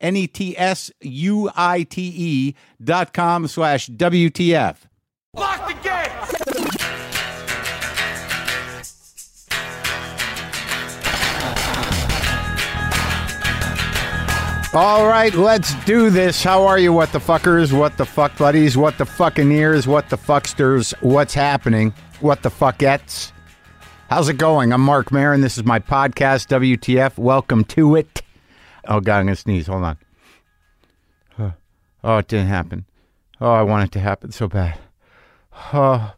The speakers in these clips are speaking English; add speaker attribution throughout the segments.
Speaker 1: N E T S U I T E dot com slash WTF.
Speaker 2: Lock the gate!
Speaker 1: All right, let's do this. How are you, what the fuckers, what the fuck buddies, what the fuckineers, what the fucksters, what's happening, what the fuckettes? How's it going? I'm Mark Marin. This is my podcast, WTF. Welcome to it. Oh, God, I'm going to sneeze. Hold on. Huh. Oh, it didn't happen. Oh, I want it to happen so bad. Oh,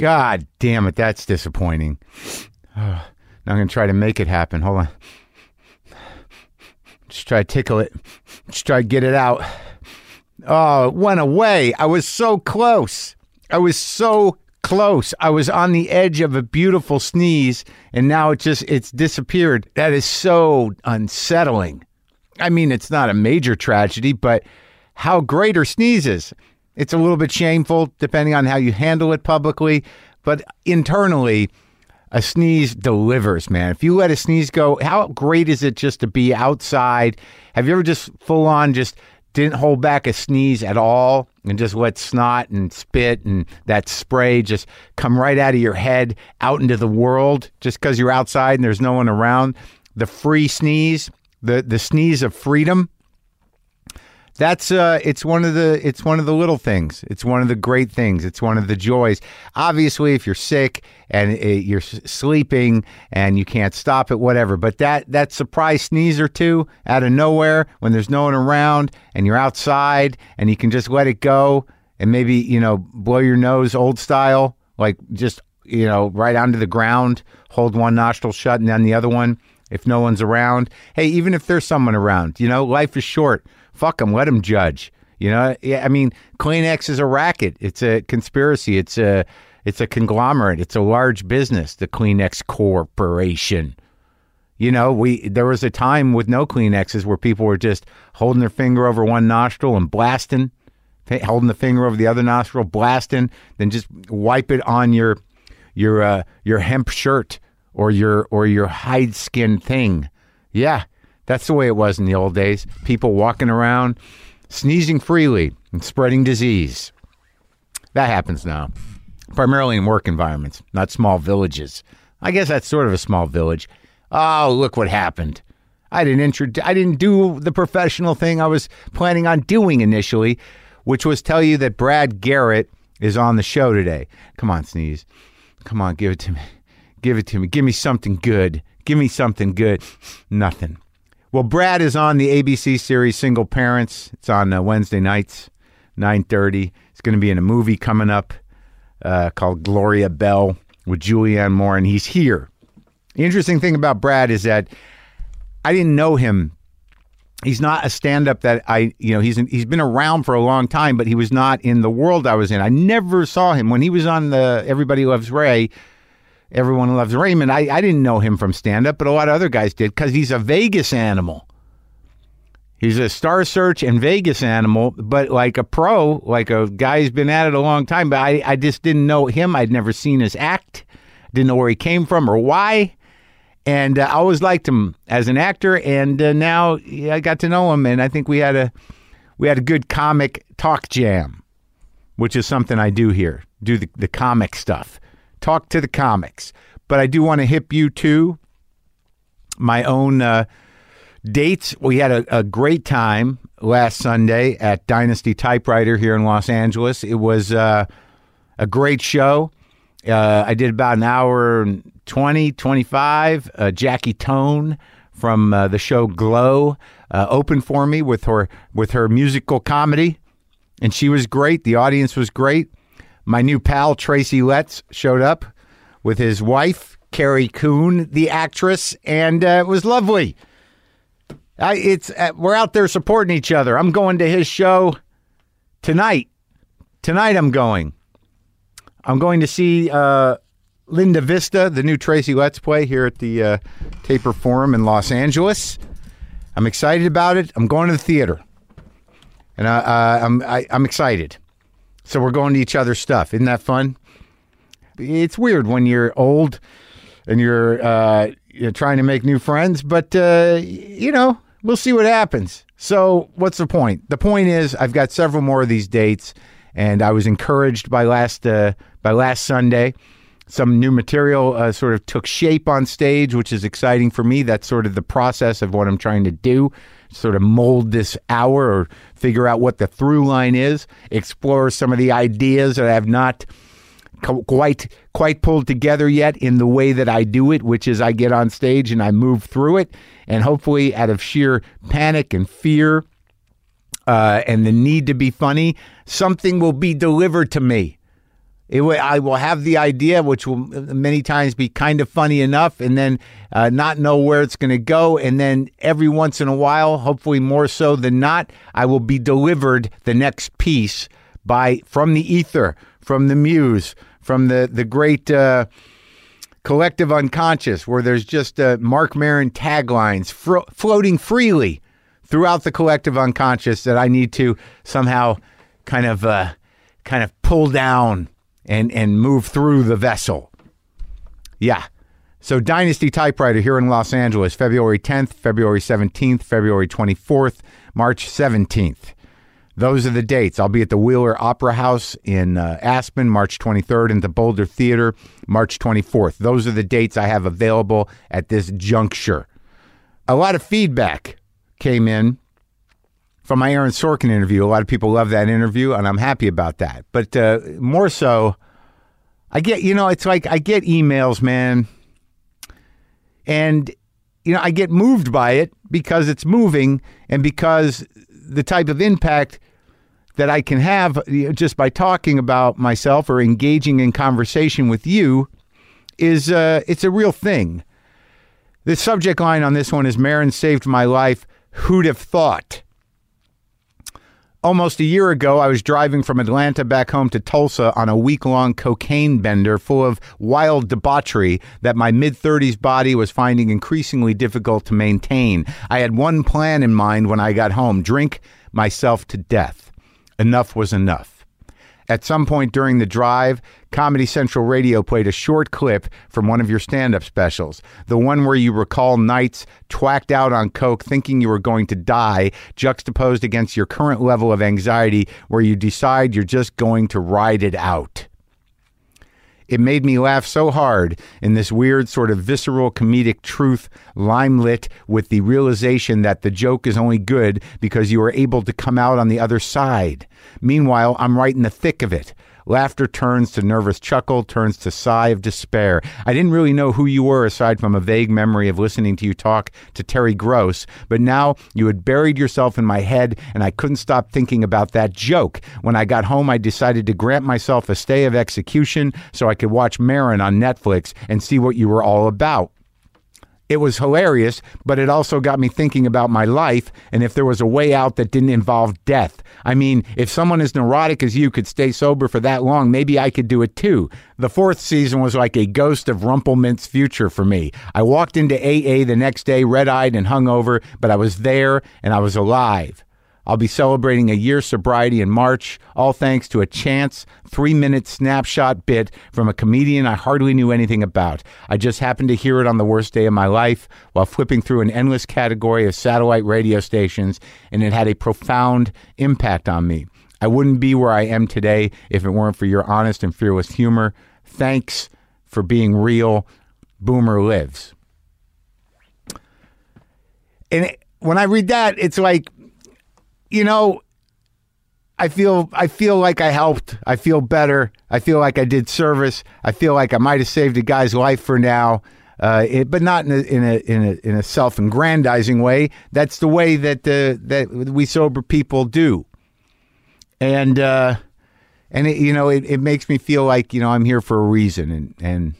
Speaker 1: God damn it. That's disappointing. Oh, now I'm going to try to make it happen. Hold on. Just try to tickle it. Just try to get it out. Oh, it went away. I was so close. I was so close. I was on the edge of a beautiful sneeze, and now it just it's disappeared. That is so unsettling. I mean, it's not a major tragedy, but how great are sneezes? It's a little bit shameful depending on how you handle it publicly, but internally, a sneeze delivers, man. If you let a sneeze go, how great is it just to be outside? Have you ever just full on just didn't hold back a sneeze at all and just let snot and spit and that spray just come right out of your head out into the world just because you're outside and there's no one around? The free sneeze, the, the sneeze of freedom. That's uh, it's one of the it's one of the little things. It's one of the great things. It's one of the joys. Obviously, if you're sick and uh, you're s- sleeping and you can't stop it, whatever. But that that surprise sneeze or two out of nowhere when there's no one around and you're outside and you can just let it go and maybe you know blow your nose old style, like just you know right onto the ground, hold one nostril shut and then the other one if no one's around. Hey, even if there's someone around, you know, life is short. Fuck them. Let them judge. You know, yeah, I mean, Kleenex is a racket. It's a conspiracy. It's a it's a conglomerate. It's a large business, the Kleenex Corporation. You know, we there was a time with no Kleenexes where people were just holding their finger over one nostril and blasting, fi- holding the finger over the other nostril, blasting, then just wipe it on your your uh, your hemp shirt or your or your hide skin thing. Yeah, that's the way it was in the old days. People walking around sneezing freely and spreading disease. That happens now, primarily in work environments, not small villages. I guess that's sort of a small village. Oh, look what happened. I didn't introduce. I didn't do the professional thing I was planning on doing initially, which was tell you that Brad Garrett is on the show today. Come on, sneeze. Come on, give it to me. Give it to me. Give me something good. Give me something good. Nothing. Well, Brad is on the ABC series Single Parents. It's on uh, Wednesday nights, 9:30. It's going to be in a movie coming up uh, called Gloria Bell with Julianne Moore, and he's here. The interesting thing about Brad is that I didn't know him. He's not a stand-up that I, you know, he's he's been around for a long time, but he was not in the world I was in. I never saw him when he was on the Everybody Loves Ray. Everyone Loves Raymond. I, I didn't know him from stand-up, but a lot of other guys did because he's a Vegas animal. He's a Star Search and Vegas animal, but like a pro, like a guy who's been at it a long time. But I, I just didn't know him. I'd never seen his act, didn't know where he came from or why. And uh, I always liked him as an actor, and uh, now yeah, I got to know him, and I think we had a we had a good comic talk jam, which is something I do here. Do the, the comic stuff, talk to the comics. But I do want to hip you to my own uh, dates. We had a, a great time. last Sunday at Dynasty Typewriter here in Los Angeles. It was uh, a great show. Uh, I did about an hour and 20, 25. Uh, Jackie Tone from uh, the show Glow uh, opened for me with her with her musical comedy, and she was great. The audience was great. My new pal Tracy Letts showed up with his wife Carrie Coon, the actress, and uh, it was lovely. I, it's uh, we're out there supporting each other. I'm going to his show tonight. Tonight I'm going. I'm going to see uh, Linda Vista, the new Tracy Let's Play here at the uh, Taper Forum in Los Angeles. I'm excited about it. I'm going to the theater, and I, uh, I'm I, I'm excited. So we're going to each other's stuff. Isn't that fun? It's weird when you're old and you're uh, you're trying to make new friends, but uh, you know we'll see what happens. So what's the point? The point is I've got several more of these dates, and I was encouraged by last uh, by last Sunday. Some new material uh, sort of took shape on stage, which is exciting for me. That's sort of the process of what I'm trying to do, sort of mold this hour or figure out what the through line is, explore some of the ideas that I have not co- quite quite pulled together yet in the way that I do it, which is I get on stage and I move through it, and hopefully out of sheer panic and fear uh, and the need to be funny, something will be delivered to me. It will, I will have the idea, which will many times be kind of funny enough, and then uh, not know where it's going to go. And then every once in a while, hopefully more so than not, I will be delivered the next piece by from the ether, from the muse, from the the great. Uh, collective unconscious where there's just uh, Mark Marin taglines fro- floating freely throughout the collective unconscious that I need to somehow kind of uh, kind of pull down and and move through the vessel. Yeah. So Dynasty Typewriter here in Los Angeles, February 10th, February 17th, February 24th, March 17th. Those are the dates. I'll be at the Wheeler Opera House in uh, Aspen, March 23rd, and the Boulder Theater, March 24th. Those are the dates I have available at this juncture. A lot of feedback came in from my Aaron Sorkin interview. A lot of people love that interview, and I'm happy about that. But uh, more so, I get, you know, it's like I get emails, man, and, you know, I get moved by it because it's moving and because the type of impact that I can have you know, just by talking about myself or engaging in conversation with you is uh, it's a real thing. The subject line on this one is Marin saved my life. Who'd have thought? Almost a year ago, I was driving from Atlanta back home to Tulsa on a week long cocaine bender full of wild debauchery that my mid 30s body was finding increasingly difficult to maintain. I had one plan in mind when I got home drink myself to death. Enough was enough. At some point during the drive, Comedy Central Radio played a short clip from one of your stand up specials, the one where you recall nights twacked out on Coke thinking you were going to die, juxtaposed against your current level of anxiety where you decide you're just going to ride it out. It made me laugh so hard in this weird, sort of visceral comedic truth, limelit with the realization that the joke is only good because you are able to come out on the other side. Meanwhile, I'm right in the thick of it. Laughter turns to nervous chuckle, turns to sigh of despair. I didn't really know who you were aside from a vague memory of listening to you talk to Terry Gross, but now you had buried yourself in my head and I couldn't stop thinking about that joke. When I got home, I decided to grant myself a stay of execution so I could watch Marin on Netflix and see what you were all about. It was hilarious, but it also got me thinking about my life and if there was a way out that didn't involve death. I mean, if someone as neurotic as you could stay sober for that long, maybe I could do it too. The fourth season was like a ghost of Rumpelmint's future for me. I walked into AA the next day red eyed and hungover, but I was there and I was alive. I'll be celebrating a year's sobriety in March, all thanks to a chance three minute snapshot bit from a comedian I hardly knew anything about. I just happened to hear it on the worst day of my life while flipping through an endless category of satellite radio stations, and it had a profound impact on me. I wouldn't be where I am today if it weren't for your honest and fearless humor. Thanks for being real. Boomer lives. And it, when I read that, it's like, you know, I feel I feel like I helped. I feel better. I feel like I did service. I feel like I might have saved a guy's life for now, uh, it, but not in a in a in a, in a self aggrandizing way. That's the way that the that we sober people do, and uh, and it, you know it, it makes me feel like you know I'm here for a reason, and and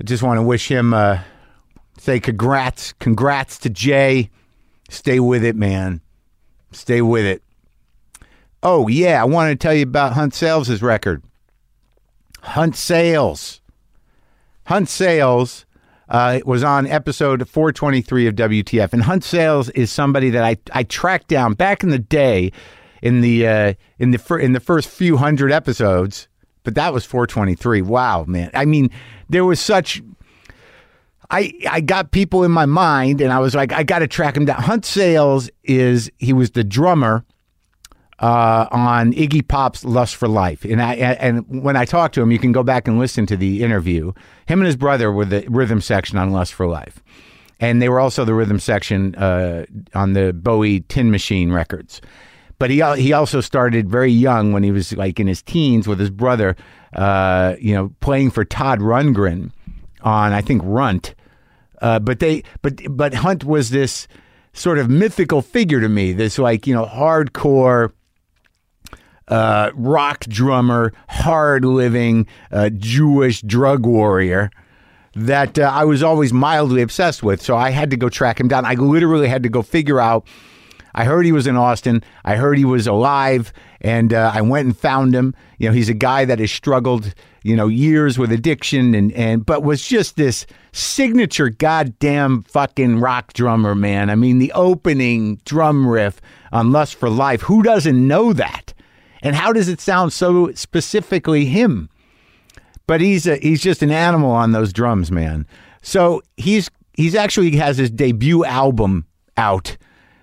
Speaker 1: I just want to wish him uh, say congrats congrats to Jay. Stay with it, man. Stay with it. Oh, yeah, I wanted to tell you about Hunt Sales' record. Hunt Sales. Hunt Sales uh, was on episode 423 of WTF. And Hunt Sales is somebody that I, I tracked down back in the day in the uh, in the fir- in the first few hundred episodes, but that was 423. Wow, man. I mean, there was such I, I got people in my mind and I was like, I got to track him down. Hunt Sales is, he was the drummer uh, on Iggy Pop's Lust for Life. And I and when I talked to him, you can go back and listen to the interview. Him and his brother were the rhythm section on Lust for Life. And they were also the rhythm section uh, on the Bowie Tin Machine records. But he al- he also started very young when he was like in his teens with his brother, uh, you know, playing for Todd Rundgren on I think Runt. Uh, but they but but Hunt was this sort of mythical figure to me. This like you know hardcore uh, rock drummer, hard living uh, Jewish drug warrior that uh, I was always mildly obsessed with. So I had to go track him down. I literally had to go figure out. I heard he was in Austin. I heard he was alive, and uh, I went and found him. You know, he's a guy that has struggled, you know, years with addiction, and and but was just this signature goddamn fucking rock drummer, man. I mean, the opening drum riff on "Lust for Life." Who doesn't know that? And how does it sound so specifically him? but he's a, he's just an animal on those drums, man. So he's he's actually has his debut album out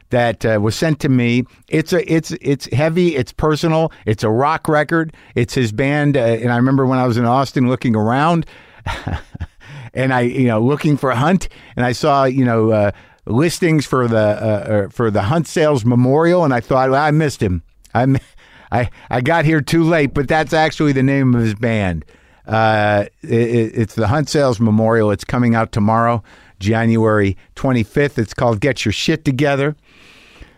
Speaker 1: that uh, was sent to me. It's a it's it's heavy, it's personal, it's a rock record. It's his band, uh, and I remember when I was in Austin looking around, and I you know looking for Hunt, and I saw you know. Uh, listings for the uh, uh, for the Hunt Sales Memorial, and I thought well, I missed him. I mi- I I got here too late, but that's actually the name of his band. Uh, it, it- it's the Hunt Sales Memorial. It's coming out tomorrow, January 25th. It's called Get Your Shit Together.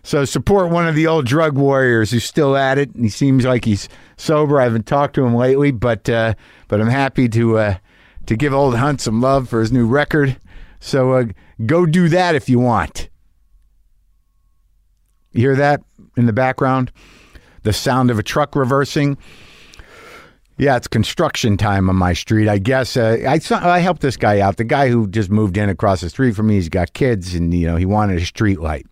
Speaker 1: So support one of the old drug warriors who's still at it, and he seems like he's sober. I haven't talked to him lately, but uh, but I'm happy to uh, to give old Hunt some love for his new record. So uh, go do that if you want. You hear that in the background? The sound of a truck reversing. Yeah, it's construction time on my street. I guess uh, I saw, I helped this guy out. The guy who just moved in across the street from me, he's got kids, and you know he wanted a street light.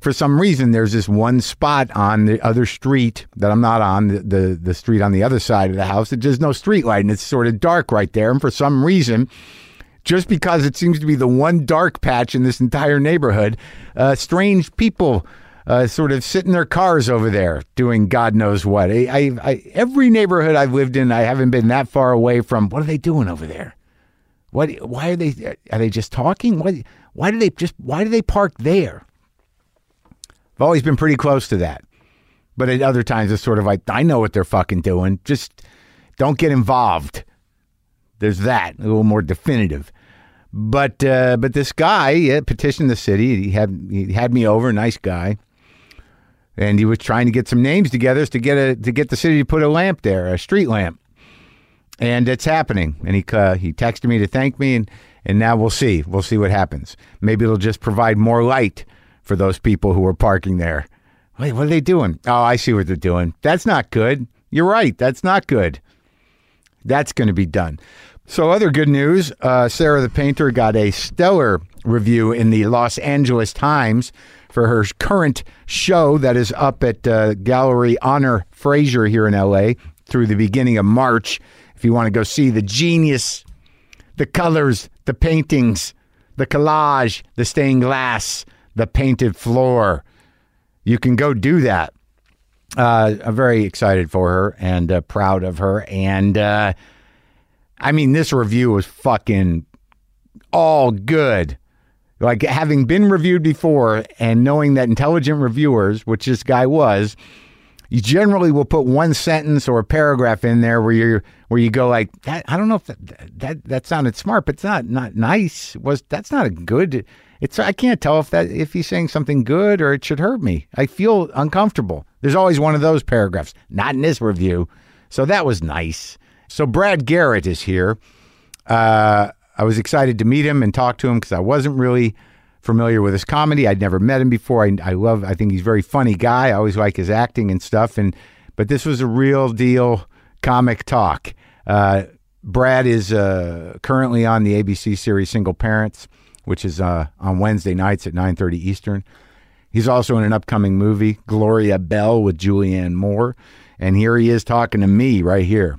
Speaker 1: For some reason, there's this one spot on the other street that I'm not on the the, the street on the other side of the house. That there's no street light, and it's sort of dark right there. And for some reason, just because it seems to be the one dark patch in this entire neighborhood. Uh, strange people uh, sort of sit in their cars over there doing God knows what. I, I, I, every neighborhood I've lived in, I haven't been that far away from what are they doing over there? What? Why are they? Are they just talking? What? Why do they just? Why do they park there? I've always been pretty close to that, but at other times it's sort of like I know what they're fucking doing. Just don't get involved. There's that a little more definitive. But uh, but this guy yeah, petitioned the city. He had he had me over, nice guy, and he was trying to get some names together to get a to get the city to put a lamp there, a street lamp. And it's happening. And he uh, he texted me to thank me, and and now we'll see we'll see what happens. Maybe it'll just provide more light for those people who are parking there. Wait, what are they doing? Oh, I see what they're doing. That's not good. You're right. That's not good. That's going to be done. So, other good news uh, Sarah the Painter got a stellar review in the Los Angeles Times for her current show that is up at uh, Gallery Honor Fraser here in LA through the beginning of March. If you want to go see the genius, the colors, the paintings, the collage, the stained glass, the painted floor, you can go do that uh, I'm very excited for her and uh, proud of her. And uh, I mean, this review was fucking all good. like having been reviewed before and knowing that intelligent reviewers, which this guy was, you generally will put one sentence or a paragraph in there where you where you go like that. I don't know if that that, that sounded smart, but it's not not nice. Was that's not a good. It's I can't tell if that if he's saying something good or it should hurt me. I feel uncomfortable. There's always one of those paragraphs. Not in this review. So that was nice. So Brad Garrett is here. Uh, I was excited to meet him and talk to him because I wasn't really familiar with his comedy. I'd never met him before. I, I love. I think he's a very funny guy. I always like his acting and stuff. And but this was a real deal comic talk. Uh, Brad is uh, currently on the ABC series Single Parents, which is uh, on Wednesday nights at nine thirty Eastern. He's also in an upcoming movie, Gloria Bell with Julianne Moore. And here he is talking to me right here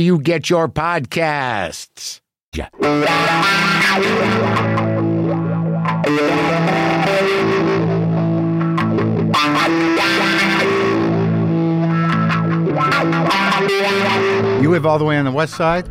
Speaker 1: you get your podcasts. Yeah. You live all the way on the west side?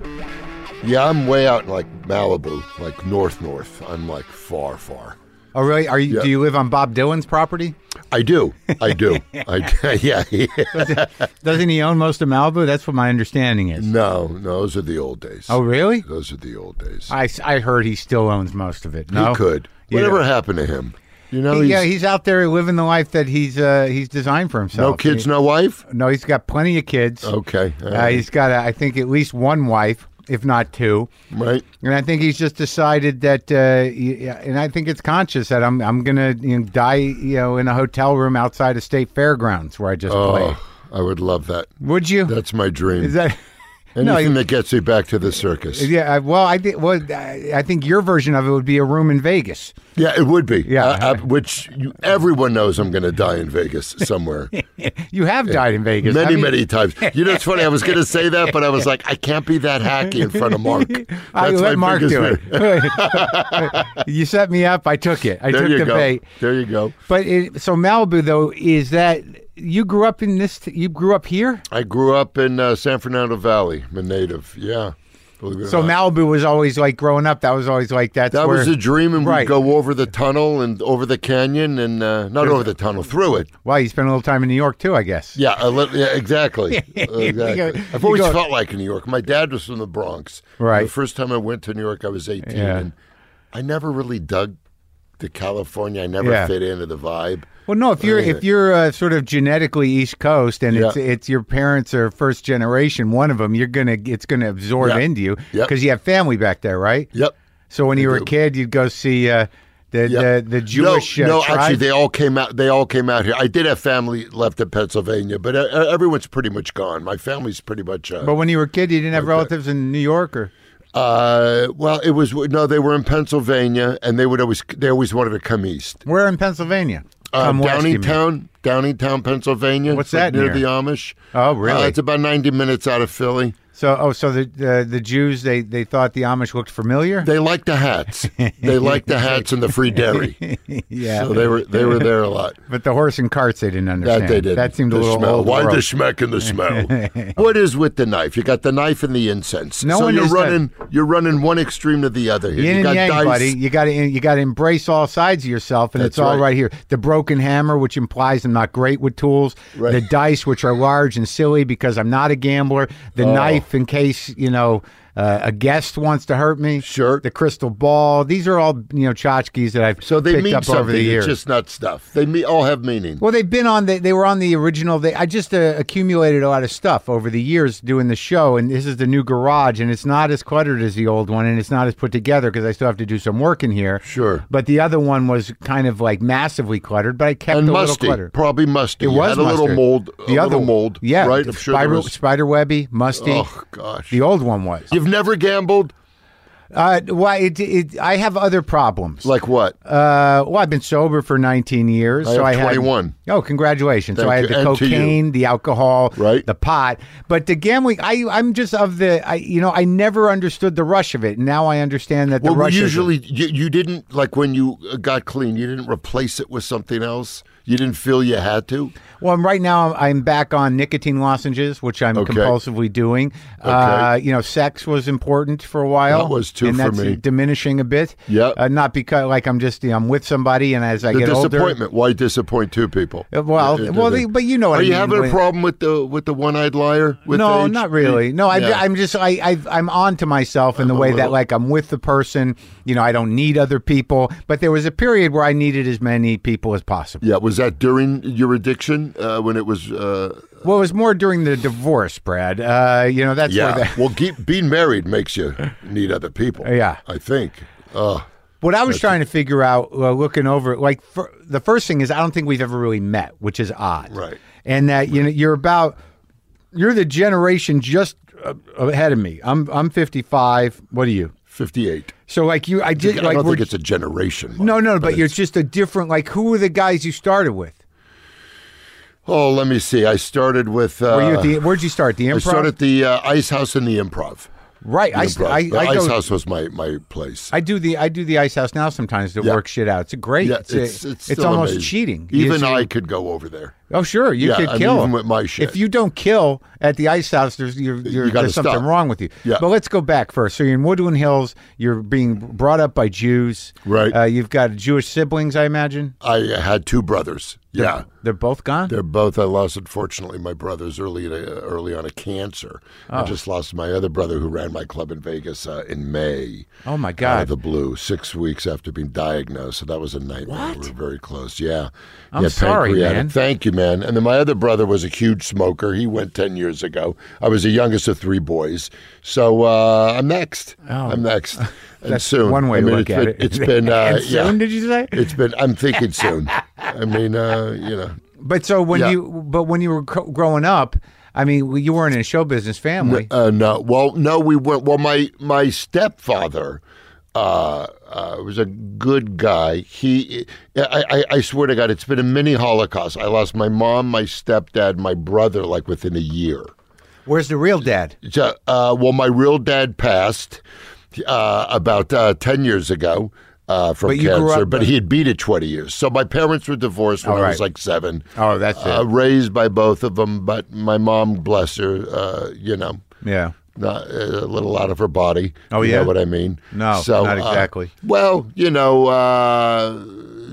Speaker 3: Yeah, I'm way out in like Malibu, like north north. I'm like far far.
Speaker 1: Oh, really? Are you?
Speaker 3: Yeah.
Speaker 1: Do you live on Bob Dylan's property?
Speaker 3: I do, I do, I yeah, yeah.
Speaker 1: Doesn't he own most of Malibu? That's what my understanding is.
Speaker 3: No, no, those are the old days.
Speaker 1: Oh, really?
Speaker 3: those are the old days.
Speaker 1: I, I heard he still owns most of it.
Speaker 3: He
Speaker 1: No,
Speaker 3: could.
Speaker 1: You
Speaker 3: Whatever
Speaker 1: know.
Speaker 3: happened to him? You know,
Speaker 1: He- yeah,
Speaker 3: he's-
Speaker 1: he's out there living the life that he's uh, he's designed for himself.
Speaker 3: no kids,
Speaker 1: He-
Speaker 3: no Oh, wife.
Speaker 1: no, he's got plenty of kids.
Speaker 3: Okay, all
Speaker 1: Uh,
Speaker 3: right.
Speaker 1: he's got, uh, I think, at least one wife, if not two.
Speaker 3: right.
Speaker 1: And I think he's just decided that, uh, y- yeah, and I think it's conscious that I'm I'm gonna you know, die, you know, in a hotel room outside of state fairgrounds where I just played.
Speaker 3: Oh, I would love that.
Speaker 1: Would you?
Speaker 3: That's my dream.
Speaker 1: Is that? no,
Speaker 3: Anything that gets me back to the circus.
Speaker 1: yeah. I- Well, I think well, I I think your version of it would be a room in Vegas.
Speaker 3: Yeah, it would be.
Speaker 1: Yeah.
Speaker 3: Uh, uh, which you, everyone knows I'm going to die in Vegas somewhere.
Speaker 1: You have died in Vegas
Speaker 3: Many,
Speaker 1: I mean,
Speaker 3: many times. You know, it's funny. I was going to say that, but I was like, I can't be that hacky in front of Mark. That's
Speaker 1: I
Speaker 3: my
Speaker 1: Uh, let Mark
Speaker 3: biggest
Speaker 1: do
Speaker 3: fear.
Speaker 1: it. you set me up. I took it. I
Speaker 3: There
Speaker 1: took
Speaker 3: you
Speaker 1: the
Speaker 3: go.
Speaker 1: bait.
Speaker 3: There you go.
Speaker 1: But it, so Malibu though is that you grew up in this? You grew up here.
Speaker 3: I grew up in uh, San Fernando Valley. I'm a native. Yeah. Believe it or
Speaker 1: So
Speaker 3: not.
Speaker 1: Malibu was always like growing up. That was always like that's
Speaker 3: Uh-huh. that
Speaker 1: where,
Speaker 3: was a dream, and
Speaker 1: Right.
Speaker 3: we'd go over the tunnel and over the canyon, and uh, not over the tunnel, through it.
Speaker 1: wow. You spent a little time in New York too, I guess.
Speaker 3: Yeah, I li- yeah exactly.
Speaker 1: go-
Speaker 3: exactly. I've
Speaker 1: you
Speaker 3: always
Speaker 1: go-
Speaker 3: felt like in New York. My dad was from the Bronx.
Speaker 1: Right.
Speaker 3: The first time I went to New York, I was 18.
Speaker 1: Yeah.
Speaker 3: And I never really dug to California. I never
Speaker 1: Yeah.
Speaker 3: fit into the vibe.
Speaker 1: Well, no, if you're if you're uh, sort of genetically East Coast and it's
Speaker 3: Yeah.
Speaker 1: it's your parents are first generation, one of them, you're gonna it's gonna absorb
Speaker 3: Yeah.
Speaker 1: into you
Speaker 3: Yep.
Speaker 1: because you have family back there, right?
Speaker 3: Yep.
Speaker 1: So when you were a
Speaker 3: do.
Speaker 1: kid, you'd go see uh, the,
Speaker 3: Yeah.
Speaker 1: the the Jewish
Speaker 3: No,
Speaker 1: uh,
Speaker 3: no
Speaker 1: tribe.
Speaker 3: actually, they all came out. They all came out here. I did have family left in Pennsylvania, but uh, uh, everyone's pretty much gone. My family's pretty much. Uh,
Speaker 1: but when you were a kid, you didn't have relatives in New York, or
Speaker 3: uh, well, it was no. They were in Pennsylvania, and they would always they always wanted to come east.
Speaker 1: where in Pennsylvania?
Speaker 3: Uh,
Speaker 1: Come west, you mean.
Speaker 3: Downingtown, Downingtown, Pennsylvania.
Speaker 1: What's
Speaker 3: It's,
Speaker 1: that
Speaker 3: like, near
Speaker 1: near?
Speaker 3: the Amish?
Speaker 1: Oh, really?
Speaker 3: Uh, it's about ninety minutes out of Philly.
Speaker 1: So oh, so the the the Jews they they thought the Amish looked familiar.
Speaker 3: They like the hats. they like the hats and the free dairy.
Speaker 1: yeah.
Speaker 3: So they were they were there a lot.
Speaker 1: but the horse and carts they didn't
Speaker 3: That
Speaker 1: understand.
Speaker 3: they did.
Speaker 1: That seemed a
Speaker 3: The
Speaker 1: little
Speaker 3: smell.
Speaker 1: old
Speaker 3: Why
Speaker 1: world.
Speaker 3: the schmeck and the smell? what is with the knife? You got the knife and the incense.
Speaker 1: No
Speaker 3: so
Speaker 1: one
Speaker 3: you're
Speaker 1: is that-
Speaker 3: running. You're running one extreme to the other. Here.
Speaker 1: Yin
Speaker 3: you got
Speaker 1: and yang,
Speaker 3: dice.
Speaker 1: buddy. You got to you got to embrace all sides of yourself, and
Speaker 3: That's
Speaker 1: it's all right.
Speaker 3: right.
Speaker 1: here. The broken hammer, which implies I'm not great with tools.
Speaker 3: Right. Oh.
Speaker 1: The dice, which are large and silly because I'm not a gambler. The knife, in case you know. uh, a guest wants to hurt me.
Speaker 3: Sure.
Speaker 1: The crystal ball. These are all you know tchotchkes that I've
Speaker 3: So they
Speaker 1: picked
Speaker 3: mean
Speaker 1: up over
Speaker 3: something.
Speaker 1: the years.
Speaker 3: It's just not stuff. They me- all have meaning.
Speaker 1: Well, they've been on. The, they were on the original. They, I just uh, accumulated a lot of stuff over the years doing the show, and this is the new garage, and it's not as cluttered as the old one, and it's not as put together because I still have to do some work in here.
Speaker 3: Sure.
Speaker 1: But the other one was kind of like massively cluttered, but I kept
Speaker 3: And
Speaker 1: a little
Speaker 3: musty,
Speaker 1: clutter.
Speaker 3: probably musty.
Speaker 1: It
Speaker 3: You
Speaker 1: was
Speaker 3: had a little
Speaker 1: mustard.
Speaker 3: mold.
Speaker 1: The
Speaker 3: a
Speaker 1: other
Speaker 3: little mold,
Speaker 1: yeah,
Speaker 3: right?
Speaker 1: the
Speaker 3: I'm sure there
Speaker 1: spider,
Speaker 3: was-
Speaker 1: spiderwebby, musty.
Speaker 3: Oh gosh,
Speaker 1: The old one was.
Speaker 3: you've never gambled
Speaker 1: Uh, why? It, it, I have other problems.
Speaker 3: like what?
Speaker 1: Uh, well, I've been sober for 19 years.
Speaker 3: I
Speaker 1: so
Speaker 3: have
Speaker 1: I had
Speaker 3: 21.
Speaker 1: Oh, congratulations! so
Speaker 3: Thank
Speaker 1: I had
Speaker 3: you,
Speaker 1: the
Speaker 3: and to you.
Speaker 1: cocaine, the alcohol,
Speaker 3: Right.
Speaker 1: the pot, but the gambling. I I'm just of the I you know I never understood the rush of it. Now I understand that the
Speaker 3: well, we
Speaker 1: rush. is-
Speaker 3: usually you, you didn't like when you uh, got clean. You didn't replace it with something else. You didn't feel you had to.
Speaker 1: Well, I'm- right now I'm back on nicotine lozenges, which I'm
Speaker 3: Okay.
Speaker 1: compulsively doing. Uh, you know, sex was important for a while.
Speaker 3: That was too
Speaker 1: and
Speaker 3: for
Speaker 1: that's
Speaker 3: me.
Speaker 1: Diminishing a bit.
Speaker 3: Yep.
Speaker 1: Uh, not because like I'm just you know, I'm with somebody, and as I
Speaker 3: The
Speaker 1: get older,
Speaker 3: disappointment. Why disappoint two people?
Speaker 1: Uh, well,
Speaker 3: Uh,
Speaker 1: well,
Speaker 3: uh,
Speaker 1: they- but you know what
Speaker 3: Are
Speaker 1: I
Speaker 3: you
Speaker 1: mean,
Speaker 3: having a
Speaker 1: when-
Speaker 3: problem with the with the one eyed liar? With
Speaker 1: no,
Speaker 3: age?
Speaker 1: not really. No, I,
Speaker 3: Yeah.
Speaker 1: I'm just I, I I'm on to myself in the
Speaker 3: a
Speaker 1: way that
Speaker 3: little-
Speaker 1: like I'm with the person. You know, I don't need other people. But there was a period where I needed as many people as possible.
Speaker 3: Yeah, was that during your addiction uh, when it was? Uh,
Speaker 1: Well, it was more during the divorce, Brad. Uh, you know, that's where
Speaker 3: yeah.
Speaker 1: the,
Speaker 3: well, ge- being married makes you need other people.
Speaker 1: Yeah.
Speaker 3: I think. Uh,
Speaker 1: what I was trying to figure out, uh, looking over, it, like for, the first thing is I don't think we've ever really met, which is odd,
Speaker 3: Right.
Speaker 1: And that you know you're about you're the generation just uh, ahead of me. I'm I'm 55. What are you?
Speaker 3: fifty-eight.
Speaker 1: So like you, I did
Speaker 3: I
Speaker 1: like
Speaker 3: don't
Speaker 1: we're
Speaker 3: think it's a generation. Mike,
Speaker 1: No, no, but, you're
Speaker 3: it's-
Speaker 1: just a different. Like, who were the guys you started with?
Speaker 3: Oh, let me see. I started with. Uh,
Speaker 1: Were you at the? Where'd you start? The improv.
Speaker 3: I started at the uh, Ice House and the Improv.
Speaker 1: right. I,
Speaker 3: Improv.
Speaker 1: I,
Speaker 3: the
Speaker 1: I
Speaker 3: Ice
Speaker 1: go.
Speaker 3: House was my my place.
Speaker 1: I do the I do the ice house now sometimes to
Speaker 3: Yeah.
Speaker 1: work shit out. It's a great.
Speaker 3: yeah,
Speaker 1: it's a-
Speaker 3: it's it's,
Speaker 1: it's
Speaker 3: still
Speaker 1: almost
Speaker 3: amazing.
Speaker 1: cheating.
Speaker 3: Even
Speaker 1: It's-
Speaker 3: I could go over there.
Speaker 1: Oh sure, you
Speaker 3: Yeah,
Speaker 1: could
Speaker 3: I mean,
Speaker 1: kill.
Speaker 3: even with my shit.
Speaker 1: If you don't kill at the ice house, there's you're, you're,
Speaker 3: You gotta
Speaker 1: there's something
Speaker 3: stop.
Speaker 1: wrong with you.
Speaker 3: Yeah.
Speaker 1: But let's go back first. So you're in Woodland Hills. You're being brought up by Jews.
Speaker 3: Right.
Speaker 1: Uh, you've got Jewish siblings, I imagine.
Speaker 3: I had two brothers. Yeah.
Speaker 1: They're both gone.
Speaker 3: They're both. I lost, unfortunately, my brothers early in a, early on a cancer.
Speaker 1: Oh.
Speaker 3: I just lost my other brother who ran my club in Vegas uh, in May.
Speaker 1: Oh, my
Speaker 3: Out
Speaker 1: God.
Speaker 3: of the blue, six weeks after being diagnosed. So that was a nightmare. We were very close. Yeah.
Speaker 1: I'm
Speaker 3: yeah,
Speaker 1: sorry,
Speaker 3: pancreatic.
Speaker 1: man.
Speaker 3: Thank you, man. And then my other brother was a huge smoker. He went ten years ago. I was the youngest of three boys. So uh, I'm next. I'm next. And
Speaker 1: Oh. That's
Speaker 3: soon.
Speaker 1: one way
Speaker 3: I
Speaker 1: to
Speaker 3: mean,
Speaker 1: look
Speaker 3: it's
Speaker 1: at
Speaker 3: been-
Speaker 1: it.
Speaker 3: It's been. Uh,
Speaker 1: And
Speaker 3: yeah.
Speaker 1: soon, did you say?
Speaker 3: It's been. I'm thinking soon. I mean, uh, you know.
Speaker 1: But so when
Speaker 3: Yeah.
Speaker 1: you but when you were co- growing up, I mean, well, you weren't in a show business family.
Speaker 3: Uh, no, well, no, we went. Well, my my stepfather uh, uh, was a good guy. He, I, I, I swear to God, it's been a mini Holocaust. I lost my mom, my stepdad, my brother, like within a year.
Speaker 1: Where's the real dad?
Speaker 3: So, uh, well, my real dad passed uh, about uh, ten years ago. Uh, from
Speaker 1: But you grew
Speaker 3: cancer,
Speaker 1: up-
Speaker 3: but he had beat it 20 years. So my parents were divorced when
Speaker 1: All
Speaker 3: I was
Speaker 1: right.
Speaker 3: like seven.
Speaker 1: Oh, that's
Speaker 3: uh, Raised by both of them, but my mom, bless her, uh, you know,
Speaker 1: it. Yeah.
Speaker 3: not uh, a little out of her body.
Speaker 1: Oh,
Speaker 3: you
Speaker 1: yeah?
Speaker 3: know what I mean.
Speaker 1: No, not
Speaker 3: uh,
Speaker 1: exactly.
Speaker 3: well, you know, uh,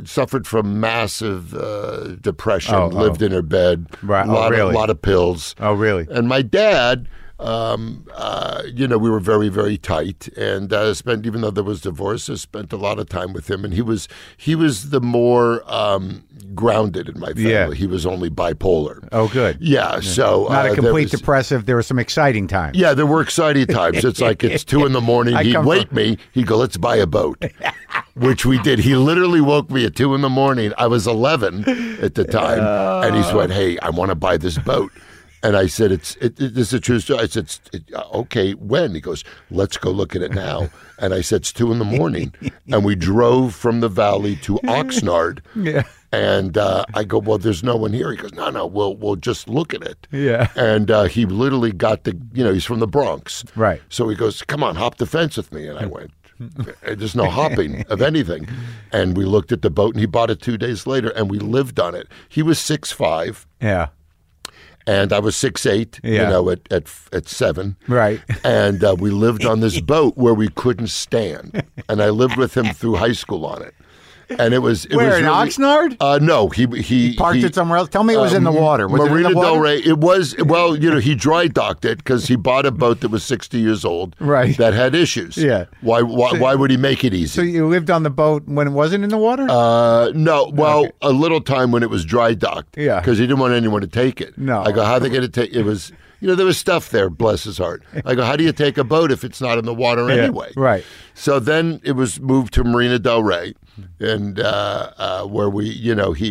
Speaker 3: suffered from massive uh, depression.
Speaker 1: Oh, oh.
Speaker 3: lived in her bed.
Speaker 1: Right, oh,
Speaker 3: lot
Speaker 1: really?
Speaker 3: of, lot of pills.
Speaker 1: Oh, really?
Speaker 3: And my dad, um, uh, you know, we were very, very tight, and uh, spent even though there was divorce, I spent a lot of time with him, and he was he was the more um, grounded in my family.
Speaker 1: Yeah.
Speaker 3: He was only bipolar.
Speaker 1: Oh, good.
Speaker 3: Yeah, so
Speaker 1: Not
Speaker 3: uh,
Speaker 1: a
Speaker 3: there
Speaker 1: complete
Speaker 3: was-
Speaker 1: depressive. There were some exciting times.
Speaker 3: yeah, there were exciting times. It's like it's two in the morning.
Speaker 1: I
Speaker 3: He'd
Speaker 1: come
Speaker 3: wake me. He'd go, "Let's buy a boat," which we did. He literally woke me at two in the morning. I was eleven at the time, and
Speaker 1: Uh.
Speaker 3: he went, "Hey, I want to buy this boat." And I said, "It's it, it, this is a true story." I said, it's, it, uh, "Okay, when?" He goes, "Let's go look at it now." And I said, "It's two in the morning," and we drove from the valley to Oxnard.
Speaker 1: Yeah.
Speaker 3: And uh, I go, well, there's no one here. He goes, no, no, we'll we'll just look at it.
Speaker 1: Yeah.
Speaker 3: And uh, he literally got the, you know, he's from the Bronx.
Speaker 1: Right.
Speaker 3: So he goes, come on, hop the fence with me. And I went, Uh, there's no hopping of anything. And we looked at the boat, and he bought it two days later, and we lived on it. He was six five,
Speaker 1: Yeah.
Speaker 3: and I was six eight.
Speaker 1: Yeah.
Speaker 3: You know, at at at seven.
Speaker 1: Right.
Speaker 3: And uh, we lived on this boat where we couldn't stand, and I lived with him through high school on it. and it was it
Speaker 1: Where,
Speaker 3: was
Speaker 1: in
Speaker 3: really-
Speaker 1: Oxnard?
Speaker 3: Uh, no, he he
Speaker 1: Parked
Speaker 3: he-
Speaker 1: it somewhere else. Tell me it was in the
Speaker 3: um,
Speaker 1: water. Was it in
Speaker 3: Marina
Speaker 1: the water?
Speaker 3: Del Rey. It was well, you know, he dry docked it because he bought a boat that was sixty years old,
Speaker 1: Right.
Speaker 3: That had issues.
Speaker 1: Yeah.
Speaker 3: Why? Why, why would he make it easy?
Speaker 1: So you lived on the boat when it wasn't in the water?
Speaker 3: Uh, no, well, a little time when it was dry docked.
Speaker 1: Yeah.
Speaker 3: Because he didn't want anyone to take it.
Speaker 1: No.
Speaker 3: I go, how they going to take it? Was you know there was stuff there, bless his heart. I go, how do you take a boat if it's not in the water anyway?
Speaker 1: right.
Speaker 3: So then it was moved to Marina Del Rey, and uh, uh, where we, you know, he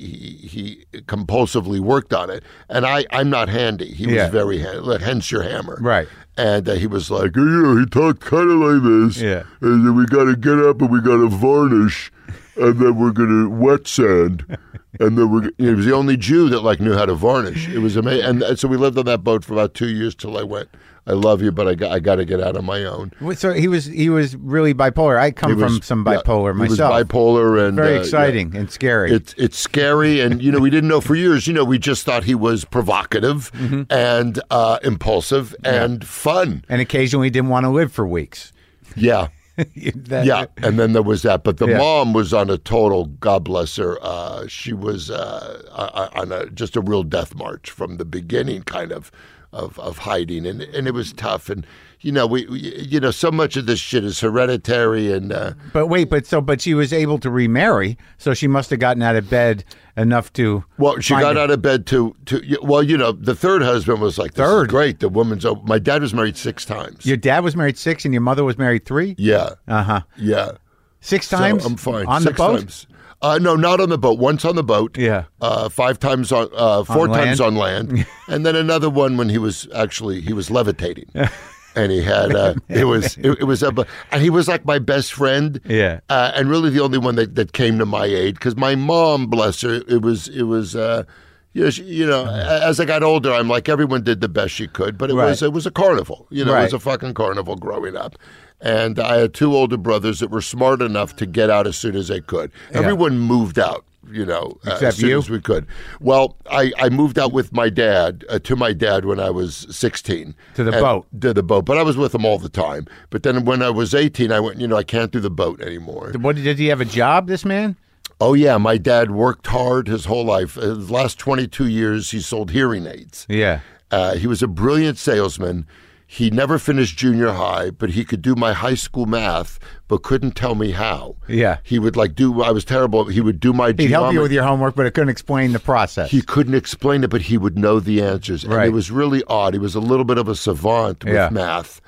Speaker 3: he he compulsively worked on it, and I I'm not handy. He
Speaker 1: Yeah.
Speaker 3: was very handy. Like, hence your hammer.
Speaker 1: Right.
Speaker 3: And uh, he was like, yeah, he talked kind of like this.
Speaker 1: Yeah.
Speaker 3: And then we got to get up and we got to varnish, and then we're gonna wet sand, and then we're. He was the only Jew that like knew how to varnish. It was amazing, and, and so we lived on that boat for about two years till I went. I love you, but I got I got to get out on my own.
Speaker 1: Wait, so he was he was really bipolar. I come
Speaker 3: He was-
Speaker 1: from some
Speaker 3: yeah,
Speaker 1: bipolar
Speaker 3: he was
Speaker 1: myself.
Speaker 3: bipolar and
Speaker 1: Very
Speaker 3: uh, yeah.
Speaker 1: exciting and scary.
Speaker 3: It's it's scary, and you know we didn't know for years. You know we just thought he was provocative
Speaker 1: Mm-hmm.
Speaker 3: and uh, impulsive and fun.
Speaker 1: and occasionally didn't want to live for weeks.
Speaker 3: Yeah,
Speaker 1: That-
Speaker 3: yeah. And then there was that, but the
Speaker 1: Yeah.
Speaker 3: mom was on a total. God bless her. Uh, she was uh, uh, on a just a real death march from the beginning, kind of. Of, of hiding and and it was tough and you know we, we you know so much of this shit is hereditary and uh,
Speaker 1: But wait, but so but she was able to remarry, so she must have gotten out of bed enough to
Speaker 3: Well, she
Speaker 1: find
Speaker 3: got
Speaker 1: it.
Speaker 3: out of bed to to. Well, you know, the third husband was like this is
Speaker 1: Third?
Speaker 3: great. The woman's. Oh, my dad was married six times.
Speaker 1: Your dad was married six, and your mother was married three.
Speaker 3: yeah,
Speaker 1: Uh-huh.
Speaker 3: yeah.
Speaker 1: Six times.
Speaker 3: So I'm fine.
Speaker 1: on
Speaker 3: Six
Speaker 1: the boat.
Speaker 3: Times. Uh, no, not on the boat. Once on the boat.
Speaker 1: Yeah.
Speaker 3: Uh, five times on. Uh, four
Speaker 1: On
Speaker 3: times
Speaker 1: land?
Speaker 3: on land, and then another one when he was actually he was levitating. And he had uh, it was it, it was up, and he was like my best friend,
Speaker 1: Yeah.
Speaker 3: uh, and really the only one that, that came to my aid because my mom, bless her, it was it was uh, you know, she, you know a- as I got older, I'm like everyone did the best she could, but it
Speaker 1: Mm. Right.
Speaker 3: was it was a carnival, you know, it
Speaker 1: Right.
Speaker 3: was a fucking carnival growing up. And I had two older brothers that were smart enough to get out as soon as they could. Everyone moved out, you know, uh,
Speaker 1: Except
Speaker 3: as soon
Speaker 1: you?
Speaker 3: as we could. Well, I, I moved out with my dad uh, to my dad when I was 16
Speaker 1: To the
Speaker 3: And-
Speaker 1: boat.
Speaker 3: To the boat, but I was with him all the time. But then when I was 18, I went, you know, I can't do the boat anymore.
Speaker 1: What did he have a job? This man.
Speaker 3: Oh yeah, my dad worked hard his whole life. His last 22 years, he sold hearing aids.
Speaker 1: Yeah.
Speaker 3: Uh, he was a brilliant salesman. He never finished junior high, but he could do my high school math, but couldn't tell me how.
Speaker 1: Yeah.
Speaker 3: he would like do. I was terrible. He would do my.
Speaker 1: He'd help you
Speaker 3: geometry-
Speaker 1: with your homework, but it couldn't explain the process.
Speaker 3: he couldn't explain it, but he would know the answers. And
Speaker 1: Right.
Speaker 3: it was really odd. He was a little bit of a savant with
Speaker 1: Yeah.
Speaker 3: math.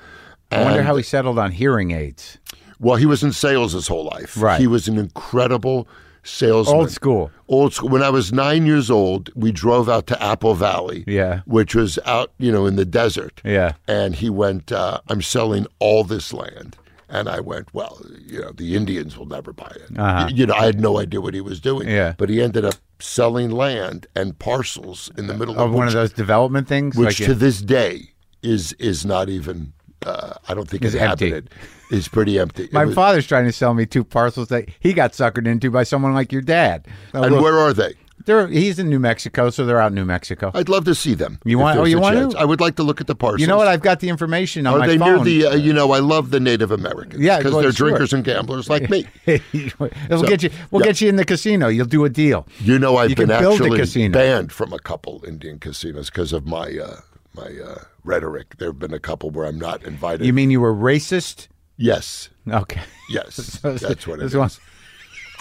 Speaker 1: I wonder
Speaker 3: And-
Speaker 1: how he settled on hearing aids.
Speaker 3: well, he was in sales his whole life.
Speaker 1: Right.
Speaker 3: He was an incredible salesman.
Speaker 1: Old school.
Speaker 3: Old school. When I was nine years old, we drove out to Apple Valley.
Speaker 1: Yeah.
Speaker 3: Which was out, you know, in the desert.
Speaker 1: Yeah.
Speaker 3: And he went, uh, I'm selling all this land. And I went, well, you know, the Indians will never buy it.
Speaker 1: Uh-huh.
Speaker 3: You know, I had no idea what he was doing.
Speaker 1: Yeah.
Speaker 3: But he ended up selling land and parcels in the middle
Speaker 1: Of one of those development things,
Speaker 3: which
Speaker 1: like
Speaker 3: to this day is is not even. Uh, I don't think
Speaker 1: Is
Speaker 3: inhabited. It's pretty empty. It
Speaker 1: My
Speaker 3: was-
Speaker 1: father's trying to sell me two parcels that he got suckered into by someone like your dad. Now,
Speaker 3: and
Speaker 1: look,
Speaker 3: where are they?
Speaker 1: they're- he's in New Mexico, so they're out in New Mexico.
Speaker 3: I'd love to see them.
Speaker 1: You
Speaker 3: if
Speaker 1: want- oh,
Speaker 3: there's
Speaker 1: you
Speaker 3: a
Speaker 1: want
Speaker 3: chance.
Speaker 1: to?
Speaker 3: I would like to look at the parcels.
Speaker 1: you know what? I've got the information on
Speaker 3: are
Speaker 1: my
Speaker 3: they
Speaker 1: phone.
Speaker 3: near the? Uh, you know, I love the Native Americans.
Speaker 1: Yeah,
Speaker 3: because
Speaker 1: well,
Speaker 3: they're
Speaker 1: sure.
Speaker 3: drinkers and gamblers like me.
Speaker 1: It'll
Speaker 3: So,
Speaker 1: get you. We'll
Speaker 3: yeah.
Speaker 1: get you in the casino. You'll do a deal.
Speaker 3: You know, I've
Speaker 1: You can
Speaker 3: been
Speaker 1: build a
Speaker 3: actually
Speaker 1: casino.
Speaker 3: banned from a couple Indian casinos because of my uh, my uh, rhetoric. There have been a couple where I'm not invited.
Speaker 1: You mean you were racist?
Speaker 3: yes,
Speaker 1: Okay.
Speaker 3: yes, that's what it
Speaker 1: This
Speaker 3: is.
Speaker 1: one-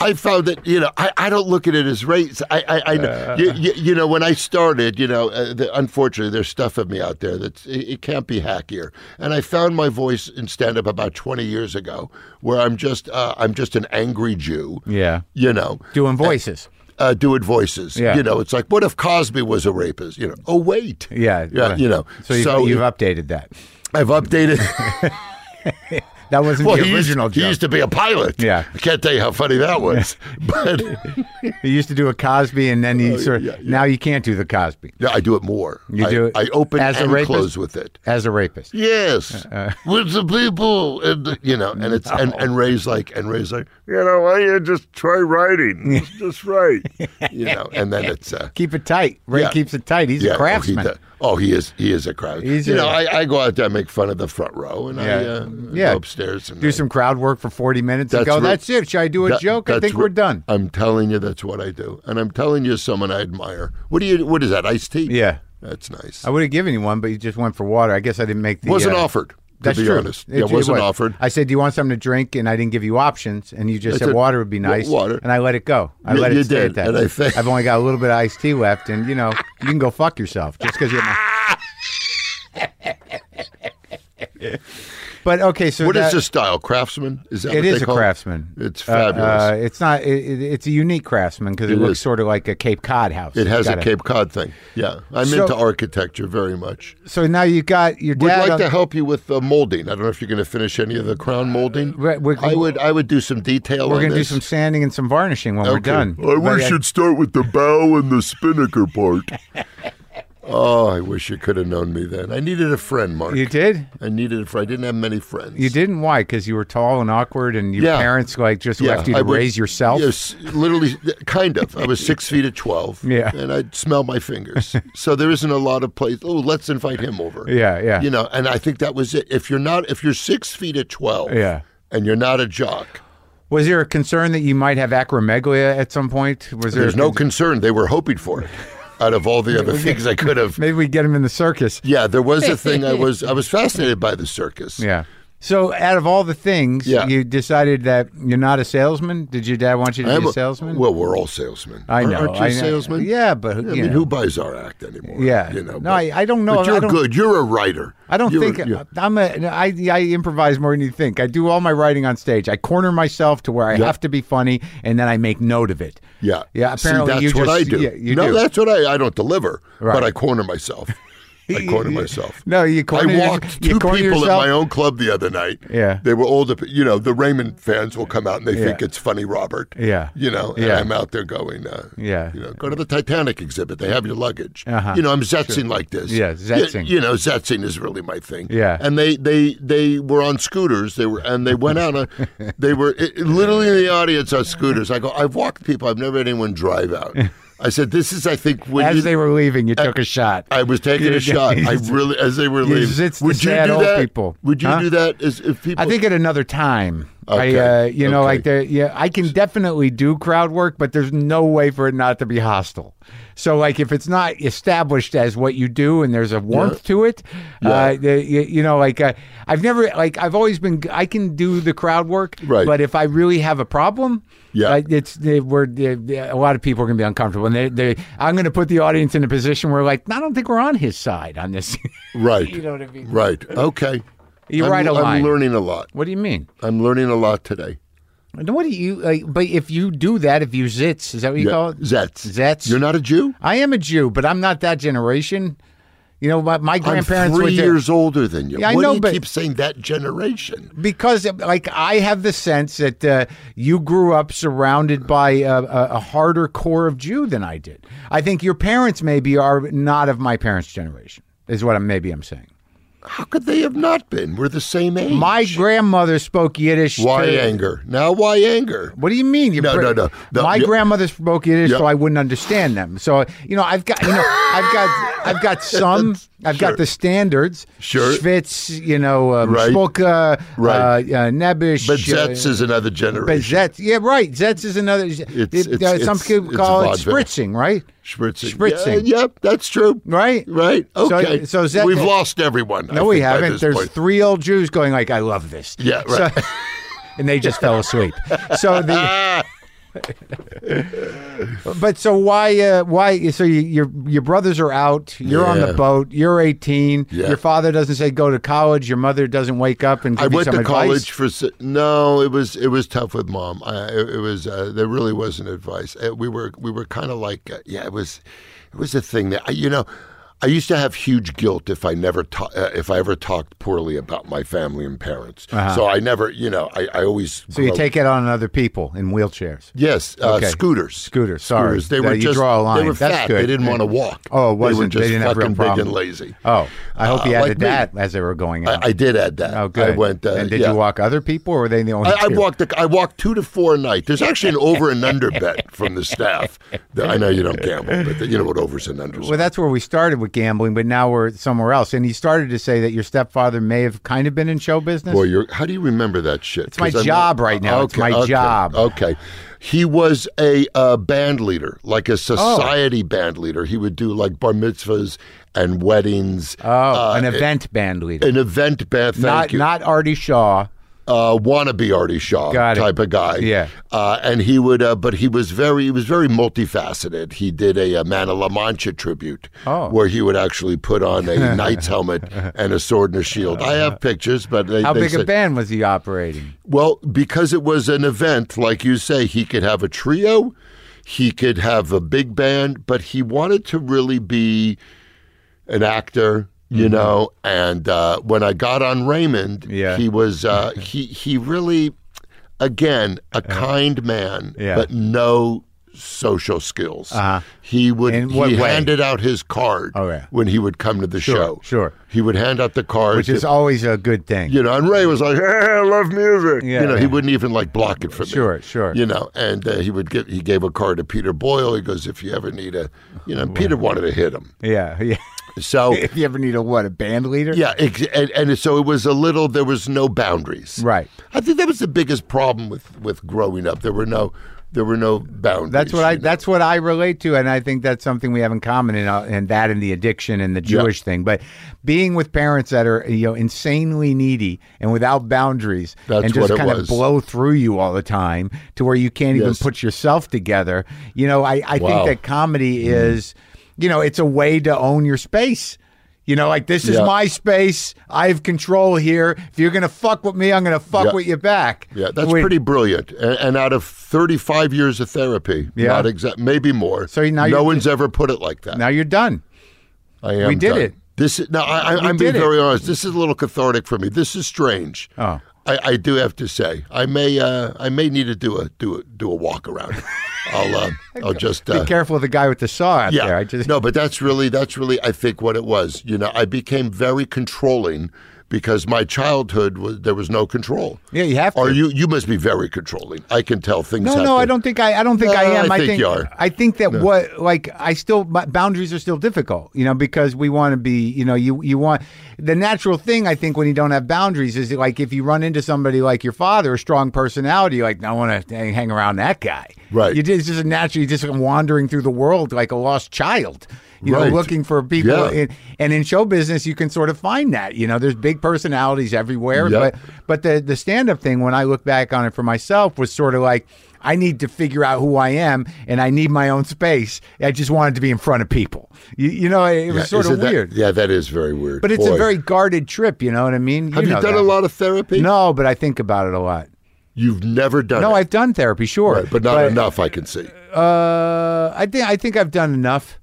Speaker 3: I found that you know I, I don't look at it as race. I I, I
Speaker 1: Uh.
Speaker 3: know you, you, you know when I started, you know, uh, the, unfortunately there's stuff of me out there that it, it can't be hackier. And I found my voice in stand up about 20 years ago, where I'm just uh, I'm just an angry Jew.
Speaker 1: Yeah.
Speaker 3: You know,
Speaker 1: Doing voices.
Speaker 3: uh, doing voices.
Speaker 1: Yeah.
Speaker 3: You know, it's like what if Cosby was a rapist? You know, oh wait.
Speaker 1: Yeah.
Speaker 3: Yeah. You know.
Speaker 1: So you've, you've updated that.
Speaker 3: I've updated.
Speaker 1: That wasn't
Speaker 3: well,
Speaker 1: the
Speaker 3: he used,
Speaker 1: original
Speaker 3: he
Speaker 1: joke.
Speaker 3: used to be a pilot.
Speaker 1: Yeah.
Speaker 3: I can't tell you how funny that was, but.
Speaker 1: He used to do a Cosby, and then he sort of.
Speaker 3: Oh, yeah, yeah.
Speaker 1: Now you can't do the Cosby
Speaker 3: Yeah, I do it more.
Speaker 1: You
Speaker 3: I,
Speaker 1: do it
Speaker 3: I open
Speaker 1: as a
Speaker 3: and
Speaker 1: rapist? Uh,
Speaker 3: close with it.
Speaker 1: as a rapist.
Speaker 3: Yes, with the people, and the- you know, and it's and, and Ray's like, and Ray's like, you know, why you just try writing? It's just right, you know, and then it's uh,
Speaker 1: Keep it tight. Ray
Speaker 3: Yeah.
Speaker 1: keeps it tight. He's
Speaker 3: yeah,
Speaker 1: a
Speaker 3: oh, he
Speaker 1: craftsman.
Speaker 3: does. Oh, he is he is a crowd.
Speaker 1: He's
Speaker 3: you
Speaker 1: a-
Speaker 3: know, I, I go out there, I make fun of the front row, and I
Speaker 1: Yeah.
Speaker 3: uh,
Speaker 1: Yeah.
Speaker 3: go upstairs and
Speaker 1: Do
Speaker 3: I-
Speaker 1: some crowd work for 40 minutes
Speaker 3: That's
Speaker 1: and go,
Speaker 3: right.
Speaker 1: that's it. Should I do a
Speaker 3: That-
Speaker 1: joke? I
Speaker 3: that's
Speaker 1: think
Speaker 3: what-
Speaker 1: we're done.
Speaker 3: I'm telling you, that's what I do, and I'm telling you, someone I admire. What do you? What is that? Iced tea?
Speaker 1: Yeah.
Speaker 3: that's nice.
Speaker 1: I would have given you one, but you just went for water. I guess I didn't make the.
Speaker 3: wasn't
Speaker 1: uh,
Speaker 3: offered. To
Speaker 1: That's
Speaker 3: be
Speaker 1: true.
Speaker 3: honest, yeah, wasn't
Speaker 1: was.
Speaker 3: offered.
Speaker 1: I said, "Do you want something to drink?" And I didn't give you options, and you just
Speaker 3: I
Speaker 1: said,
Speaker 3: said,
Speaker 1: "Water would be
Speaker 3: "Wa-
Speaker 1: nice."
Speaker 3: water.
Speaker 1: and I let it go. I
Speaker 3: You-
Speaker 1: let
Speaker 3: you
Speaker 1: it stay
Speaker 3: did,
Speaker 1: at that.
Speaker 3: and I think-
Speaker 1: have only got a little bit of iced tea left, and you know, you can go fuck yourself just because you're. My... but okay, so
Speaker 3: What is
Speaker 1: that-
Speaker 3: the style? Craftsman? Is that
Speaker 1: It
Speaker 3: what
Speaker 1: is
Speaker 3: they
Speaker 1: a
Speaker 3: call
Speaker 1: craftsman.
Speaker 3: It's
Speaker 1: Uh, uh,
Speaker 3: fabulous.
Speaker 1: it's not. It, it- it's a unique craftsman because it,
Speaker 3: It
Speaker 1: looks
Speaker 3: is.
Speaker 1: sort of like a Cape Cod house.
Speaker 3: it has
Speaker 1: It's
Speaker 3: a
Speaker 1: got
Speaker 3: Cape Cod thing. Yeah, I'm
Speaker 1: So-
Speaker 3: into architecture very much.
Speaker 1: So now you got your
Speaker 3: Would
Speaker 1: dad. um,
Speaker 3: like
Speaker 1: on-
Speaker 3: to help you with the molding. I don't know if you're going to finish any of the crown molding.
Speaker 1: right, we're-
Speaker 3: I would. I would do some detail.
Speaker 1: We're
Speaker 3: going
Speaker 1: gonna
Speaker 3: to
Speaker 1: do some sanding and some varnishing when we're done. But I-
Speaker 3: start with the bow and the spinnaker part. oh, I wish you could have known me then. I needed a friend, Mark.
Speaker 1: You did.
Speaker 3: I needed a friend. I didn't have many friends.
Speaker 1: You didn't? Why? Because you were tall and awkward, and your
Speaker 3: Yeah.
Speaker 1: parents like just left you to
Speaker 3: I would-
Speaker 1: raise yourself.
Speaker 3: Yes, literally, kind of. I was six feet at twelve.
Speaker 1: Yeah.
Speaker 3: and I'd smell my fingers. so there isn't a lot of place. Oh, let's invite him over.
Speaker 1: Yeah, yeah.
Speaker 3: You know, and I think that was it. If you're not, if you're six feet at twelve,
Speaker 1: Yeah.
Speaker 3: and you're not a jock,
Speaker 1: Was there a concern that you might have acromegaly at some point? Was there?
Speaker 3: there's
Speaker 1: a
Speaker 3: no
Speaker 1: con-
Speaker 3: concern. They were hoping for it. Out of all the other things I could have.
Speaker 1: Maybe we get him in the circus.
Speaker 3: Yeah, there was a thing I was I was fascinated by the circus.
Speaker 1: Yeah. So, out of all the things,
Speaker 3: Yeah.
Speaker 1: you decided that you're not a salesman. Did your dad want you to
Speaker 3: I'm
Speaker 1: be a salesman?
Speaker 3: Well, we're all salesmen.
Speaker 1: I know.
Speaker 3: Aren't you
Speaker 1: I know.
Speaker 3: salesmen?
Speaker 1: Yeah, but
Speaker 3: I
Speaker 1: you
Speaker 3: mean,
Speaker 1: know.
Speaker 3: who buys our act anymore?
Speaker 1: Yeah.
Speaker 3: you know.
Speaker 1: No,
Speaker 3: but-
Speaker 1: I- I don't know.
Speaker 3: But
Speaker 1: I
Speaker 3: you're
Speaker 1: don't-
Speaker 3: good. You're a writer.
Speaker 1: I don't
Speaker 3: You're-
Speaker 1: think uh,
Speaker 3: you're-
Speaker 1: I'm a. I I improvise more than you think. I do all my writing on stage. I corner myself to where I
Speaker 3: Yeah.
Speaker 1: have to be funny, and then I make note of it.
Speaker 3: Yeah.
Speaker 1: Yeah.
Speaker 3: See,
Speaker 1: Apparently,
Speaker 3: that's
Speaker 1: you
Speaker 3: what
Speaker 1: just-
Speaker 3: I do.
Speaker 1: Yeah, you
Speaker 3: no,
Speaker 1: do.
Speaker 3: that's what I. I don't deliver,
Speaker 1: Right.
Speaker 3: but I corner myself. I corner myself.
Speaker 1: No, you corner.
Speaker 3: I
Speaker 1: your-
Speaker 3: walked
Speaker 1: you
Speaker 3: two people
Speaker 1: corner
Speaker 3: at
Speaker 1: yourself.
Speaker 3: my own club the other night.
Speaker 1: Yeah.
Speaker 3: They were older. pe- You know, the Raymond fans will come out and they
Speaker 1: Yeah.
Speaker 3: think it's funny, Robert.
Speaker 1: Yeah.
Speaker 3: You know, and
Speaker 1: Yeah.
Speaker 3: I'm out there going, uh,
Speaker 1: Yeah.
Speaker 3: You know, go to the Titanic exhibit. They have your luggage.
Speaker 1: Uh-huh.
Speaker 3: You know, I'm zetzing like this.
Speaker 1: Yeah,
Speaker 3: Y-
Speaker 1: zetzing.
Speaker 3: You, know, zetzing is really my thing.
Speaker 1: Yeah.
Speaker 3: And they they they were on scooters. They were and they went out. On, they were it, it- literally in the audience on scooters. I go, I've walked people. I've never had anyone drive out. I said, this is, I think, when
Speaker 1: As
Speaker 3: you,
Speaker 1: they were leaving, you took a shot.
Speaker 3: I was taking
Speaker 1: You-
Speaker 3: a shot. I really, as they were
Speaker 1: You
Speaker 3: leaving,
Speaker 1: zits the
Speaker 3: would you
Speaker 1: sad
Speaker 3: do
Speaker 1: old
Speaker 3: that?
Speaker 1: people.
Speaker 3: Would you
Speaker 1: Huh?
Speaker 3: do that? As, if people,
Speaker 1: I think at another time.
Speaker 3: Okay,
Speaker 1: I, uh, you know,
Speaker 3: okay.
Speaker 1: like the yeah, I can definitely do crowd work, but there's no way for it not to be hostile. So, like, if it's not established as what you do, and there's a warmth to it, uh, the, you, you know, like uh, I've never, like, I've always been, I can do the crowd work,
Speaker 3: Right.
Speaker 1: But if I really have a problem,
Speaker 3: Yeah.
Speaker 1: uh, it's they, we're they, they- a lot of people are going to be uncomfortable, and they, they, I'm going to put the audience in a position where, like, I don't think we're on his side on this.
Speaker 3: right.
Speaker 1: you know what I mean?
Speaker 3: Right. Okay.
Speaker 1: You
Speaker 3: I'm,
Speaker 1: write a line.
Speaker 3: I'm learning a lot.
Speaker 1: What do you mean?
Speaker 3: I'm learning a lot today.
Speaker 1: And What do you like? But if you do that, if you zits, is that what you
Speaker 3: Yeah.
Speaker 1: call it?
Speaker 3: Zets.
Speaker 1: Zets.
Speaker 3: You're not a Jew.
Speaker 1: I am a Jew, but I'm not that generation. You know, my, my
Speaker 3: I'm
Speaker 1: grandparents were
Speaker 3: three years older than you.
Speaker 1: Yeah, I
Speaker 3: Why
Speaker 1: know,
Speaker 3: do you
Speaker 1: but-
Speaker 3: keep saying that generation?
Speaker 1: because like I have the sense that uh, you grew up surrounded by a, a, a harder core of Jew than I did. I think your parents maybe are not of my parents' generation. Is what I'm maybe I'm saying.
Speaker 3: How could they have not been? We're the same age.
Speaker 1: My grandmother spoke Yiddish.
Speaker 3: why
Speaker 1: to-
Speaker 3: anger? Now why anger?
Speaker 1: What do you mean? You
Speaker 3: No, no, no. The-
Speaker 1: my
Speaker 3: yeah.
Speaker 1: grandmother spoke Yiddish, so
Speaker 3: Yeah.
Speaker 1: I wouldn't understand them. So you know, I've got you know, I've got I've got some. I've
Speaker 3: Sure.
Speaker 1: got the standards.
Speaker 3: Sure.
Speaker 1: Schwitz, you know, um,
Speaker 3: Right.
Speaker 1: Spolka,
Speaker 3: Right.
Speaker 1: Uh, uh, Nebish.
Speaker 3: But Zets
Speaker 1: uh,
Speaker 3: is another
Speaker 1: but
Speaker 3: generation.
Speaker 1: Zetz, yeah, right. Zetz is another.
Speaker 3: It's-
Speaker 1: it- uh,
Speaker 3: it's-
Speaker 1: some
Speaker 3: it's-
Speaker 1: people
Speaker 3: it's
Speaker 1: call it
Speaker 3: vaudeville.
Speaker 1: spritzing, right?
Speaker 3: Spritzing.
Speaker 1: Spritzing.
Speaker 3: Yeah, yeah, that's true.
Speaker 1: Right.
Speaker 3: Right.
Speaker 1: So-
Speaker 3: Okay.
Speaker 1: so Zet-
Speaker 3: we've lost everyone. I
Speaker 1: No, we
Speaker 3: think, by
Speaker 1: haven't.
Speaker 3: this
Speaker 1: There's
Speaker 3: point.
Speaker 1: three old Jews going like, "I love this."
Speaker 3: Yeah, right.
Speaker 1: So- and they just fell asleep. So the. but so why? Uh, why? So you, your your brothers are out. You're on the
Speaker 3: Yeah.
Speaker 1: boat. You're 18.
Speaker 3: Yeah.
Speaker 1: Your father doesn't say go to college. Your mother doesn't wake up and give
Speaker 3: I
Speaker 1: you
Speaker 3: went
Speaker 1: some
Speaker 3: to
Speaker 1: advice.
Speaker 3: college for s- no. It was it was tough with mom. I, it, it was uh, there really wasn't advice. Uh, we were we were kind of like uh, yeah. It was it was a thing that I, you know. I used to have huge guilt if I never ta- uh, if I ever talked poorly about my family and parents. So I never you know I, I always
Speaker 1: Uh-huh. So you
Speaker 3: grow-
Speaker 1: take it on other people in wheelchairs.
Speaker 3: Yes, uh,
Speaker 1: Okay.
Speaker 3: scooters.
Speaker 1: Scooters, sorry.
Speaker 3: They
Speaker 1: That
Speaker 3: were
Speaker 1: you
Speaker 3: just
Speaker 1: draw a line.
Speaker 3: they were
Speaker 1: That's
Speaker 3: fat.
Speaker 1: good.
Speaker 3: They didn't want to walk.
Speaker 1: Oh, it
Speaker 3: They were
Speaker 1: wasn't- they
Speaker 3: just
Speaker 1: didn't have
Speaker 3: fucking
Speaker 1: real
Speaker 3: big
Speaker 1: problem.
Speaker 3: and lazy.
Speaker 1: Oh, I hope
Speaker 3: Uh,
Speaker 1: you added
Speaker 3: like me.
Speaker 1: that as they were going out.
Speaker 3: I, I did add that.
Speaker 1: oh, good.
Speaker 3: I went. Uh,
Speaker 1: and did
Speaker 3: yeah.
Speaker 1: you walk other people, or were they the only?
Speaker 3: I, I
Speaker 1: two?
Speaker 3: walked. The, I walked two to four a night. There's actually an over and under bet from the staff. I know you don't gamble, but you know what overs and unders.
Speaker 1: Well, that's where we started with with gambling, but now we're somewhere else. And he started to say that your stepfather may have kind of been in show business.
Speaker 3: Boy, you're, how do you remember that shit?
Speaker 1: It's my job right now. It's my job.
Speaker 3: Okay. He was a uh, band leader,
Speaker 1: Oh.
Speaker 3: like a society band leader. He would do like bar mitzvahs and weddings. uh,
Speaker 1: oh, an event band leader.
Speaker 3: an event band. Thank
Speaker 1: not
Speaker 3: you.
Speaker 1: not Artie Shaw.
Speaker 3: uh, wannabe Artie Shaw
Speaker 1: Got it.
Speaker 3: type of guy.
Speaker 1: Yeah.
Speaker 3: uh, and he would, uh, but he was very, he was very multifaceted. He did a, uh Man of La Mancha tribute,
Speaker 1: Oh.
Speaker 3: where he would actually put on a knight's helmet and a sword and a shield. I have pictures, but they,
Speaker 1: How
Speaker 3: they
Speaker 1: big a
Speaker 3: said-
Speaker 1: band was he operating?
Speaker 3: well, because it was an event, like you say, he could have a trio, he could have a big band, but he wanted to really be an actor, you know. And uh, when I got on Raymond,
Speaker 1: Mm-hmm. Yeah.
Speaker 3: he was uh, he he really, again, a kind man,
Speaker 1: Yeah.
Speaker 3: but no social skills.
Speaker 1: Uh-huh.
Speaker 3: He would
Speaker 1: In what
Speaker 3: he
Speaker 1: way?
Speaker 3: handed out his card
Speaker 1: Oh, yeah.
Speaker 3: when he would come to the
Speaker 1: Sure,
Speaker 3: show.
Speaker 1: sure.
Speaker 3: he would hand out the card,
Speaker 1: Which
Speaker 3: to
Speaker 1: is always a good thing.
Speaker 3: you know, and Ray was like, "Hey, I love music."
Speaker 1: Yeah,
Speaker 3: you know,
Speaker 1: yeah.
Speaker 3: he wouldn't even like block it for me.
Speaker 1: Sure, sure.
Speaker 3: You know, and uh, he would give he gave a card to Peter Boyle. He goes, "If you ever need a," you know, Peter wanted to hit him.
Speaker 1: Yeah, yeah.
Speaker 3: So
Speaker 1: if you ever need a what, a band leader?
Speaker 3: yeah, ex- and, and so it was a little. There was no boundaries.
Speaker 1: Right.
Speaker 3: I think that was the biggest problem with with growing up. There were no there were no boundaries.
Speaker 1: That's what I.
Speaker 3: you know?
Speaker 1: That's what I relate to, and I think that's something we have in common, and uh, and that, and the addiction, and the
Speaker 3: Yeah.
Speaker 1: Jewish thing. But being with parents that are you know insanely needy and without boundaries,
Speaker 3: That's
Speaker 1: and just
Speaker 3: what it
Speaker 1: kind of
Speaker 3: was.
Speaker 1: blow through you all the time to where you can't even
Speaker 3: Yes.
Speaker 1: put yourself together. You know, I I
Speaker 3: Wow. Mm-hmm.
Speaker 1: think that comedy is, you know, it's a way to own your space. You know, like this is
Speaker 3: Yeah.
Speaker 1: my space. I have control here. If you're gonna fuck with me, I'm gonna fuck
Speaker 3: Yeah.
Speaker 1: with you back.
Speaker 3: Yeah, that's
Speaker 1: Wait,
Speaker 3: pretty brilliant. And, and out of 35 years of therapy,
Speaker 1: Yeah.
Speaker 3: not exact, maybe more.
Speaker 1: So now
Speaker 3: no
Speaker 1: you're-
Speaker 3: one's ever put it like that.
Speaker 1: Now you're done.
Speaker 3: I am.
Speaker 1: We did
Speaker 3: done.
Speaker 1: it.
Speaker 3: This is no. I, I, I'm being
Speaker 1: did it.
Speaker 3: very honest. This is a little cathartic for me. This is strange.
Speaker 1: Oh.
Speaker 3: I, I do have to say, I may, uh, I may need to do a do a do a walk around. I'll, uh, I'll just uh,
Speaker 1: Be careful of the guy with the saw out
Speaker 3: yeah.
Speaker 1: there. I just
Speaker 3: No, but that's really that's really I think what it was. You know, I became very controlling because my childhood was there was no control.
Speaker 1: Yeah, you have to.
Speaker 3: Or you you must be very controlling. I can tell things.
Speaker 1: no, no, I
Speaker 3: happen.
Speaker 1: don't think I. I don't think
Speaker 3: No,
Speaker 1: I am.
Speaker 3: I
Speaker 1: I
Speaker 3: think
Speaker 1: think,
Speaker 3: you are.
Speaker 1: I think that what like I still my boundaries are still difficult, you know, because we want to be, you know, you you want the natural thing. I think when you don't have boundaries is like if you run into somebody like your father, a strong personality, you're like I want to hang around that guy.
Speaker 3: Right.
Speaker 1: You just, it's just naturally just wandering through the world like a lost child. You
Speaker 3: Right.
Speaker 1: know, looking for people,
Speaker 3: Yeah.
Speaker 1: in, and in show business, you can sort of find that. You know, there's big personalities everywhere,
Speaker 3: Yep.
Speaker 1: but but the the stand up thing, when I look back on it for myself, was sort of like I need to figure out who I am, and I need my own space. I just wanted to be in front of people. You, you know, it was
Speaker 3: Yeah,
Speaker 1: sort of
Speaker 3: isn't that-
Speaker 1: weird.
Speaker 3: yeah, that is very weird.
Speaker 1: but it's
Speaker 3: Boy.
Speaker 1: a very guarded trip. You know what I mean?
Speaker 3: Have you,
Speaker 1: know
Speaker 3: done
Speaker 1: that.
Speaker 3: a lot of therapy?
Speaker 1: No, but I think about it a lot.
Speaker 3: You've never done
Speaker 1: No,
Speaker 3: it.
Speaker 1: I've done therapy, sure,
Speaker 3: Right, but not enough, I can see.
Speaker 1: Uh, I think I think I've done enough.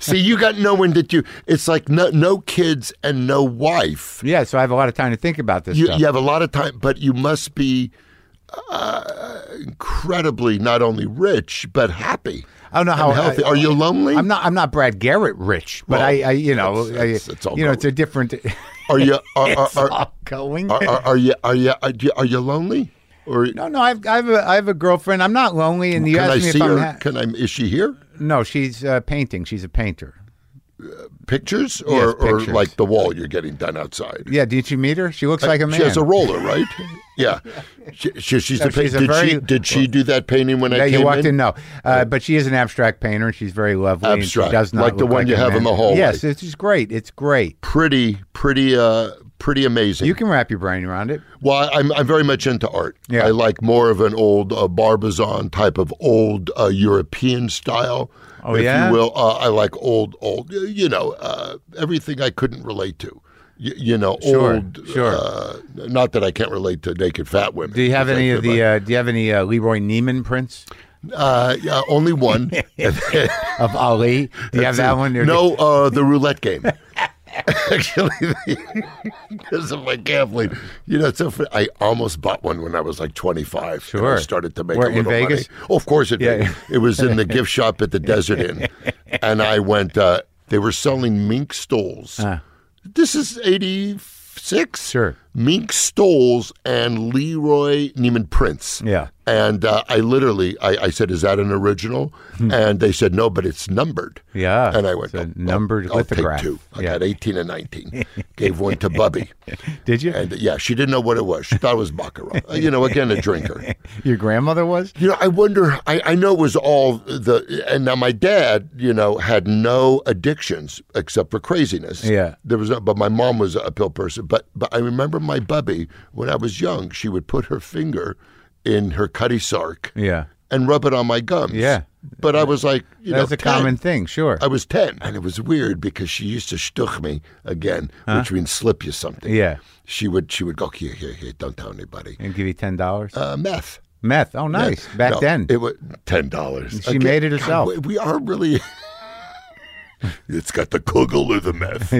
Speaker 3: See, you got no one that you. It's like no, no kids and no wife.
Speaker 1: Yeah, so I have a lot of time to think about this.
Speaker 3: You,
Speaker 1: stuff.
Speaker 3: you have a lot of time, but you must be uh, incredibly not only rich but happy.
Speaker 1: Oh, I don't know
Speaker 3: and
Speaker 1: how-
Speaker 3: healthy.
Speaker 1: I-
Speaker 3: Are you lonely?
Speaker 1: I'm not. I'm not Brad Garrett rich, but
Speaker 3: Well,
Speaker 1: I, I, you know,
Speaker 3: that's- that's-
Speaker 1: I,
Speaker 3: that's all
Speaker 1: you know,
Speaker 3: going.
Speaker 1: it's a different.
Speaker 3: Are you? Are, are,
Speaker 1: it's
Speaker 3: are,
Speaker 1: all going.
Speaker 3: are, are, are you? Are you? Are you? Are you lonely? Or
Speaker 1: No, no, I've, I have a, I have a girlfriend. I'm not lonely. And you
Speaker 3: can
Speaker 1: asked
Speaker 3: I
Speaker 1: me
Speaker 3: see
Speaker 1: if I'm.
Speaker 3: her?
Speaker 1: Ha-
Speaker 3: Can I? Is she here?
Speaker 1: no, she's uh, painting. She's a painter.
Speaker 3: Pictures or
Speaker 1: pictures.
Speaker 3: or like the wall you're getting done outside?
Speaker 1: Yeah, did you meet her? She looks like a man.
Speaker 3: Uh, She has a roller, right? Yeah. She, she- she's
Speaker 1: No,
Speaker 3: a, pa-
Speaker 1: she's a
Speaker 3: did she
Speaker 1: very-
Speaker 3: did she do that painting when
Speaker 1: yeah,
Speaker 3: I came
Speaker 1: you walked in.
Speaker 3: in?
Speaker 1: No, uh, but she is an abstract painter, and she's very lovely. and she
Speaker 3: Abstract,
Speaker 1: does not
Speaker 3: like the
Speaker 1: look
Speaker 3: one you
Speaker 1: a
Speaker 3: have
Speaker 1: man.
Speaker 3: in the hallway.
Speaker 1: Yes, it's just great. It's great.
Speaker 3: Pretty, pretty, uh, pretty amazing.
Speaker 1: You can wrap your brain around it.
Speaker 3: well, I'm I'm very much into art.
Speaker 1: Yeah.
Speaker 3: I like more of an old uh, Barbizon type of old uh, European style,
Speaker 1: Oh,
Speaker 3: if
Speaker 1: yeah?
Speaker 3: you will. Uh, I like old, old. uh, You know, uh, everything I couldn't relate to. Y- you know,
Speaker 1: Sure,
Speaker 3: old.
Speaker 1: sure.
Speaker 3: Uh, not that I can't relate to naked fat women.
Speaker 1: Do you have
Speaker 3: which I
Speaker 1: any of
Speaker 3: could, but-
Speaker 1: the? Uh, do you have any uh, Leroy Neiman prints
Speaker 3: Uh, yeah, only one.
Speaker 1: of Ali? Do you have that one? Or do-
Speaker 3: No, uh, the roulette game. Actually, because of my gambling, you know, it's so funny. I almost bought one when I was like 25. and
Speaker 1: Sure.
Speaker 3: I started to make
Speaker 1: Where,
Speaker 3: a
Speaker 1: in
Speaker 3: little
Speaker 1: Vegas?
Speaker 3: money. Oh, of course it
Speaker 1: Yeah.
Speaker 3: did. It was in the gift shop at the Desert Inn, and I went. Uh, they were selling mink stoles. This is 86.
Speaker 1: Uh. Sure.
Speaker 3: Mink Stoles and Leroy Neiman Prince.
Speaker 1: Yeah.
Speaker 3: And uh, I literally, I, I said, "Is that an original?"
Speaker 1: Hmm.
Speaker 3: and they said, "No, but it's numbered."
Speaker 1: Yeah.
Speaker 3: And I went,
Speaker 1: It's a
Speaker 3: "Oh, well,
Speaker 1: numbered
Speaker 3: I'll
Speaker 1: lithograph."
Speaker 3: Take two. I
Speaker 1: Yeah.
Speaker 3: got eighteen and nineteen. Gave one to Bubby,
Speaker 1: Did you?
Speaker 3: and yeah, she didn't know what it was. She thought it was baccarat. Uh, you know, again, a drinker.
Speaker 1: Your grandmother was?
Speaker 3: You know, I wonder. I, I know it was all the, and now my dad, you know, had no addictions except for craziness.
Speaker 1: Yeah.
Speaker 3: there was no. But my mom was a pill person. But but I remember my bubby when I was young. She would put her finger in her cutty sark
Speaker 1: Yeah.
Speaker 3: and rub it on my gums.
Speaker 1: Yeah.
Speaker 3: but I was like, you know, Uh,
Speaker 1: That's a
Speaker 3: 10.
Speaker 1: common thing, sure.
Speaker 3: I was ten, and it was weird because she used to stuch me again, which means slip you something.
Speaker 1: Yeah.
Speaker 3: she would she would go here here here. Don't tell anybody.
Speaker 1: And give you ten dollars.
Speaker 3: Uh, meth.
Speaker 1: Meth. Oh, nice.
Speaker 3: Yeah.
Speaker 1: Back
Speaker 3: No,
Speaker 1: then.
Speaker 3: it was ten dollars.
Speaker 1: She made it herself.
Speaker 3: we are really. it's got the kugel or the meth,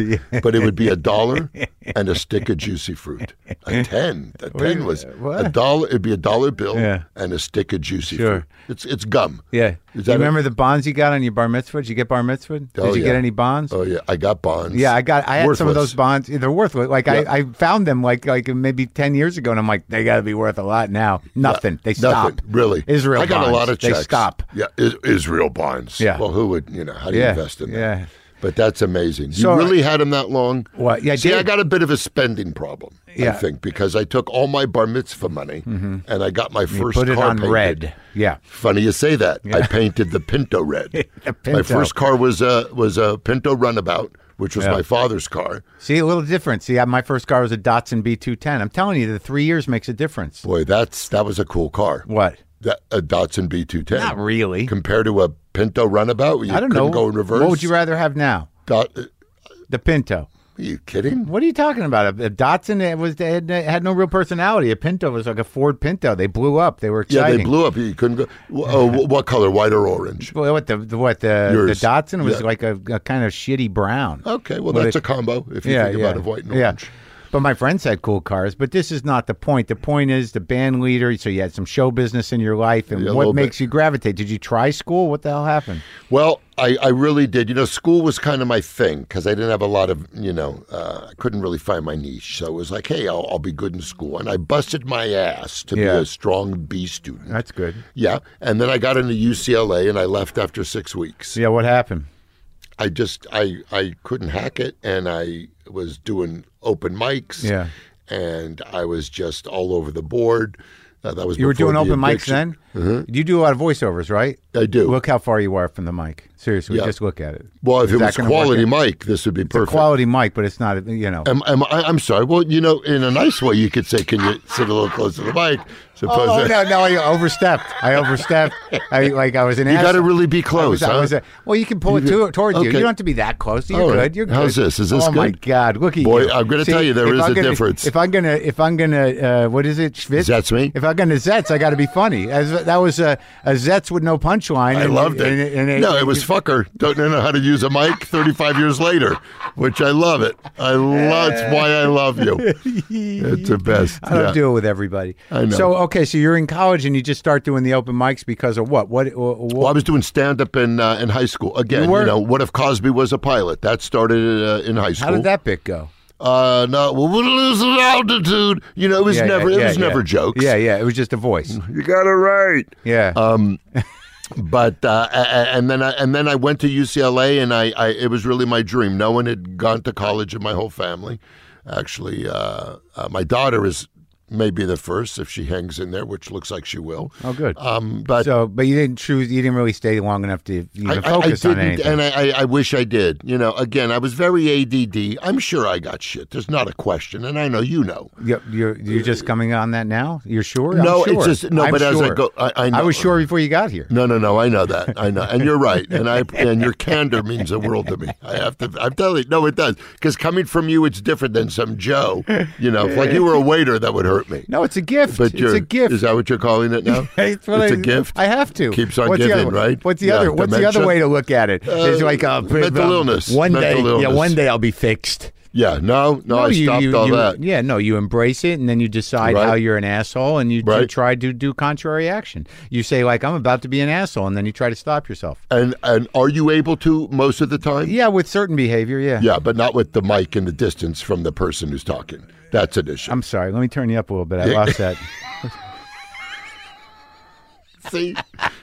Speaker 3: but it would be a dollar and a stick of juicy fruit. A ten. A ten was
Speaker 1: what?
Speaker 3: a dollar. It'd be a dollar bill
Speaker 1: Yeah.
Speaker 3: and a stick of juicy
Speaker 1: Sure.
Speaker 3: fruit. It's it's gum.
Speaker 1: yeah.
Speaker 3: Is
Speaker 1: Do
Speaker 3: that
Speaker 1: you
Speaker 3: it?
Speaker 1: remember the bonds you got on your bar mitzvah? Did you get bar mitzvah? Did
Speaker 3: Oh,
Speaker 1: you
Speaker 3: yeah.
Speaker 1: get any bonds?
Speaker 3: Oh yeah, I got bonds.
Speaker 1: Yeah, I got. I had some of those bonds.
Speaker 3: Worthless.
Speaker 1: They're worthless. Like
Speaker 3: Yeah.
Speaker 1: I, I found them like like maybe ten years ago, and I'm like, they got to be worth a lot now. Nothing. they stop.
Speaker 3: Nothing, really.
Speaker 1: Israel.
Speaker 3: I got
Speaker 1: bonds.
Speaker 3: a lot of checks.
Speaker 1: They stop.
Speaker 3: Yeah, is, Israel bonds.
Speaker 1: Yeah.
Speaker 3: Well, who would you know? How do
Speaker 1: Yeah,
Speaker 3: you invest in that?
Speaker 1: yeah.
Speaker 3: But that's amazing.
Speaker 1: So-
Speaker 3: you really had him that long?
Speaker 1: Well, yeah, I
Speaker 3: See, I
Speaker 1: did.
Speaker 3: got a bit of a spending problem.
Speaker 1: Yeah. Mm-hmm.
Speaker 3: I think because I took all my bar mitzvah money and I got my first
Speaker 1: Put it
Speaker 3: car
Speaker 1: on
Speaker 3: painted.
Speaker 1: red. Yeah.
Speaker 3: Funny you say that. I painted the Pinto red.
Speaker 1: Pinto.
Speaker 3: My first car was a was a Pinto Runabout, which was
Speaker 1: Yeah.
Speaker 3: my father's car.
Speaker 1: See a little difference. See, I, my first car was a Datsun B210. I'm telling you, the three years makes a difference.
Speaker 3: Boy, that's that was a cool car.
Speaker 1: What?
Speaker 3: That, a Datsun B210.
Speaker 1: Not really.
Speaker 3: compared to a Pinto runabout where you
Speaker 1: I don't
Speaker 3: couldn't
Speaker 1: know.
Speaker 3: go in reverse?
Speaker 1: What would you rather have now?
Speaker 3: Dot- uh,
Speaker 1: The Pinto.
Speaker 3: are you kidding?
Speaker 1: What are you talking about? A, a Datsun it was it had, it had no real personality. A Pinto was like a Ford Pinto. They blew up. They were
Speaker 3: Yeah,
Speaker 1: exciting.
Speaker 3: they blew up. You couldn't go. wh- Oh, wh- what color? White or orange?
Speaker 1: Well, what the, the what the
Speaker 3: Yours.
Speaker 1: the Datsun was
Speaker 3: Yeah.
Speaker 1: like a, a kind of shitty brown.
Speaker 3: Okay, well
Speaker 1: What
Speaker 3: that's
Speaker 1: it-
Speaker 3: a combo if you think about it, white and
Speaker 1: yeah.
Speaker 3: orange.
Speaker 1: But my friends had cool cars. But this is not the point. The point is the band leader. So you had some show business in your life, and
Speaker 3: Yeah, a
Speaker 1: what
Speaker 3: little bit.
Speaker 1: makes you gravitate? Did you try school? What the hell happened?
Speaker 3: Well, I, I really did. You know, school was kind of my thing because I didn't have a lot of, you know, uh, I couldn't really find my niche. So it was like, hey, I'll, I'll be good in school. And I busted my ass to
Speaker 1: Yeah.
Speaker 3: be a strong B student.
Speaker 1: That's good.
Speaker 3: yeah. And then I got into UCLA and I left after six weeks.
Speaker 1: Yeah, what happened?
Speaker 3: I just I I couldn't hack it, and I was doing open mics.
Speaker 1: Yeah.
Speaker 3: and I was just all over the board. Uh, that was
Speaker 1: You were
Speaker 3: before
Speaker 1: doing
Speaker 3: the
Speaker 1: open mics
Speaker 3: addiction.
Speaker 1: then. You do a lot of voiceovers, right?
Speaker 3: I do.
Speaker 1: Look how far you are from the mic. Seriously,
Speaker 3: Yeah.
Speaker 1: just look at it.
Speaker 3: well, if
Speaker 1: Is
Speaker 3: it
Speaker 1: that
Speaker 3: was
Speaker 1: gonna work
Speaker 3: quality
Speaker 1: out?
Speaker 3: mic, this would be perfect.
Speaker 1: Quality mic, but it's not. You know.
Speaker 3: Am, am I, I'm sorry. Well, you know, in a nice way, you could say, "Can you sit a little closer to the mic?" Suppose
Speaker 1: Oh,
Speaker 3: that-
Speaker 1: no, no, I overstepped. I overstepped. I like I was an.
Speaker 3: you got to really be
Speaker 1: I
Speaker 3: close.
Speaker 1: was- I
Speaker 3: huh?
Speaker 1: was, uh, well, you can pull it to, towards you. You
Speaker 3: okay.
Speaker 1: don't have to be that close. You're
Speaker 3: All
Speaker 1: good.
Speaker 3: right.
Speaker 1: You're good.
Speaker 3: How's this? Is this
Speaker 1: Oh my
Speaker 3: good?
Speaker 1: God! Look at
Speaker 3: Boy,
Speaker 1: you.
Speaker 3: I'm gonna tell you there
Speaker 1: if
Speaker 3: is
Speaker 1: I'm
Speaker 3: a
Speaker 1: gonna-
Speaker 3: difference.
Speaker 1: If I'm gonna, if I'm gonna, uh, what is it? Schwitz?
Speaker 3: Zets me?
Speaker 1: If I'm gonna Zets, I got to be funny. As that was a, a Zets with no punchline.
Speaker 3: I
Speaker 1: and-
Speaker 3: loved it.
Speaker 1: and- and
Speaker 3: no, it was fucker. Don't know how to use a mic 35 years later, which I love it. I love. That's why I love you. It's the best.
Speaker 1: I don't
Speaker 3: Yeah.
Speaker 1: do it with everybody.
Speaker 3: I know.
Speaker 1: So okay, so you're in college and you just start doing the open mics because of what? What? what, what-
Speaker 3: Well, I was doing stand up in uh, in high school. Again,
Speaker 1: You
Speaker 3: you,
Speaker 1: were?
Speaker 3: know, what if Cosby was a pilot? That started uh, in high school.
Speaker 1: how did that bit go?
Speaker 3: Uh, no, well, we'll lose an altitude. You know, it was
Speaker 1: Yeah,
Speaker 3: never
Speaker 1: yeah,
Speaker 3: it was
Speaker 1: yeah,
Speaker 3: never
Speaker 1: yeah.
Speaker 3: jokes. Mm.
Speaker 1: Yeah, yeah. It was just a voice.
Speaker 3: you got it right.
Speaker 1: Yeah.
Speaker 3: Uh, Um, But uh, a- a- and then I, and then I went to UCLA, and I, I it was really my dream. No one had gone to college in my whole family. Actually, uh, uh, my daughter is maybe the first if she hangs in there, which looks like she will.
Speaker 1: oh, good.
Speaker 3: Um, but
Speaker 1: So, but you didn't choose. You didn't really stay long enough to even
Speaker 3: I, I- I
Speaker 1: focus on
Speaker 3: didn't,
Speaker 1: anything.
Speaker 3: and I, I, I wish I did. You know, again, I was very ADD. I'm sure I got shit. There's not a question, and I know you know.
Speaker 1: you're, you're you're just coming on that now. You're sure?
Speaker 3: No,
Speaker 1: I'm sure.
Speaker 3: it's just- no,
Speaker 1: I'm
Speaker 3: but as I
Speaker 1: sure.
Speaker 3: go- I- I know.
Speaker 1: was sure before you got here.
Speaker 3: No, no, no. I know that. I know, and you're right. And I and your candor means the world to me. I have to. I'm telling you, no, it does. Because coming from you, it's different than some Joe. You know, if like you were a waiter, that would hurt me.
Speaker 1: No, it's a gift.
Speaker 3: But
Speaker 1: it's
Speaker 3: you're,
Speaker 1: a gift.
Speaker 3: Is that what you're calling it now?
Speaker 1: It's what
Speaker 3: it's
Speaker 1: I-
Speaker 3: a gift.
Speaker 1: I have to.
Speaker 3: Keeps on
Speaker 1: what's the
Speaker 3: giving,
Speaker 1: other,
Speaker 3: right?
Speaker 1: What's the
Speaker 3: Yeah,
Speaker 1: other? What's the
Speaker 3: dementia.
Speaker 1: other way to look at it? it's
Speaker 3: Uh,
Speaker 1: like a
Speaker 3: mental illness,
Speaker 1: One
Speaker 3: mental
Speaker 1: day, yeah,
Speaker 3: illness.
Speaker 1: one day I'll be fixed.
Speaker 3: Yeah, no, no, Oh, I
Speaker 1: you-
Speaker 3: stopped
Speaker 1: you-
Speaker 3: all
Speaker 1: you-
Speaker 3: that.
Speaker 1: Yeah, no, you embrace it, and then you decide
Speaker 3: Right.
Speaker 1: how you're an asshole, and you, you
Speaker 3: Right.
Speaker 1: try to do contrary action. You say like, "I'm about to be an asshole," and then you try to stop yourself.
Speaker 3: And and are you able to most of the time?
Speaker 1: Yeah, with certain behavior. Yeah.
Speaker 3: Yeah, but not with the mic and the distance from the person who's talking. That's an issue.
Speaker 1: I'm sorry. Let me turn you up a little bit. I lost that.
Speaker 3: See,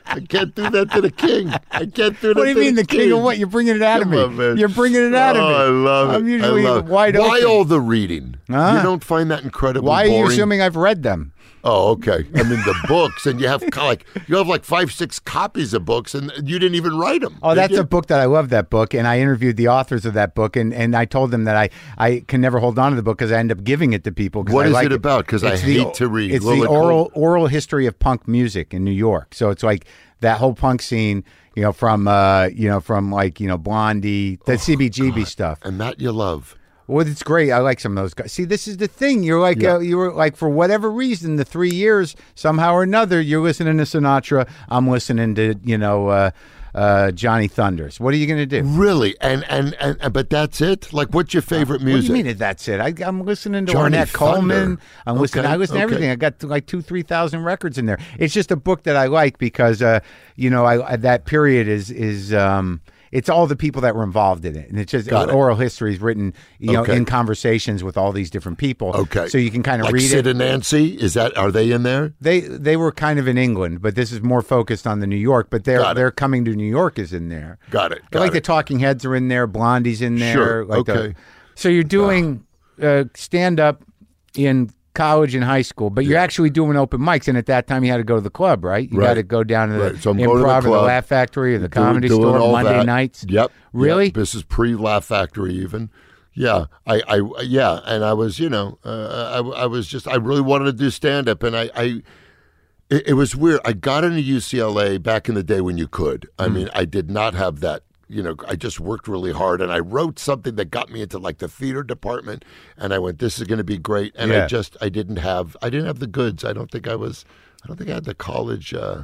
Speaker 3: I can't do that to the king. I can't do that.
Speaker 1: what do you
Speaker 3: to
Speaker 1: mean, the king of what? You're bringing it out
Speaker 3: Come
Speaker 1: of
Speaker 3: on,
Speaker 1: me.
Speaker 3: man.
Speaker 1: You're bringing it out
Speaker 3: Oh,
Speaker 1: of me.
Speaker 3: I love it.
Speaker 1: I'm usually
Speaker 3: I love it.
Speaker 1: wide
Speaker 3: Why
Speaker 1: open.
Speaker 3: all the reading?
Speaker 1: Huh?
Speaker 3: You don't find that incredibly
Speaker 1: Why are
Speaker 3: boring?
Speaker 1: you assuming I've read them?
Speaker 3: Oh, okay. I mean the books, and you have co- like you have like five, six copies of books, and you didn't even write them.
Speaker 1: Oh, that's a book that I love. That book, and I interviewed the authors of that book, and, and I told them that I, I can never hold on to the book because I end up giving it to people. 'cause
Speaker 3: What
Speaker 1: I
Speaker 3: is
Speaker 1: like
Speaker 3: it about? 'Cause I
Speaker 1: It's the-
Speaker 3: hate to read.
Speaker 1: It's
Speaker 3: Will
Speaker 1: the
Speaker 3: it
Speaker 1: oral oral history of punk music in New York. So it's like that whole punk scene, you know, from uh, you know, from like you know Blondie,
Speaker 3: Oh,
Speaker 1: the CBGB stuff.
Speaker 3: and that you love.
Speaker 1: Well, it's great. I like some of those guys. See, this is the thing. You're like uh, you were like for whatever reason, the three years somehow or another, you're listening to Sinatra. I'm listening to you know uh, uh, Johnny Thunders. What are you gonna do?
Speaker 3: Really, and and and and- but that's it. Like, what's your favorite music?
Speaker 1: What do you mean? That's it. I, I'm listening to
Speaker 3: Johnny
Speaker 1: Ornette
Speaker 3: Thunder.
Speaker 1: Coleman. I'm listening.
Speaker 3: Okay,
Speaker 1: I listen to
Speaker 3: okay.
Speaker 1: everything. I got like two, three thousand records in there. It's just a book that I like because, uh, you know, I, I- that period is is um, it's all the people that were involved in it, and it's just
Speaker 3: Got it.
Speaker 1: oral history is written, you know,
Speaker 3: Okay.
Speaker 1: in conversations with all these different people.
Speaker 3: Okay,
Speaker 1: so you can kind of
Speaker 3: like
Speaker 1: read
Speaker 3: Sid
Speaker 1: it.
Speaker 3: and Nancy. Is that are they in there?
Speaker 1: They they were kind of in England, but this is more focused on the New York. But they're
Speaker 3: Got it.
Speaker 1: they're coming to New York is in there.
Speaker 3: Got it,
Speaker 1: But
Speaker 3: got
Speaker 1: like the
Speaker 3: it.
Speaker 1: Talking Heads are in there. Blondie's in there.
Speaker 3: Sure,
Speaker 1: Like the-
Speaker 3: okay.
Speaker 1: so you're doing uh, stand up in college and high school, but you're actually doing open mics. And at that time, you had to go to the club, right? You
Speaker 3: Right.
Speaker 1: got to go down to the
Speaker 3: Right, so I'm going to the
Speaker 1: improv or the
Speaker 3: club,
Speaker 1: Laugh Factory or the
Speaker 3: Do-
Speaker 1: comedy
Speaker 3: doing
Speaker 1: store
Speaker 3: all
Speaker 1: Monday
Speaker 3: that.
Speaker 1: nights.
Speaker 3: Yep.
Speaker 1: Really?
Speaker 3: Yep. This is pre Laugh Factory even. Yeah, I, I, yeah, and I was, you know, uh, I, I was just, I really wanted to do stand up, and I, I, it, it was weird. I got into UCLA back in the day when you could.
Speaker 1: Hmm.
Speaker 3: I mean, I did not have that. You know, I just worked really hard, and I wrote something that got me into like the theater department, and I went, "This is going to be great." And
Speaker 1: Yeah.
Speaker 3: I just, I didn't have, I didn't have the goods. I don't think I was, I don't think I had the college. Uh,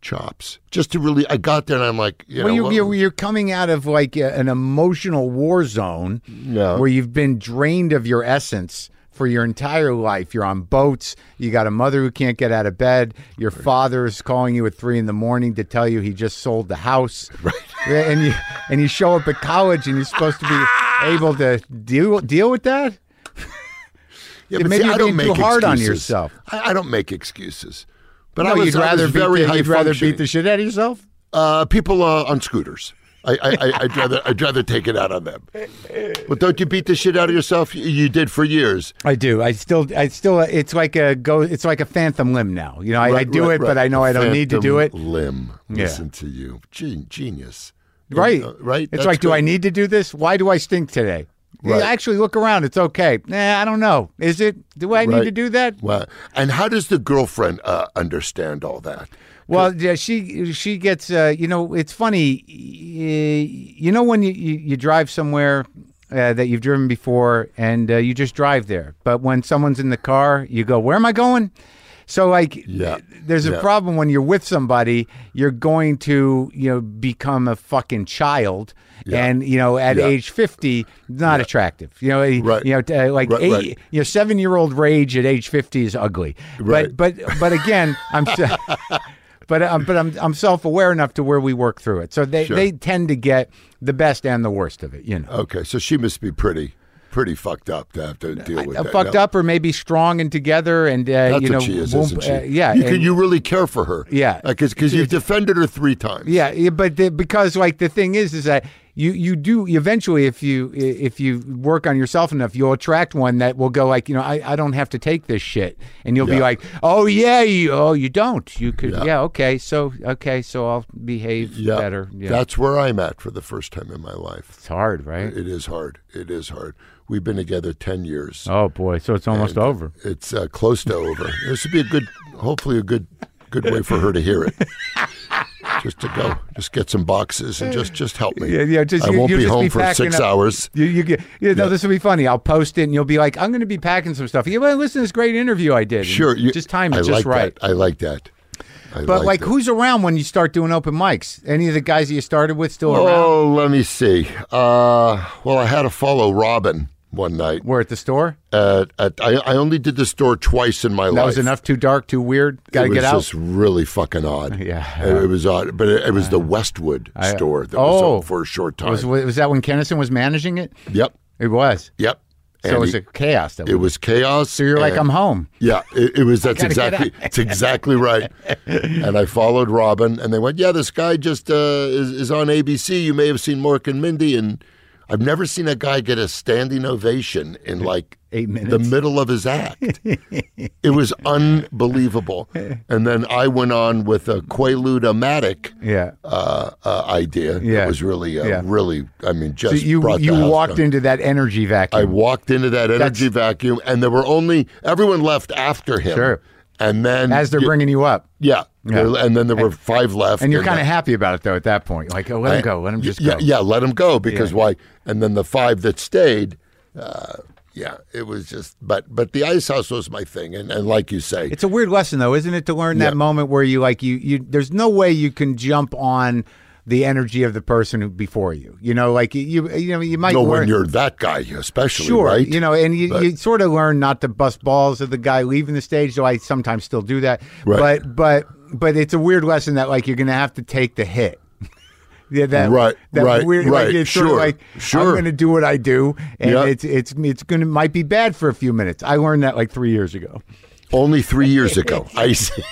Speaker 3: chops just to really i got there and i'm like you
Speaker 1: well,
Speaker 3: know
Speaker 1: you,
Speaker 3: what-
Speaker 1: you're, you're coming out of like a, an emotional war zone
Speaker 3: Yeah.
Speaker 1: where you've been drained of your essence for your entire life. You're on boats. You got a mother who can't get out of bed. Your father is calling you at three in the morning to tell you he just sold the house. Right. And you and you show up at college and you're supposed to be able to deal deal with that.
Speaker 3: Yeah,
Speaker 1: Maybe you're being too hard on yourself.
Speaker 3: I, I don't make excuses. But I
Speaker 1: No,
Speaker 3: was,
Speaker 1: you'd
Speaker 3: I
Speaker 1: rather
Speaker 3: was
Speaker 1: beat
Speaker 3: very
Speaker 1: the,
Speaker 3: high
Speaker 1: you'd rather beat the
Speaker 3: functioning.
Speaker 1: shit out of yourself.
Speaker 3: uh, people uh, on scooters. I, I, I, I'd rather I'd rather take it out on them. Well, don't you beat the shit out of yourself? You, you did for years.
Speaker 1: I do. I still, I still. It's like a go. It's like a phantom limb now. You know, I, I
Speaker 3: Right,
Speaker 1: do
Speaker 3: right,
Speaker 1: it,
Speaker 3: right.
Speaker 1: but I know I don't need to do it.
Speaker 3: Phantom Limb, listen to you, Gen- genius.
Speaker 1: Right.
Speaker 3: Uh, right.
Speaker 1: It's
Speaker 3: That's
Speaker 1: like, do
Speaker 3: good.
Speaker 1: I need to do this? Why do I stink today? You
Speaker 3: Right.
Speaker 1: actually look around. It's okay. Nah, I don't know. Is it? Do I need
Speaker 3: Right.
Speaker 1: to do that?
Speaker 3: Wow. And how does the girlfriend uh, understand all that?
Speaker 1: Well, yeah, she she gets. Uh, you know, it's funny. y- You know when you you, you drive somewhere. Uh, that you've driven before, and uh, you just drive there. But when someone's in the car, you go, "Where am I going?" So, like,
Speaker 3: Yeah.
Speaker 1: there's a
Speaker 3: Yeah.
Speaker 1: problem when you're with somebody. You're going to, you know, become a fucking child, and you know, at
Speaker 3: Yeah.
Speaker 1: age 50, not attractive. You know,
Speaker 3: Right.
Speaker 1: you know, t- uh, like
Speaker 3: Right,
Speaker 1: eight,
Speaker 3: right.
Speaker 1: you know, seven year old rage at age 50 is ugly.
Speaker 3: Right.
Speaker 1: But, but, but again, I'm, s- but, um, but I'm, I'm self aware enough to where we work through it. So they,
Speaker 3: Sure.
Speaker 1: they tend to get the best and the worst of it, you know.
Speaker 3: Okay, so she must be pretty, pretty fucked up to have to deal with
Speaker 1: Uh,
Speaker 3: that.
Speaker 1: fucked
Speaker 3: No.
Speaker 1: up or maybe strong and together and uh,
Speaker 3: That's
Speaker 1: you know
Speaker 3: what she is,
Speaker 1: won't-
Speaker 3: isn't she?
Speaker 1: uh, yeah
Speaker 3: You, can,
Speaker 1: and-
Speaker 3: you really care for her.
Speaker 1: Yeah.
Speaker 3: Because you've defended her three times.
Speaker 1: Yeah, yeah, but the, because like the thing is, is that you you do eventually if you if you work on yourself enough, you'll attract one that will go like you know I, I don't have to take this shit, and you'll be
Speaker 3: Yeah.
Speaker 1: like oh yeah you oh you don't you could yeah,
Speaker 3: Yeah.
Speaker 1: okay so okay so I'll behave
Speaker 3: Yeah.
Speaker 1: better yeah
Speaker 3: That's where I'm at for the first time in my life.
Speaker 1: it's hard right
Speaker 3: It is hard. It is hard. We've been together 10 years.
Speaker 1: oh boy so it's almost over
Speaker 3: It's uh, close to over. This would be a good, hopefully, a good good way for her to hear it. just to go, just get some boxes and just just help me.
Speaker 1: Yeah, yeah, just-
Speaker 3: I
Speaker 1: you-
Speaker 3: won't
Speaker 1: you'll
Speaker 3: be
Speaker 1: just
Speaker 3: home
Speaker 1: be
Speaker 3: for
Speaker 1: packing
Speaker 3: six
Speaker 1: up-
Speaker 3: hours.
Speaker 1: You, you get, you know, this will be funny. I'll post it, and you'll be like, "I'm going to be packing some stuff." You well, listen to this great interview I did. and
Speaker 3: Sure. you-
Speaker 1: Mm. just time it
Speaker 3: I
Speaker 1: just
Speaker 3: like
Speaker 1: right.
Speaker 3: That. I like that. I
Speaker 1: But like,
Speaker 3: liked it.
Speaker 1: who's around when you start doing open mics? Any of the guys that you started with still around?
Speaker 3: Oh, let me see. Uh, well, I had to follow Robin one night.
Speaker 1: We're at the store.
Speaker 3: At, at, I, I only did the store twice in my life.
Speaker 1: That was enough. Too dark. Too weird. Got to
Speaker 3: it was
Speaker 1: get out.
Speaker 3: just really fucking odd.
Speaker 1: Yeah.
Speaker 3: It, it was odd, but it, it was the Westwood store that
Speaker 1: oh.
Speaker 3: was up for a short time.
Speaker 1: Was, was that when Kennison was managing it?
Speaker 3: yep,
Speaker 1: It was.
Speaker 3: yep.
Speaker 1: So
Speaker 3: And
Speaker 1: it was
Speaker 3: he-
Speaker 1: a chaos. That
Speaker 3: it was chaos.
Speaker 1: so you're like,
Speaker 3: and-
Speaker 1: I'm home.
Speaker 3: Yeah, it, it was. That's
Speaker 1: gotta get
Speaker 3: exactly. It's exactly right. And I followed Robin, and they went, "Yeah, this guy just uh, is, is on ABC. You may have seen Mork and Mindy." And I've never seen a guy get a standing ovation in like
Speaker 1: Eight minutes.
Speaker 3: the middle of his act. it was unbelievable. And then I went on with a Quaalude-O-Matic
Speaker 1: Yeah.
Speaker 3: uh, uh, idea.
Speaker 1: Yeah.
Speaker 3: It was really, uh,
Speaker 1: Yeah.
Speaker 3: really. I mean, just
Speaker 1: So you
Speaker 3: brought the
Speaker 1: you
Speaker 3: house
Speaker 1: walked
Speaker 3: down.
Speaker 1: into that energy
Speaker 3: I
Speaker 1: vacuum.
Speaker 3: walked into that energy vacuum, and there were only everyone left after him.
Speaker 1: Sure.
Speaker 3: And then
Speaker 1: as they're
Speaker 3: yeah,
Speaker 1: bringing you up,
Speaker 3: yeah, There- and then there were five left,
Speaker 1: and you're kind of happy about it though at that point. Like, oh, let him go. Let him just
Speaker 3: yeah,
Speaker 1: go.
Speaker 3: yeah, let him go because why? And then the five that stayed, uh, yeah, it was just. But but the ice house was my thing, and, and like you say,
Speaker 1: It's a weird lesson though, isn't it? To learn that
Speaker 3: Yeah.
Speaker 1: moment where you like you you there's no way you can jump on the energy of the person who, before you. You know, like you you know you might
Speaker 3: no,
Speaker 1: learn,
Speaker 3: when you're that guy, especially
Speaker 1: sure
Speaker 3: right,
Speaker 1: you know, and you,
Speaker 3: But-
Speaker 1: you sort of learn not to bust balls of the guy leaving the stage. Though I sometimes still do that,
Speaker 3: Right.
Speaker 1: but but but it's a weird lesson that like you're gonna have to take the hit. Yeah, that
Speaker 3: Right,
Speaker 1: that
Speaker 3: right,
Speaker 1: weird, like,
Speaker 3: right,
Speaker 1: It's sort
Speaker 3: sure,
Speaker 1: of like I'm
Speaker 3: sure.
Speaker 1: going to do what I do, and
Speaker 3: Yeah.
Speaker 1: it's it's it's going to might be bad for a few minutes. I learned that like three years ago.
Speaker 3: Only three years ago. I see.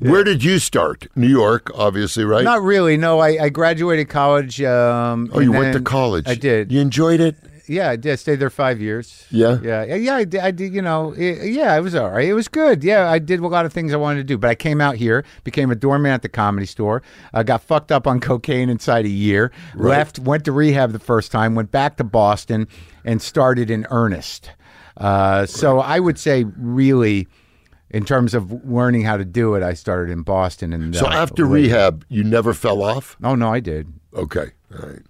Speaker 3: Where did you start? New York, obviously, right?
Speaker 1: Not really. No, I, I graduated college. Um,
Speaker 3: oh,
Speaker 1: and
Speaker 3: you went to
Speaker 1: then
Speaker 3: college.
Speaker 1: I did.
Speaker 3: You enjoyed it?
Speaker 1: Yeah, I did. I stayed there five years.
Speaker 3: Yeah?
Speaker 1: Yeah. Yeah. yeah I, did, I did. You know. It, yeah, it was all right. It was good. Yeah, I did a lot of things I wanted to do, but I came out here, became a doorman at the comedy store. I got fucked up on cocaine inside a year. Left. Went to rehab the first time. Went back to Boston and started in earnest. Uh, so I would say really. In terms of learning how to do it, I started in Boston, and
Speaker 3: So
Speaker 1: uh,
Speaker 3: after
Speaker 1: later-
Speaker 3: rehab, you never fell off?
Speaker 1: Oh no, I did.
Speaker 3: Okay. All right.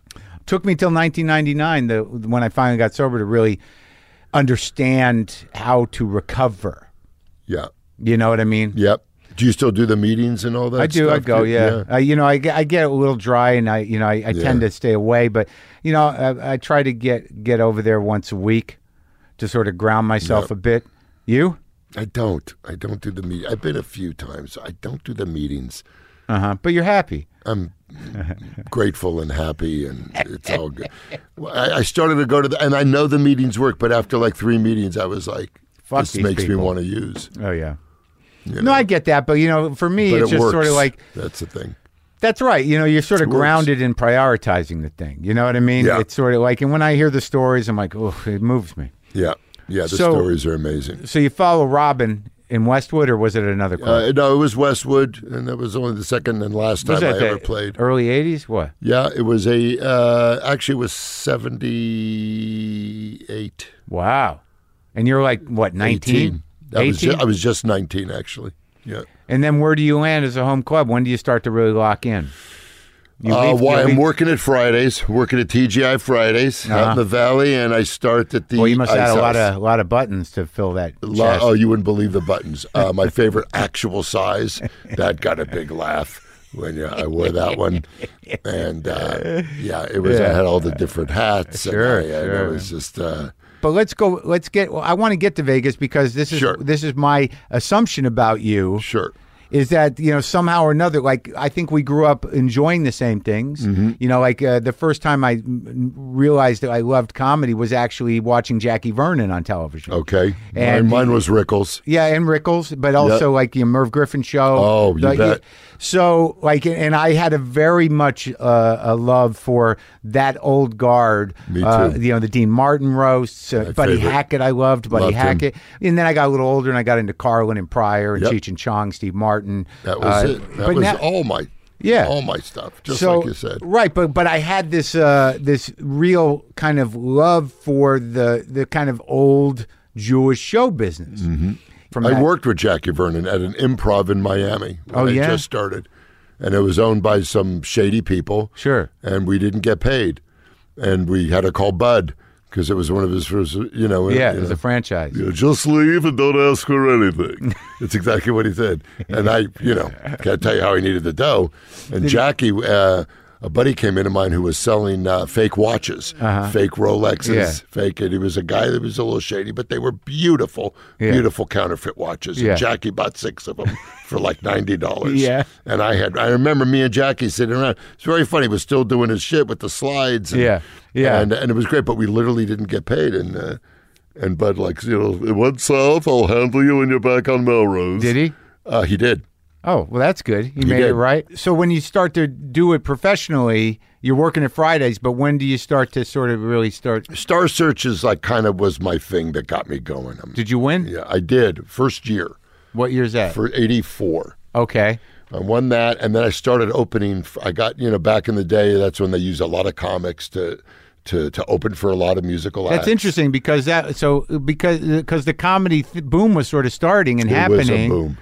Speaker 1: took me till 1999 the, when i finally got sober to really understand how to recover
Speaker 3: Yeah.
Speaker 1: you know what i mean
Speaker 3: Yep. Do you still do the meetings and all that
Speaker 1: i do i
Speaker 3: stuff?
Speaker 1: go yeah, I, you know I, get- I get a little dry and i you know i, I tend to stay away but you know I, I try to get get over there once a week to sort of ground myself a bit you
Speaker 3: I don't. I don't do the meet. I've been a few times. I don't do the meetings.
Speaker 1: uh-huh but you're happy
Speaker 3: I'm grateful and happy, and it's all good. Well, I, I started to go to the, and I know the meetings work, but after like three meetings, I was like,
Speaker 1: Fuck
Speaker 3: this
Speaker 1: these
Speaker 3: makes me
Speaker 1: people.
Speaker 3: want to use.
Speaker 1: oh yeah no i get that but you know for me
Speaker 3: But
Speaker 1: it's
Speaker 3: it
Speaker 1: just
Speaker 3: works.
Speaker 1: sort of like
Speaker 3: that's the thing.
Speaker 1: That's right. You know, you're sort of
Speaker 3: works.
Speaker 1: grounded in prioritizing the thing. You know what I mean?
Speaker 3: Yeah.
Speaker 1: It's sort of like, and when I hear the stories, I'm like, oh, it moves me.
Speaker 3: Yeah, yeah. The
Speaker 1: So-
Speaker 3: stories are amazing.
Speaker 1: So you follow Robin in Westwood, or was it another club?
Speaker 3: Uh, no, it was Westwood, and that was only the second and last time
Speaker 1: was
Speaker 3: I
Speaker 1: that the
Speaker 3: ever played.
Speaker 1: early '80s? What?
Speaker 3: Yeah, it was a uh, actually it was seventy eight.
Speaker 1: Wow. And you're like what? 19,
Speaker 3: I was
Speaker 1: 18?
Speaker 3: ju- I was just nineteen actually. Yeah.
Speaker 1: and then where do you land as a home club? When do you start to really lock in? You
Speaker 3: Uh,
Speaker 1: leave-
Speaker 3: why
Speaker 1: you
Speaker 3: I'm
Speaker 1: leave-
Speaker 3: working at Fridays, working at TGI Fridays out in the valley, and I start at the.
Speaker 1: Well, you must
Speaker 3: ice
Speaker 1: have had a lot
Speaker 3: house.
Speaker 1: of lot of buttons to fill that.
Speaker 3: Lo-
Speaker 1: chest.
Speaker 3: oh, you wouldn't believe the buttons. Uh, my favorite actual size. That got a big laugh when yeah, I wore that one, and uh, yeah, it was. I had all the different hats.
Speaker 1: Sure,
Speaker 3: and I, and
Speaker 1: sure.
Speaker 3: It was just. Uh,
Speaker 1: But let's go. Let's get. I want to get to Vegas because this is
Speaker 3: Sure.
Speaker 1: this is my assumption about you.
Speaker 3: Sure.
Speaker 1: is that you know somehow or another like i think we grew up enjoying the same things you know like uh, the first time i mm, realized that i loved comedy was actually watching jackie vernon on television
Speaker 3: Okay.
Speaker 1: And-
Speaker 3: mine, mine was Rickles.
Speaker 1: yeah and rickles but also like the merv griffin show
Speaker 3: Oh, you
Speaker 1: Like,
Speaker 3: bet.
Speaker 1: so like and i had a very much uh, a love for that old guard
Speaker 3: Me
Speaker 1: Uh,
Speaker 3: too.
Speaker 1: you know the dean martin roasts uh, buddy
Speaker 3: favorite.
Speaker 1: hackett i loved buddy
Speaker 3: Loved him.
Speaker 1: hackett and then i got a little older and i got into carlin and pryor and
Speaker 3: Yep.
Speaker 1: cheech and chong steve martin
Speaker 3: That was
Speaker 1: Uh,
Speaker 3: it. That
Speaker 1: but
Speaker 3: was
Speaker 1: now-
Speaker 3: all my.
Speaker 1: Yeah.
Speaker 3: All my stuff, just like you said.
Speaker 1: Right, but but I had this uh, this real kind of love for the the kind of old Jewish show business. Mm-hmm. From
Speaker 3: I
Speaker 1: that-
Speaker 3: worked with Jackie Vernon at an improv in Miami when
Speaker 1: Oh,
Speaker 3: I
Speaker 1: yeah?
Speaker 3: just started. And it was owned by some shady people.
Speaker 1: Sure.
Speaker 3: And we didn't get paid. And we had to call Bud because it was one of his first, you know.
Speaker 1: Yeah,
Speaker 3: you
Speaker 1: it was
Speaker 3: know.
Speaker 1: a franchise.
Speaker 3: You know, just leave and don't ask for anything. That's exactly what he said. And I, you know, can't tell you how he needed the dough. And Jackie, uh, a buddy came into mine who was selling uh, fake watches, fake Rolexes,
Speaker 1: Uh-huh. Yeah.
Speaker 3: fake. And he was a guy that was a little shady, but they were beautiful,
Speaker 1: Yeah.
Speaker 3: beautiful counterfeit watches.
Speaker 1: Yeah.
Speaker 3: And Jackie bought six of them for like ninety dollars.
Speaker 1: Yeah.
Speaker 3: And I had, I remember me and Jackie sitting around. It's very funny. He was still doing his shit with the slides. And,
Speaker 1: Yeah. Yeah.
Speaker 3: And and it was great, but we literally didn't get paid. And uh, and Bud like you know, it went south. I'll handle you when you're back on Melrose.
Speaker 1: Did he?
Speaker 3: Uh, he did.
Speaker 1: Oh, well, that's good. He, made
Speaker 3: did.
Speaker 1: it right. So when you start to do it professionally, you're working at Fridays, but when do you start to sort of really start?
Speaker 3: Star Search is like kind of was my thing that got me going. I'm,
Speaker 1: Did you win?
Speaker 3: yeah, I did first year
Speaker 1: What year's that?
Speaker 3: for '84.
Speaker 1: okay.
Speaker 3: I won that, and then I started opening. f- I got you know back in the day. That's when they used a lot of comics to to to open for a lot of musical.
Speaker 1: That's
Speaker 3: acts.
Speaker 1: interesting because that so because because the comedy th- boom was sort of starting and
Speaker 3: It
Speaker 1: happening.
Speaker 3: was a boom.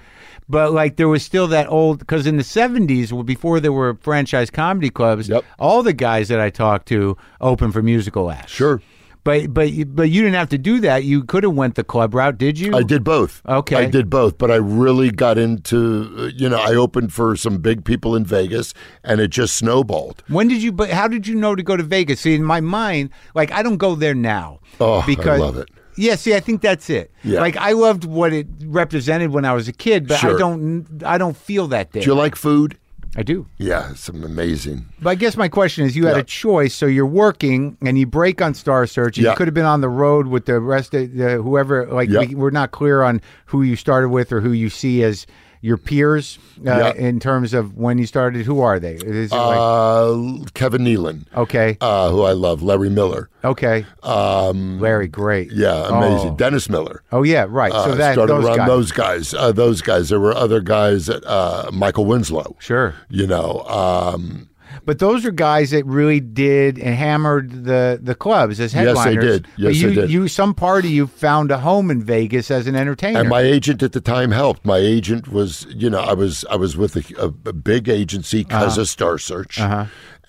Speaker 1: But like there was still that old because in the seventies, well, before there were franchise comedy clubs,
Speaker 3: Yep.
Speaker 1: all the guys that I talked to opened for musical acts.
Speaker 3: Sure.
Speaker 1: but but you- but you didn't have to do that. You could have went the club route, did you?
Speaker 3: I did both.
Speaker 1: Okay.
Speaker 3: I did both, but I really got into, uh, you know, I opened for some big people in Vegas and it just snowballed.
Speaker 1: When did you? But how did you know to go to Vegas? See, in my mind, like I don't go there now.
Speaker 3: Oh, I love it.
Speaker 1: Yeah, see, I think that's it.
Speaker 3: Yeah.
Speaker 1: Like I loved what it represented when I was a kid, but I
Speaker 3: Sure.
Speaker 1: don't, I don't feel that there.
Speaker 3: Do you like food?
Speaker 1: I do.
Speaker 3: Yeah, it's amazing.
Speaker 1: But I guess my question is, you had
Speaker 3: Yeah.
Speaker 1: a choice, so you're working and you break on Star Search. and You
Speaker 3: Yeah.
Speaker 1: could have been on the road with the rest of the, whoever. Like
Speaker 3: Yeah.
Speaker 1: we, we're not clear on who you started with or who you see as your peers uh,
Speaker 3: Yeah.
Speaker 1: in terms of when you started. Who are they? Is it like Oh.
Speaker 3: Uh, Kevin Nealon,
Speaker 1: okay,
Speaker 3: uh, who I love, Larry Miller.
Speaker 1: okay, um, Larry, great,
Speaker 3: Yeah, amazing.
Speaker 1: Oh.
Speaker 3: Dennis Miller.
Speaker 1: Oh yeah, right.
Speaker 3: Uh,
Speaker 1: so that
Speaker 3: started
Speaker 1: those
Speaker 3: around
Speaker 1: guys.
Speaker 3: those guys. Uh, those guys. There were other guys. Uh, Michael Winslow.
Speaker 1: Sure,
Speaker 3: You know, um,
Speaker 1: but those are guys that really did and hammered the the clubs as
Speaker 3: they
Speaker 1: headliners.
Speaker 3: did.
Speaker 1: but
Speaker 3: Yes,
Speaker 1: you,
Speaker 3: they did.
Speaker 1: You some part of you found a home in Vegas as an entertainer.
Speaker 3: And my agent at the time helped. My agent was, you know, I was I was with a, a- a big agency
Speaker 1: Uh-huh.
Speaker 3: because of Star Search,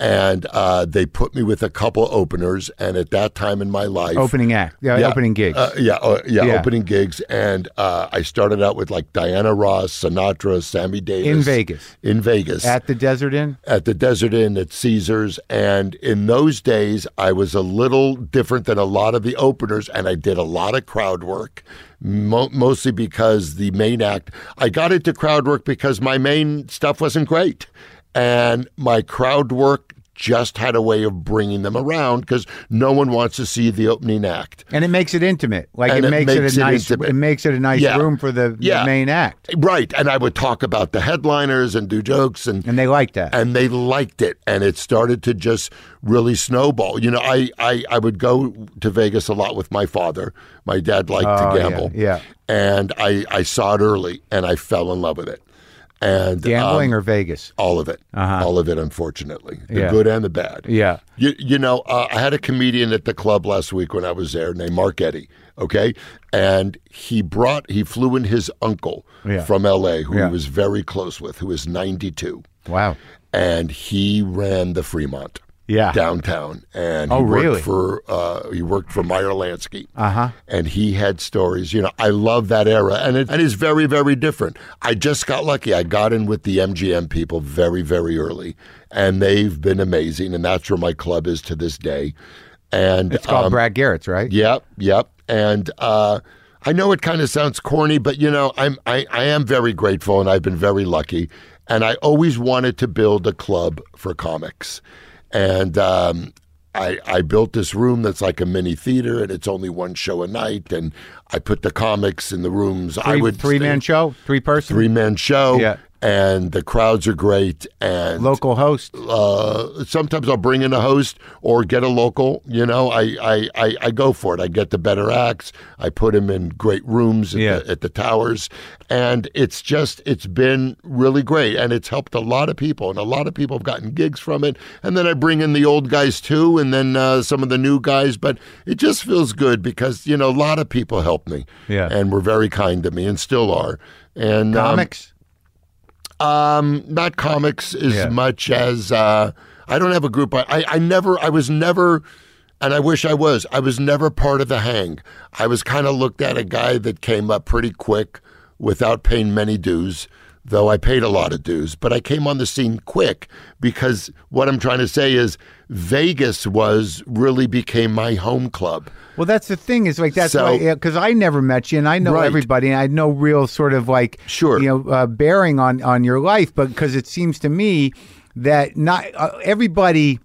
Speaker 3: and uh, they put me with a couple openers. And at that time in my life,
Speaker 1: opening act, yeah,
Speaker 3: yeah,
Speaker 1: opening gigs.
Speaker 3: uh, yeah, uh, yeah,
Speaker 1: Yeah.
Speaker 3: opening gigs. And uh, I started out with like Diana Ross, Sinatra, Sammy Davis
Speaker 1: In Vegas.
Speaker 3: in Vegas
Speaker 1: at the Desert Inn.
Speaker 3: at the Desert Inn at Caesars. And in those days, I was a little different than a lot of the openers, and I did a lot of crowd work, mo- mostly because the main act, I got into crowd work because my main stuff wasn't great. And my crowd work just had a way of bringing them around because no one wants to see the opening act.
Speaker 1: And it makes it intimate. Like it
Speaker 3: And it
Speaker 1: makes, it,
Speaker 3: makes
Speaker 1: a
Speaker 3: it
Speaker 1: nice
Speaker 3: intimate.
Speaker 1: it makes it a nice
Speaker 3: Yeah.
Speaker 1: room for the, the
Speaker 3: Yeah.
Speaker 1: main act.
Speaker 3: Right. And I would talk about the headliners and do jokes and
Speaker 1: And they like that.
Speaker 3: and they liked it and it started to just really snowball you know i i, I would go to vegas a lot with my father my dad liked
Speaker 1: Oh,
Speaker 3: to
Speaker 1: yeah,
Speaker 3: gamble
Speaker 1: yeah.
Speaker 3: and i i saw it early and i fell in love with it and
Speaker 1: Gambling
Speaker 3: um,
Speaker 1: or Vegas?
Speaker 3: all of it all of it unfortunately the
Speaker 1: Yeah.
Speaker 3: good and the bad
Speaker 1: Yeah.
Speaker 3: you, you know, uh, I had a comedian at the club last week when I was there named Mark Eddy. Okay, and he brought he flew in his uncle
Speaker 1: Yeah.
Speaker 3: from L.A. who
Speaker 1: Yeah.
Speaker 3: he was very close with, who is ninety two
Speaker 1: Wow.
Speaker 3: and he ran the Fremont.
Speaker 1: Yeah.
Speaker 3: Downtown, and
Speaker 1: Oh,
Speaker 3: he worked
Speaker 1: really?
Speaker 3: for uh, he worked for Meyer Lansky,
Speaker 1: Uh-huh.
Speaker 3: and he had stories. You know, I love that era, and it and it's very very different. I just got lucky. I got in with the MGM people very very early, and they've been amazing, and that's where my club is to this day. And um,
Speaker 1: It's called Brad Garrett's, right?
Speaker 3: Yep, yep. And uh, I know it kind of sounds corny, but you know, I'm I, I am very grateful, and I've been very lucky. And I always wanted to build a club for comics, and um, I I built this room that's like a mini theater, and it's only one show a night. And I put the comics in the rooms. I
Speaker 1: Three,
Speaker 3: would
Speaker 1: three man show, three person,
Speaker 3: three man show.
Speaker 1: Yeah.
Speaker 3: And the crowds are great, and
Speaker 1: local host.
Speaker 3: uh, sometimes I'll bring in a host or get a local. You know, I I, I, I go for it. I get the better acts. I put them in great rooms at,
Speaker 1: Yeah.
Speaker 3: the, at the towers, and it's just it's been really great, and it's helped a lot of people, and a lot of people have gotten gigs from it. And then I bring in the old guys too, and then uh, some of the new guys. But it just feels good because you know a lot of people helped me,
Speaker 1: Yeah.
Speaker 3: and were very kind to me, and still are. And um,
Speaker 1: Comics.
Speaker 3: um, not comics as
Speaker 1: Yeah.
Speaker 3: much as uh, I don't have a group. I, I, I never, I was never And I wish I was. I was never part of the hang. I was kind of looked at a guy that came up pretty quick without paying many dues, though I paid a lot of dues. But I came on the scene quick because what I'm trying to say is Vegas was really became my home club.
Speaker 1: Well, that's the thing is like that's
Speaker 3: So-
Speaker 1: why because I never met you and I know
Speaker 3: Right.
Speaker 1: everybody and I had no real sort of like
Speaker 3: Sure.
Speaker 1: you know uh, bearing on on your life, but because it seems to me that not uh, everybody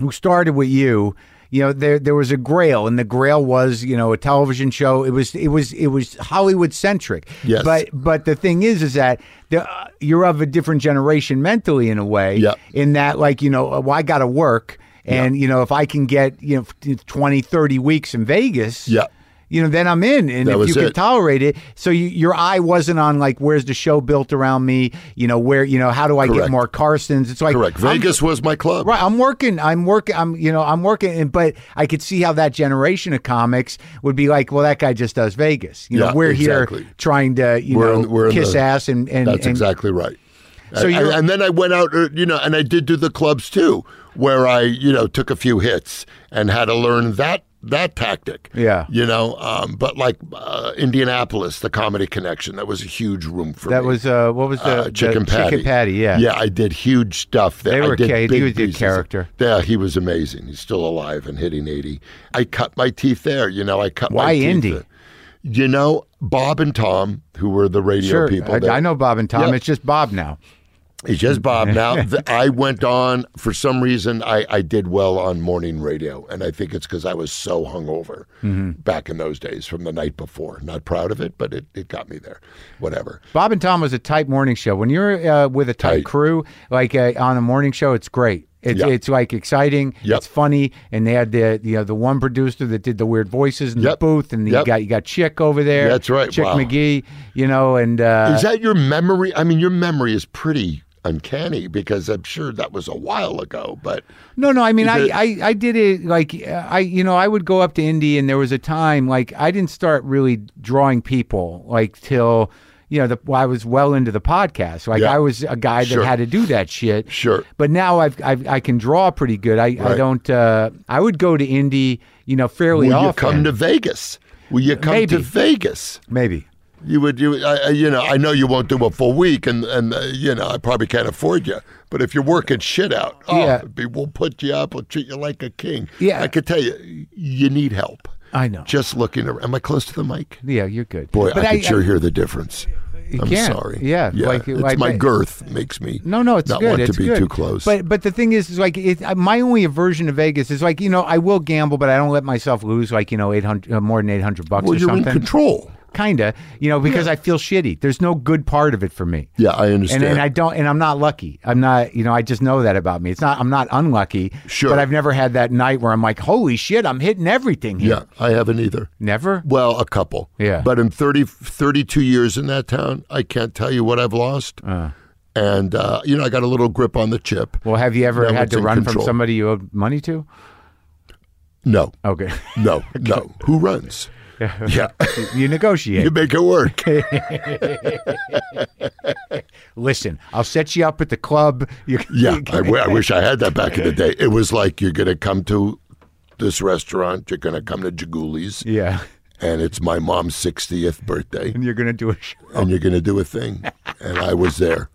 Speaker 1: who started with you. You know, there there was a Grail, and the Grail was you know a television show. It was it was it was Hollywood centric.
Speaker 3: Yes.
Speaker 1: But but the thing is, is that the, uh, you're of a different generation mentally in a way.
Speaker 3: Yeah.
Speaker 1: In that, like you know, uh, well, I got to work, and you know, if I can get you know f- 20, 30 weeks in Vegas.
Speaker 3: Yeah.
Speaker 1: You know, then I'm in, and
Speaker 3: That
Speaker 1: if
Speaker 3: was
Speaker 1: you could
Speaker 3: it.
Speaker 1: tolerate it, so you, your eye wasn't on like where's the show built around me, you know where you know how do I get
Speaker 3: Correct.
Speaker 1: more Carsons? It's like
Speaker 3: Correct.
Speaker 1: I'm-
Speaker 3: Vegas was my club.
Speaker 1: Right, I'm working. I'm working. I'm you know I'm working. And but I could see how that generation of comics would be like, well, that guy just does Vegas. You know,
Speaker 3: Yeah,
Speaker 1: we're
Speaker 3: exactly.
Speaker 1: here trying to you
Speaker 3: We're
Speaker 1: know
Speaker 3: in- we're in
Speaker 1: kiss
Speaker 3: the-
Speaker 1: ass and and,
Speaker 3: That's
Speaker 1: and-
Speaker 3: exactly right.
Speaker 1: So
Speaker 3: and,
Speaker 1: you're-
Speaker 3: and then I went out, uh, you know, and I did do the clubs too, where I, you know, took a few hits and had to learn that that tactic.
Speaker 1: Yeah.
Speaker 3: you know, um, but like uh, Indianapolis, the Comedy Connection, that was a huge room for
Speaker 1: That
Speaker 3: me.
Speaker 1: was uh, what was the
Speaker 3: Uh, chicken
Speaker 1: the
Speaker 3: patty,
Speaker 1: Chicken patty, yeah.
Speaker 3: yeah. I did huge stuff. There,
Speaker 1: They were
Speaker 3: I did
Speaker 1: ca- he
Speaker 3: big
Speaker 1: was a good
Speaker 3: pieces.
Speaker 1: character.
Speaker 3: Yeah, he was amazing. He's still alive and hitting eighty. I cut my teeth there. You know, I cut my
Speaker 1: Why
Speaker 3: teeth
Speaker 1: Indy?
Speaker 3: there. You know, Bob and Tom, who were the radio
Speaker 1: Sure,
Speaker 3: people.
Speaker 1: I,
Speaker 3: there-
Speaker 1: I know Bob and Tom.
Speaker 3: Yeah.
Speaker 1: It's just Bob now.
Speaker 3: it's just Bob. Now, th- I went on, for some reason, I, I did well on morning radio. And I think it's because I was so hungover
Speaker 1: Mm-hmm.
Speaker 3: back in those days from the night before. Not proud of it, but it, it got me there. Whatever.
Speaker 1: Bob and Tom was a tight morning show. When you're uh, with a tight,
Speaker 3: Tight.
Speaker 1: crew, like uh, on a morning show, it's great. It's,
Speaker 3: Yeah.
Speaker 1: it's like exciting.
Speaker 3: Yep.
Speaker 1: It's funny, and they had the you know the one producer that did the weird voices in the
Speaker 3: Yep.
Speaker 1: booth, and you
Speaker 3: Yep.
Speaker 1: got you got Chick over there.
Speaker 3: That's right.
Speaker 1: Chick
Speaker 3: Wow.
Speaker 1: McGee. You know, and uh,
Speaker 3: Is that your memory? I mean, your memory is pretty uncanny because I'm sure that was a while ago, but
Speaker 1: No, no. I mean, I,
Speaker 3: Is it-
Speaker 1: I, I did it like uh, I, you know, I would go up to Indy, and there was a time like I didn't start really drawing people like till you know the well, I was well into the podcast. Like
Speaker 3: Yeah.
Speaker 1: I was a guy that
Speaker 3: Sure.
Speaker 1: had to do that shit.
Speaker 3: Sure.
Speaker 1: But now I've, I've I can draw pretty good. I, I
Speaker 3: Right.
Speaker 1: don't. Uh, I would go to Indy, you know, fairly
Speaker 3: will you
Speaker 1: often.
Speaker 3: come to Vegas? Will you come
Speaker 1: Maybe.
Speaker 3: to Vegas?
Speaker 1: Maybe.
Speaker 3: You would, you, I, I- you know, I know you won't do a full week, and and uh, you know, I probably can't afford you. But if you're working shit out, oh,
Speaker 1: Yeah.
Speaker 3: it'd be- we'll put you up. We'll treat you like a king.
Speaker 1: Yeah.
Speaker 3: I could tell you, you need help.
Speaker 1: I know.
Speaker 3: Just looking around. Am I close to the mic?
Speaker 1: Yeah, you're good.
Speaker 3: Boy,
Speaker 1: but
Speaker 3: I could sure hear the difference.
Speaker 1: You
Speaker 3: I'm
Speaker 1: can.
Speaker 3: sorry.
Speaker 1: Yeah, like-
Speaker 3: it's
Speaker 1: like-
Speaker 3: my girth makes me.
Speaker 1: No, no, it's
Speaker 3: not
Speaker 1: good.
Speaker 3: want
Speaker 1: it's
Speaker 3: to be
Speaker 1: good.
Speaker 3: too close.
Speaker 1: But but the thing is, is like it, uh, my only aversion to Vegas is like you know I will gamble, but I don't let myself lose like you know eight hundred uh, more than eight hundred bucks
Speaker 3: well,
Speaker 1: or
Speaker 3: you're in
Speaker 1: something.
Speaker 3: control.
Speaker 1: Kinda, you know, because I feel shitty. There's no good part of it for me.
Speaker 3: Yeah, I
Speaker 1: And,
Speaker 3: understand.
Speaker 1: and I don't, and I'm not lucky. I'm not, you know, I just know that about me. It's not, I'm not unlucky.
Speaker 3: Sure.
Speaker 1: But I've never had that night where I'm like, holy shit, I'm hitting everything here.
Speaker 3: yeah, I haven't either.
Speaker 1: Never?
Speaker 3: Well, a couple.
Speaker 1: Yeah.
Speaker 3: But in 30, 32 years in that town, I can't tell you what I've lost. And, uh, you know, I got a little grip on the chip.
Speaker 1: Well, have you ever
Speaker 3: No,
Speaker 1: had
Speaker 3: it's
Speaker 1: to
Speaker 3: in
Speaker 1: run from
Speaker 3: control.
Speaker 1: somebody you owe money to?
Speaker 3: No,
Speaker 1: Okay.
Speaker 3: no, no. Who runs? Yeah.
Speaker 1: you negotiate.
Speaker 3: you make it work.
Speaker 1: Listen, I'll set you up at the club. You,
Speaker 3: Yeah. I, w- I wish I had that back in the day. It was like you're going to come to this restaurant, you're going to come to Jagouli's,
Speaker 1: yeah.
Speaker 3: and it's my mom's 60th birthday.
Speaker 1: and you're going to do a show.
Speaker 3: and you're going to do a thing. And I was there.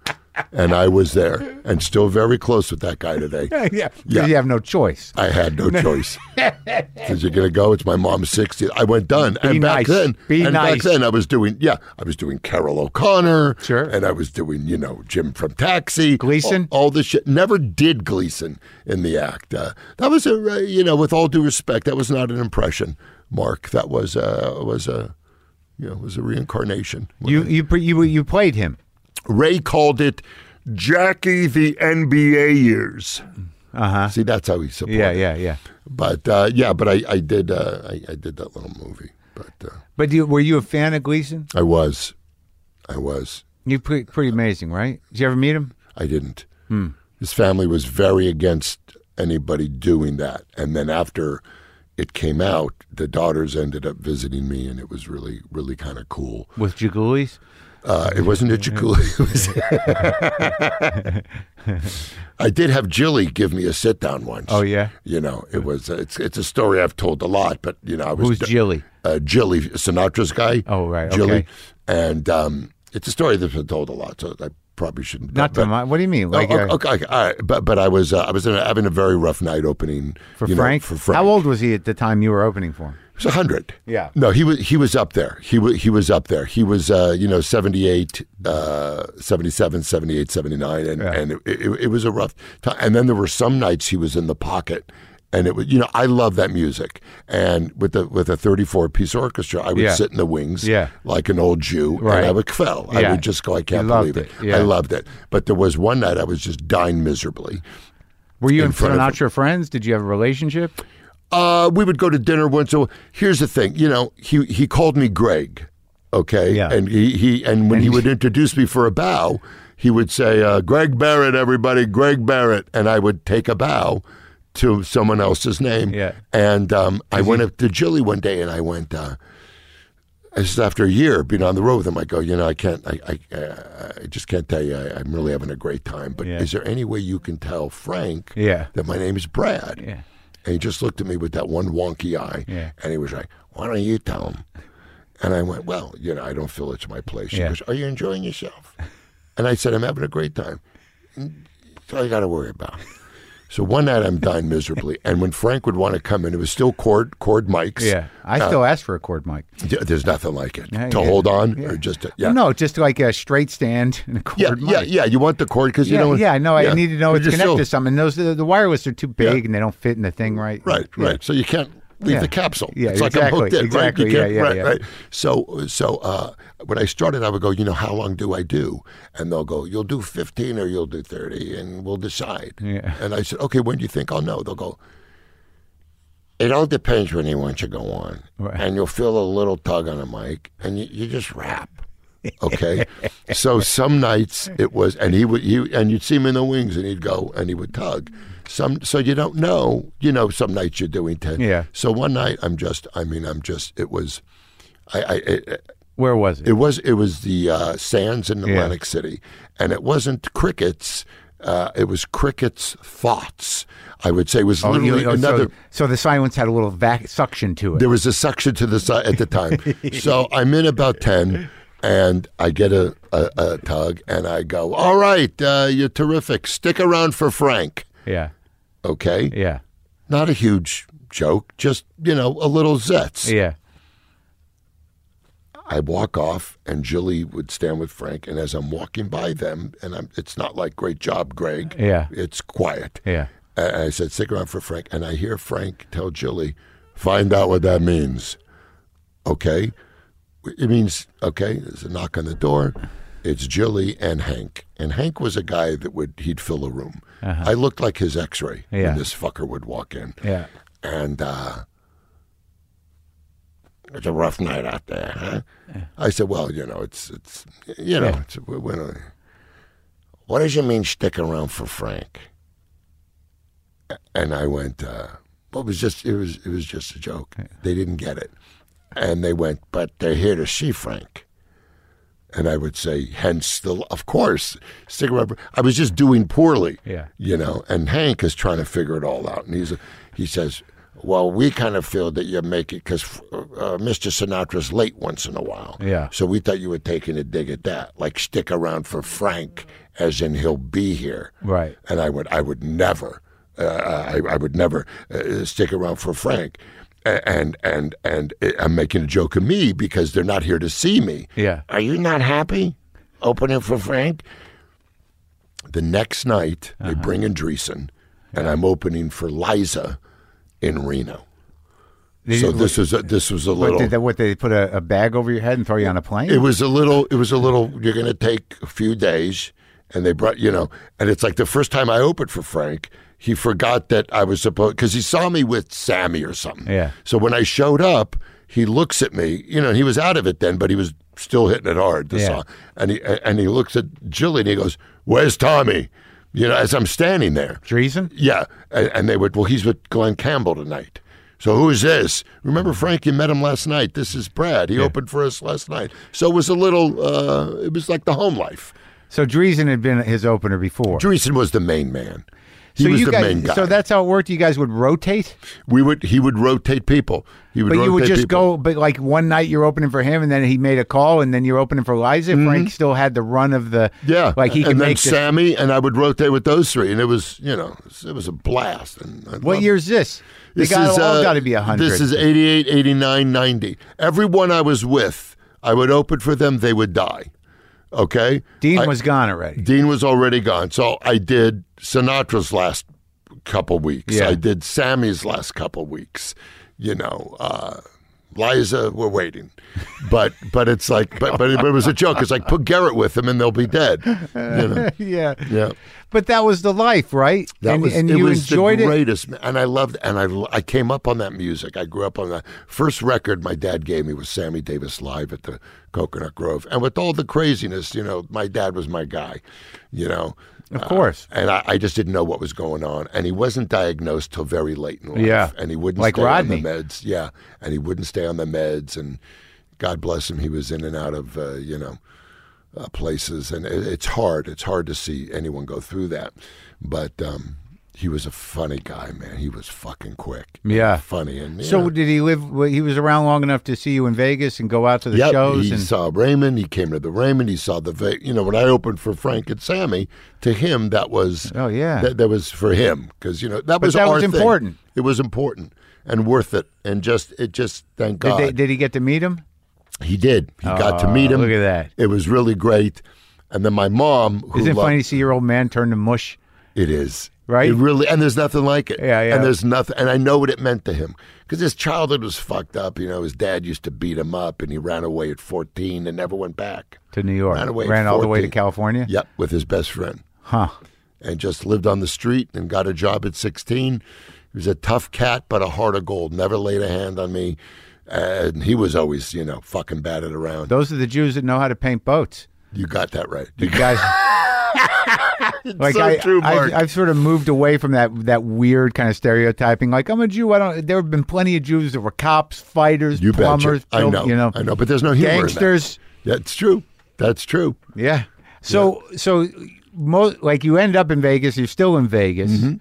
Speaker 3: And I was there. And still very close with that guy today.
Speaker 1: yeah, 'cause
Speaker 3: Yeah.
Speaker 1: you have no choice.
Speaker 3: I had no choice. Because you're going to go. It's my mom's 60th. I went done. and
Speaker 1: nice.
Speaker 3: back then,
Speaker 1: Be
Speaker 3: and
Speaker 1: nice.
Speaker 3: back then I was doing, yeah, I was doing Carol O'Connor.
Speaker 1: Sure.
Speaker 3: And I was doing, you know, Jim from Taxi.
Speaker 1: Gleason?
Speaker 3: All, all this shit. Never did Gleason in the act. Uh, that was a, uh, you know, with all due respect, that was not an impression, Mark. That was, uh, was a, you know, was a reincarnation.
Speaker 1: You you pre- you you played him.
Speaker 3: Ray called it Jackie the NBA years. Uh-huh. See, that's how he supported.
Speaker 1: Yeah,
Speaker 3: Yeah,
Speaker 1: yeah, yeah.
Speaker 3: But uh, yeah, but I, I did uh, I, I did that little movie. But uh,
Speaker 1: But do you, were you a fan of Gleason?
Speaker 3: I was, I was,
Speaker 1: You pretty pretty amazing, right? Did you ever meet him?
Speaker 3: I didn't.
Speaker 1: Hmm.
Speaker 3: His family was very against anybody doing that. And then after it came out, the daughters ended up visiting me, and it was really, really kind of cool.
Speaker 1: With Jigulis?
Speaker 3: Uh, it wasn't a Chikuli. It was. I did have Jilly give me a sit down once.
Speaker 1: Oh, yeah?
Speaker 3: You know, it was. It's it's a story I've told a lot, but you know, I was
Speaker 1: Who's Jilly?
Speaker 3: uh, Jilly Sinatra's guy.
Speaker 1: Oh, right,
Speaker 3: Jilly,
Speaker 1: okay.
Speaker 3: and um, it's a story that's been told a lot, so I probably shouldn't.
Speaker 1: Not
Speaker 3: but,
Speaker 1: to my. What do you mean?
Speaker 3: Oh,
Speaker 1: Like
Speaker 3: okay,
Speaker 1: uh,
Speaker 3: okay, okay, all right. But but I was uh, I was in a, having a very rough night opening
Speaker 1: for
Speaker 3: you know,
Speaker 1: Frank?
Speaker 3: for Frank.
Speaker 1: How old was he at the time you were opening for him?
Speaker 3: It was hundred.
Speaker 1: Yeah.
Speaker 3: No, he was he was up there. He was he was up there. He was uh, you know 78, uh, 77, 78, 79, and and it, it, it was a rough time. And then there were some nights he was in the pocket. And it was, you know, I love that music. And with the with a 34 piece orchestra, I would
Speaker 1: Yeah.
Speaker 3: sit in the wings
Speaker 1: Yeah.
Speaker 3: like an old Jew,
Speaker 1: Right.
Speaker 3: and I would quell. I
Speaker 1: Yeah.
Speaker 3: would just go, I can't
Speaker 1: loved
Speaker 3: believe it.
Speaker 1: it, yeah.
Speaker 3: I loved it. But there was one night I was just dying miserably,
Speaker 1: Were you
Speaker 3: In
Speaker 1: and
Speaker 3: front of
Speaker 1: Sinatra friends? Did you have a relationship?
Speaker 3: Uh, we would go to dinner once. So here's the thing, you know, he he called me Greg, okay,
Speaker 1: Yeah.
Speaker 3: and he, he and when he would introduce me for a bow, he would say, uh, "Greg Barrett, everybody, Greg Barrett," and I would take a bow to someone else's name.
Speaker 1: Yeah.
Speaker 3: and um, I went up to Jilly one day and I went. Uh, this is after a year of being on the road with him. I go, you know, I can't, I, I, uh, I just can't tell you. I, I'm really having a great time. But
Speaker 1: Yeah.
Speaker 3: is there any way you can tell Frank
Speaker 1: Yeah.
Speaker 3: that my name is Brad?
Speaker 1: Yeah.
Speaker 3: And he just looked at me with that one wonky eye.
Speaker 1: Yeah.
Speaker 3: And he was like, Why don't you tell him? And I went, Well, you know, I don't feel it's my place. He
Speaker 1: Yeah.
Speaker 3: goes, Are you enjoying yourself? And I said, I'm having a great time. That's all I got to worry about. So one night I'm dying miserably. And when Frank would want to come in, it was still cord, cord mics.
Speaker 1: Yeah. I
Speaker 3: Uh,
Speaker 1: still ask for a cord mic.
Speaker 3: Yeah, There's nothing like it.
Speaker 1: Yeah,
Speaker 3: to
Speaker 1: yeah.
Speaker 3: hold on or just to, yeah.
Speaker 1: No, just like a straight stand and a cord
Speaker 3: Yeah,
Speaker 1: mic.
Speaker 3: yeah, yeah. You want the cord because you
Speaker 1: yeah,
Speaker 3: don't.
Speaker 1: yeah, I know. I
Speaker 3: yeah.
Speaker 1: need to know
Speaker 3: You're
Speaker 1: it's
Speaker 3: just
Speaker 1: connected
Speaker 3: still-
Speaker 1: to something. Those the, the wireless are too big and they don't fit in the thing right.
Speaker 3: Right,
Speaker 1: Yeah.
Speaker 3: right. So you can't leave
Speaker 1: Yeah.
Speaker 3: the capsule.
Speaker 1: Yeah,
Speaker 3: it's like
Speaker 1: exactly,
Speaker 3: I'm hooked in,
Speaker 1: exactly.
Speaker 3: right?
Speaker 1: Yeah,
Speaker 3: You can't,
Speaker 1: yeah,
Speaker 3: right,
Speaker 1: yeah.
Speaker 3: right. So, so uh, when I started, I would go, you know, how long do I do? And they'll go, you'll do 15 or you'll do 30, and we'll decide.
Speaker 1: Yeah.
Speaker 3: And I said, okay, when do you think I'll know? They'll go, it all depends when you want you to go on.
Speaker 1: Right.
Speaker 3: And you'll feel a little tug on a mic, and you, you just rap. Okay, so some nights it was, and he would, he and you'd see him in the wings, and he'd go, and he would tug. Some, so you don't know, you know. Some nights you're doing ten.
Speaker 1: Yeah.
Speaker 3: So one night I'm just, I mean, I'm just. It was, I, I, it,
Speaker 1: Where was it?
Speaker 3: it was it was the uh, sands in
Speaker 1: Yeah.
Speaker 3: Atlantic City, and it wasn't crickets. Uh, it was crickets' thoughts. I would say it was
Speaker 1: Oh, you-
Speaker 3: literally
Speaker 1: oh, so-
Speaker 3: another.
Speaker 1: So, the silence had a little vac- suction to it.
Speaker 3: There was a suction to the side at the time, so I'm in about ten, and I get a, a, a tug, and I go, "All right, uh, you're terrific. Stick around for Frank."
Speaker 1: yeah,
Speaker 3: Okay,
Speaker 1: yeah,
Speaker 3: not a huge joke, just you know, a little zets.
Speaker 1: yeah.
Speaker 3: I walk off, and Jilly would stand with Frank. And as I'm walking by them, and I'm, it's not like "Great job, Greg."
Speaker 1: Yeah.
Speaker 3: it's quiet.
Speaker 1: Yeah.
Speaker 3: And I said, "Stick around for Frank." And I hear Frank tell Jilly, "Find out what that means." Okay, it means okay. There's a knock on the door. It's Jilly and Hank. And Hank was a guy that would he'd fill a room. I looked like his X-ray
Speaker 1: Yeah.
Speaker 3: when this fucker would walk in.
Speaker 1: Yeah.
Speaker 3: And uh, it's a rough night out there, huh? I said, well, you know, it's it's you know,
Speaker 1: Yeah.
Speaker 3: it's, we, we don't- what does you mean stick around for Frank? A- And I went, uh, well, it was just it was it was just a joke. They didn't get it, and they went, but they're here to see Frank. And I would say, hence the, of course, stick around. I was just doing poorly
Speaker 1: Yeah.
Speaker 3: you know. And Hank is trying to figure it all out, and he's he says, "Well, we kind of feel that you make it because uh, Mr. Sinatra's late once in a while,
Speaker 1: Yeah.
Speaker 3: So we thought you were taking a dig at that, like stick around for Frank, as in he'll be here,
Speaker 1: Right.
Speaker 3: And I would I would never, uh, I I would never uh, stick around for Frank. A- And and and I'm making a joke of me because they're not here to see me.
Speaker 1: Yeah.
Speaker 3: Are you not happy opening for Frank? The next night, they
Speaker 1: Uh-huh.
Speaker 3: bring in Dreesen, and I'm opening for Liza in Reno.
Speaker 1: Did
Speaker 3: so
Speaker 1: you-
Speaker 3: this was a, this was a
Speaker 1: What, did they,
Speaker 3: little.
Speaker 1: what they put a, a bag over your head and throw you on a plane?
Speaker 3: It was a little. It was a little. You're going to take a few days, and they brought you know, and it's like the first time I opened for Frank. He forgot that I was supposed because he saw me with Sammy or something.
Speaker 1: Yeah.
Speaker 3: So when I showed up, he looks at me. You know, he was out of it then, but he was still hitting it hard. The
Speaker 1: Yeah.
Speaker 3: song, and he and he looks at Jilly and he goes, "Where's Tommy?" You know, as I'm standing there.
Speaker 1: Dreesen?
Speaker 3: Yeah, and, and they would. Well, he's with Glenn Campbell tonight, So who is this?
Speaker 1: Mm-hmm.
Speaker 3: Remember, Frank, you met him last night. This is Brad. He opened for us last night. So it was a little, uh, it was like the home life.
Speaker 1: So Dreesen had been his opener before.
Speaker 3: Dreesen was the main man. He
Speaker 1: so
Speaker 3: was
Speaker 1: you
Speaker 3: the
Speaker 1: guys,
Speaker 3: main guy.
Speaker 1: so that's how it worked. You guys would rotate,
Speaker 3: we would he would rotate people. He would
Speaker 1: but
Speaker 3: rotate
Speaker 1: you would just
Speaker 3: people.
Speaker 1: go. But like one night you're opening for him, and then he made a call, and then you're opening for Liza. Frank still had the run of the
Speaker 3: Mm-hmm. Yeah,
Speaker 1: like he
Speaker 3: and
Speaker 1: could
Speaker 3: then
Speaker 1: make. the-
Speaker 3: Sammy and I would rotate with those three, and it was you know it was a blast. And I
Speaker 1: what
Speaker 3: loved-
Speaker 1: year's this?
Speaker 3: This
Speaker 1: they got,
Speaker 3: is
Speaker 1: all
Speaker 3: uh,
Speaker 1: got to be a hundred.
Speaker 3: This is 88, 89, 90. Everyone I was with, I would open for them. They would die. Okay,
Speaker 1: Dean
Speaker 3: I-
Speaker 1: was gone already.
Speaker 3: Dean was already gone, so I did Sinatra's last couple weeks.
Speaker 1: Yeah.
Speaker 3: I did Sammy's last couple weeks. You know, uh, Liza, we're waiting, but but it's like, but but it, but it was a joke. It's like put Garrett with them and they'll be dead. You know?
Speaker 1: yeah,
Speaker 3: Yeah,
Speaker 1: but that was the life, right?
Speaker 3: that
Speaker 1: and
Speaker 3: was
Speaker 1: and
Speaker 3: it
Speaker 1: you
Speaker 3: was
Speaker 1: enjoyed
Speaker 3: the
Speaker 1: it.
Speaker 3: greatest, ma- and I loved, and I I came up on that music. I grew up on that first record my dad gave me was Sammy Davis live at the Coconut Grove, and with all the craziness, you know, my dad was my guy. You know, Uh,
Speaker 1: Of course.
Speaker 3: and I, I just didn't know what was going on. And he wasn't diagnosed till very late in life.
Speaker 1: Yeah.
Speaker 3: and he wouldn't
Speaker 1: Like
Speaker 3: stay
Speaker 1: Rodney.
Speaker 3: on the meds. Yeah, and he wouldn't stay on the meds. And God bless him, he was in and out of uh, you know uh, places. And it, it's hard. It's hard to see anyone go through that. But um, he was a funny guy, man. He was fucking quick.
Speaker 1: Yeah.
Speaker 3: funny and you
Speaker 1: So
Speaker 3: know.
Speaker 1: did he live? well, He was around long enough to see you in Vegas and go out to the
Speaker 3: Yep,
Speaker 1: shows.
Speaker 3: he
Speaker 1: and
Speaker 3: saw Raymond. He came to the Raymond. He saw the, va- you know, when I opened for Frank and Sammy, to him that was,
Speaker 1: Oh, yeah.
Speaker 3: that, that was for him because you know that was
Speaker 1: that
Speaker 3: our
Speaker 1: was
Speaker 3: thing.
Speaker 1: important.
Speaker 3: It was important and worth it, and just it just thank
Speaker 1: did,
Speaker 3: God
Speaker 1: they, did he get to meet him?
Speaker 3: he did. He got to meet
Speaker 1: Oh,
Speaker 3: him.
Speaker 1: look at that.
Speaker 3: It was really great. And then my mom, who
Speaker 1: Isn't it
Speaker 3: loved-
Speaker 1: funny to see your old man turn to mush?
Speaker 3: it is.
Speaker 1: Right?
Speaker 3: It really and there's nothing like it.
Speaker 1: Yeah, yeah.
Speaker 3: And there's nothing and I know what it meant to him cuz his childhood was fucked up, you know, his dad used to beat him up and he ran away at 14 and never went back.
Speaker 1: to New York.
Speaker 3: Ran away at
Speaker 1: all the way to
Speaker 3: 14.
Speaker 1: California.
Speaker 3: Yep, with his best friend.
Speaker 1: Huh.
Speaker 3: and just lived on the street and got a job at 16. He was a tough cat, but a heart of gold. Never laid a hand on me. And he was always, you know, fucking batted around.
Speaker 1: Those are the Jews that know how to paint boats.
Speaker 3: You got that right. You got
Speaker 1: Guys, like
Speaker 3: so
Speaker 1: I,
Speaker 3: true, Mark.
Speaker 1: I've, I've sort of moved away from that that weird kind of stereotyping. Like I'm a Jew. I don't. There have been plenty of Jews that were cops, fighters,
Speaker 3: you betcha.
Speaker 1: plumbers.
Speaker 3: I
Speaker 1: built-
Speaker 3: know.
Speaker 1: You know.
Speaker 3: I know. But there's no humor. in that.
Speaker 1: Gangsters.
Speaker 3: That's true. That's true.
Speaker 1: Yeah. So so, mo- like you end up in Vegas. You're still in Vegas.
Speaker 3: Mm-hmm.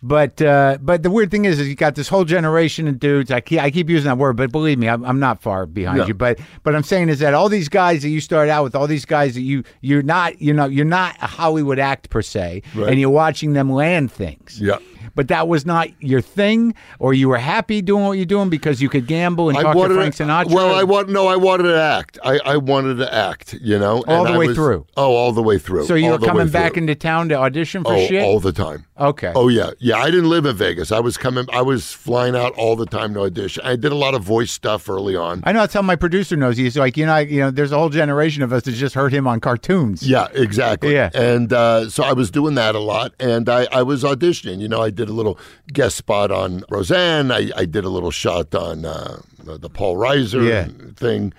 Speaker 1: But uh, but the weird thing is, is you got this whole generation of dudes. I keep, I keep using that word, but believe me, I'm, I'm not far behind
Speaker 3: No.
Speaker 1: you. But but I'm saying is that all these guys that you start out with, all these guys that you you're not you know you're not a Hollywood act per se,
Speaker 3: Right.
Speaker 1: and you're watching them land things.
Speaker 3: Yeah.
Speaker 1: But that was not your thing, or you were happy doing what you're doing because you could gamble and
Speaker 3: I
Speaker 1: talk to
Speaker 3: wanted
Speaker 1: Frank
Speaker 3: to-
Speaker 1: Sinatra.
Speaker 3: Well, I want no, I wanted to act. I, I wanted to act, you know.
Speaker 1: All
Speaker 3: and
Speaker 1: the
Speaker 3: I
Speaker 1: way
Speaker 3: was-
Speaker 1: through.
Speaker 3: Oh, all the way through.
Speaker 1: so you
Speaker 3: All
Speaker 1: were
Speaker 3: the way
Speaker 1: coming back
Speaker 3: through.
Speaker 1: into town to audition for
Speaker 3: oh,
Speaker 1: shit.
Speaker 3: all the time.
Speaker 1: okay.
Speaker 3: Oh yeah, yeah. I didn't live in Vegas. I was coming. I was flying out all the time to audition. I did a lot of voice stuff early on.
Speaker 1: I know that's how my producer knows you. He's like, you know, I, you know, there's a whole generation of us that just heard him on cartoons.
Speaker 3: yeah, exactly.
Speaker 1: Yeah.
Speaker 3: and uh, so I was doing that a lot, and I, I was auditioning. You know, I did a little guest spot on Roseanne. I, I did a little shot on uh, the, the Paul Reiser
Speaker 1: Yeah.
Speaker 3: thing.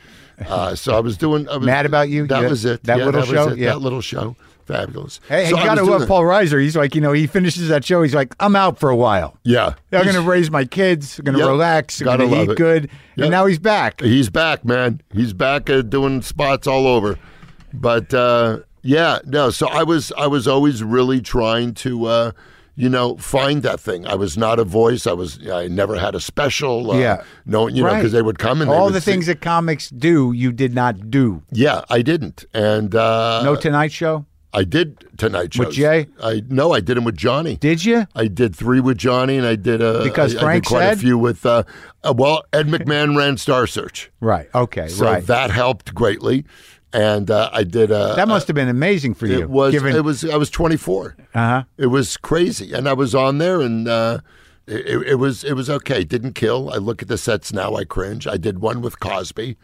Speaker 3: Uh, so I was doing. I was,
Speaker 1: Mad About You?
Speaker 3: That
Speaker 1: Yeah,
Speaker 3: was it.
Speaker 1: that
Speaker 3: Yeah,
Speaker 1: little
Speaker 3: that
Speaker 1: show?
Speaker 3: Was it.
Speaker 1: Yeah.
Speaker 3: That little show. Fabulous.
Speaker 1: Hey,
Speaker 3: So
Speaker 1: you
Speaker 3: I
Speaker 1: got to
Speaker 3: was doing
Speaker 1: love
Speaker 3: that.
Speaker 1: Paul Reiser. He's like, you know, he finishes that show. He's like, I'm out for a while.
Speaker 3: Yeah,
Speaker 1: I'm
Speaker 3: He's-
Speaker 1: going to raise my kids. I'm going to
Speaker 3: Yep.
Speaker 1: relax. I'm
Speaker 3: Gotta
Speaker 1: going to
Speaker 3: love
Speaker 1: eat
Speaker 3: it.
Speaker 1: good. And
Speaker 3: Yep.
Speaker 1: now he's back.
Speaker 3: He's back, man. He's back uh, doing spots all over. But uh, yeah, no. So I was I was always really trying to uh, you know find that thing. I was not a voice. I was I never had a special. Uh,
Speaker 1: Yeah.
Speaker 3: No, you know
Speaker 1: Right.
Speaker 3: because they would come and they
Speaker 1: All
Speaker 3: would
Speaker 1: the
Speaker 3: see-
Speaker 1: things that comics do, you did not do.
Speaker 3: Yeah, I didn't, and uh,
Speaker 1: No Tonight Show,
Speaker 3: I did tonight shows
Speaker 1: With Jay?
Speaker 3: I no, I did them with Johnny.
Speaker 1: did you?
Speaker 3: I did three with Johnny, and I did uh,
Speaker 1: Because
Speaker 3: I- I
Speaker 1: Frank
Speaker 3: did quite
Speaker 1: said?
Speaker 3: a few with uh, uh, well Ed McMahon ran Star Search,
Speaker 1: Right. Okay.
Speaker 3: so
Speaker 1: right. That,
Speaker 3: that helped greatly. And uh, I did uh,
Speaker 1: must have been amazing for you.
Speaker 3: It was.
Speaker 1: given-
Speaker 3: It was. I was 24.
Speaker 1: Uh-huh.
Speaker 3: It was crazy, and I was on there, and uh, it, it was. It was okay. It didn't kill. I look at the sets now. I cringe. I did one with Cosby,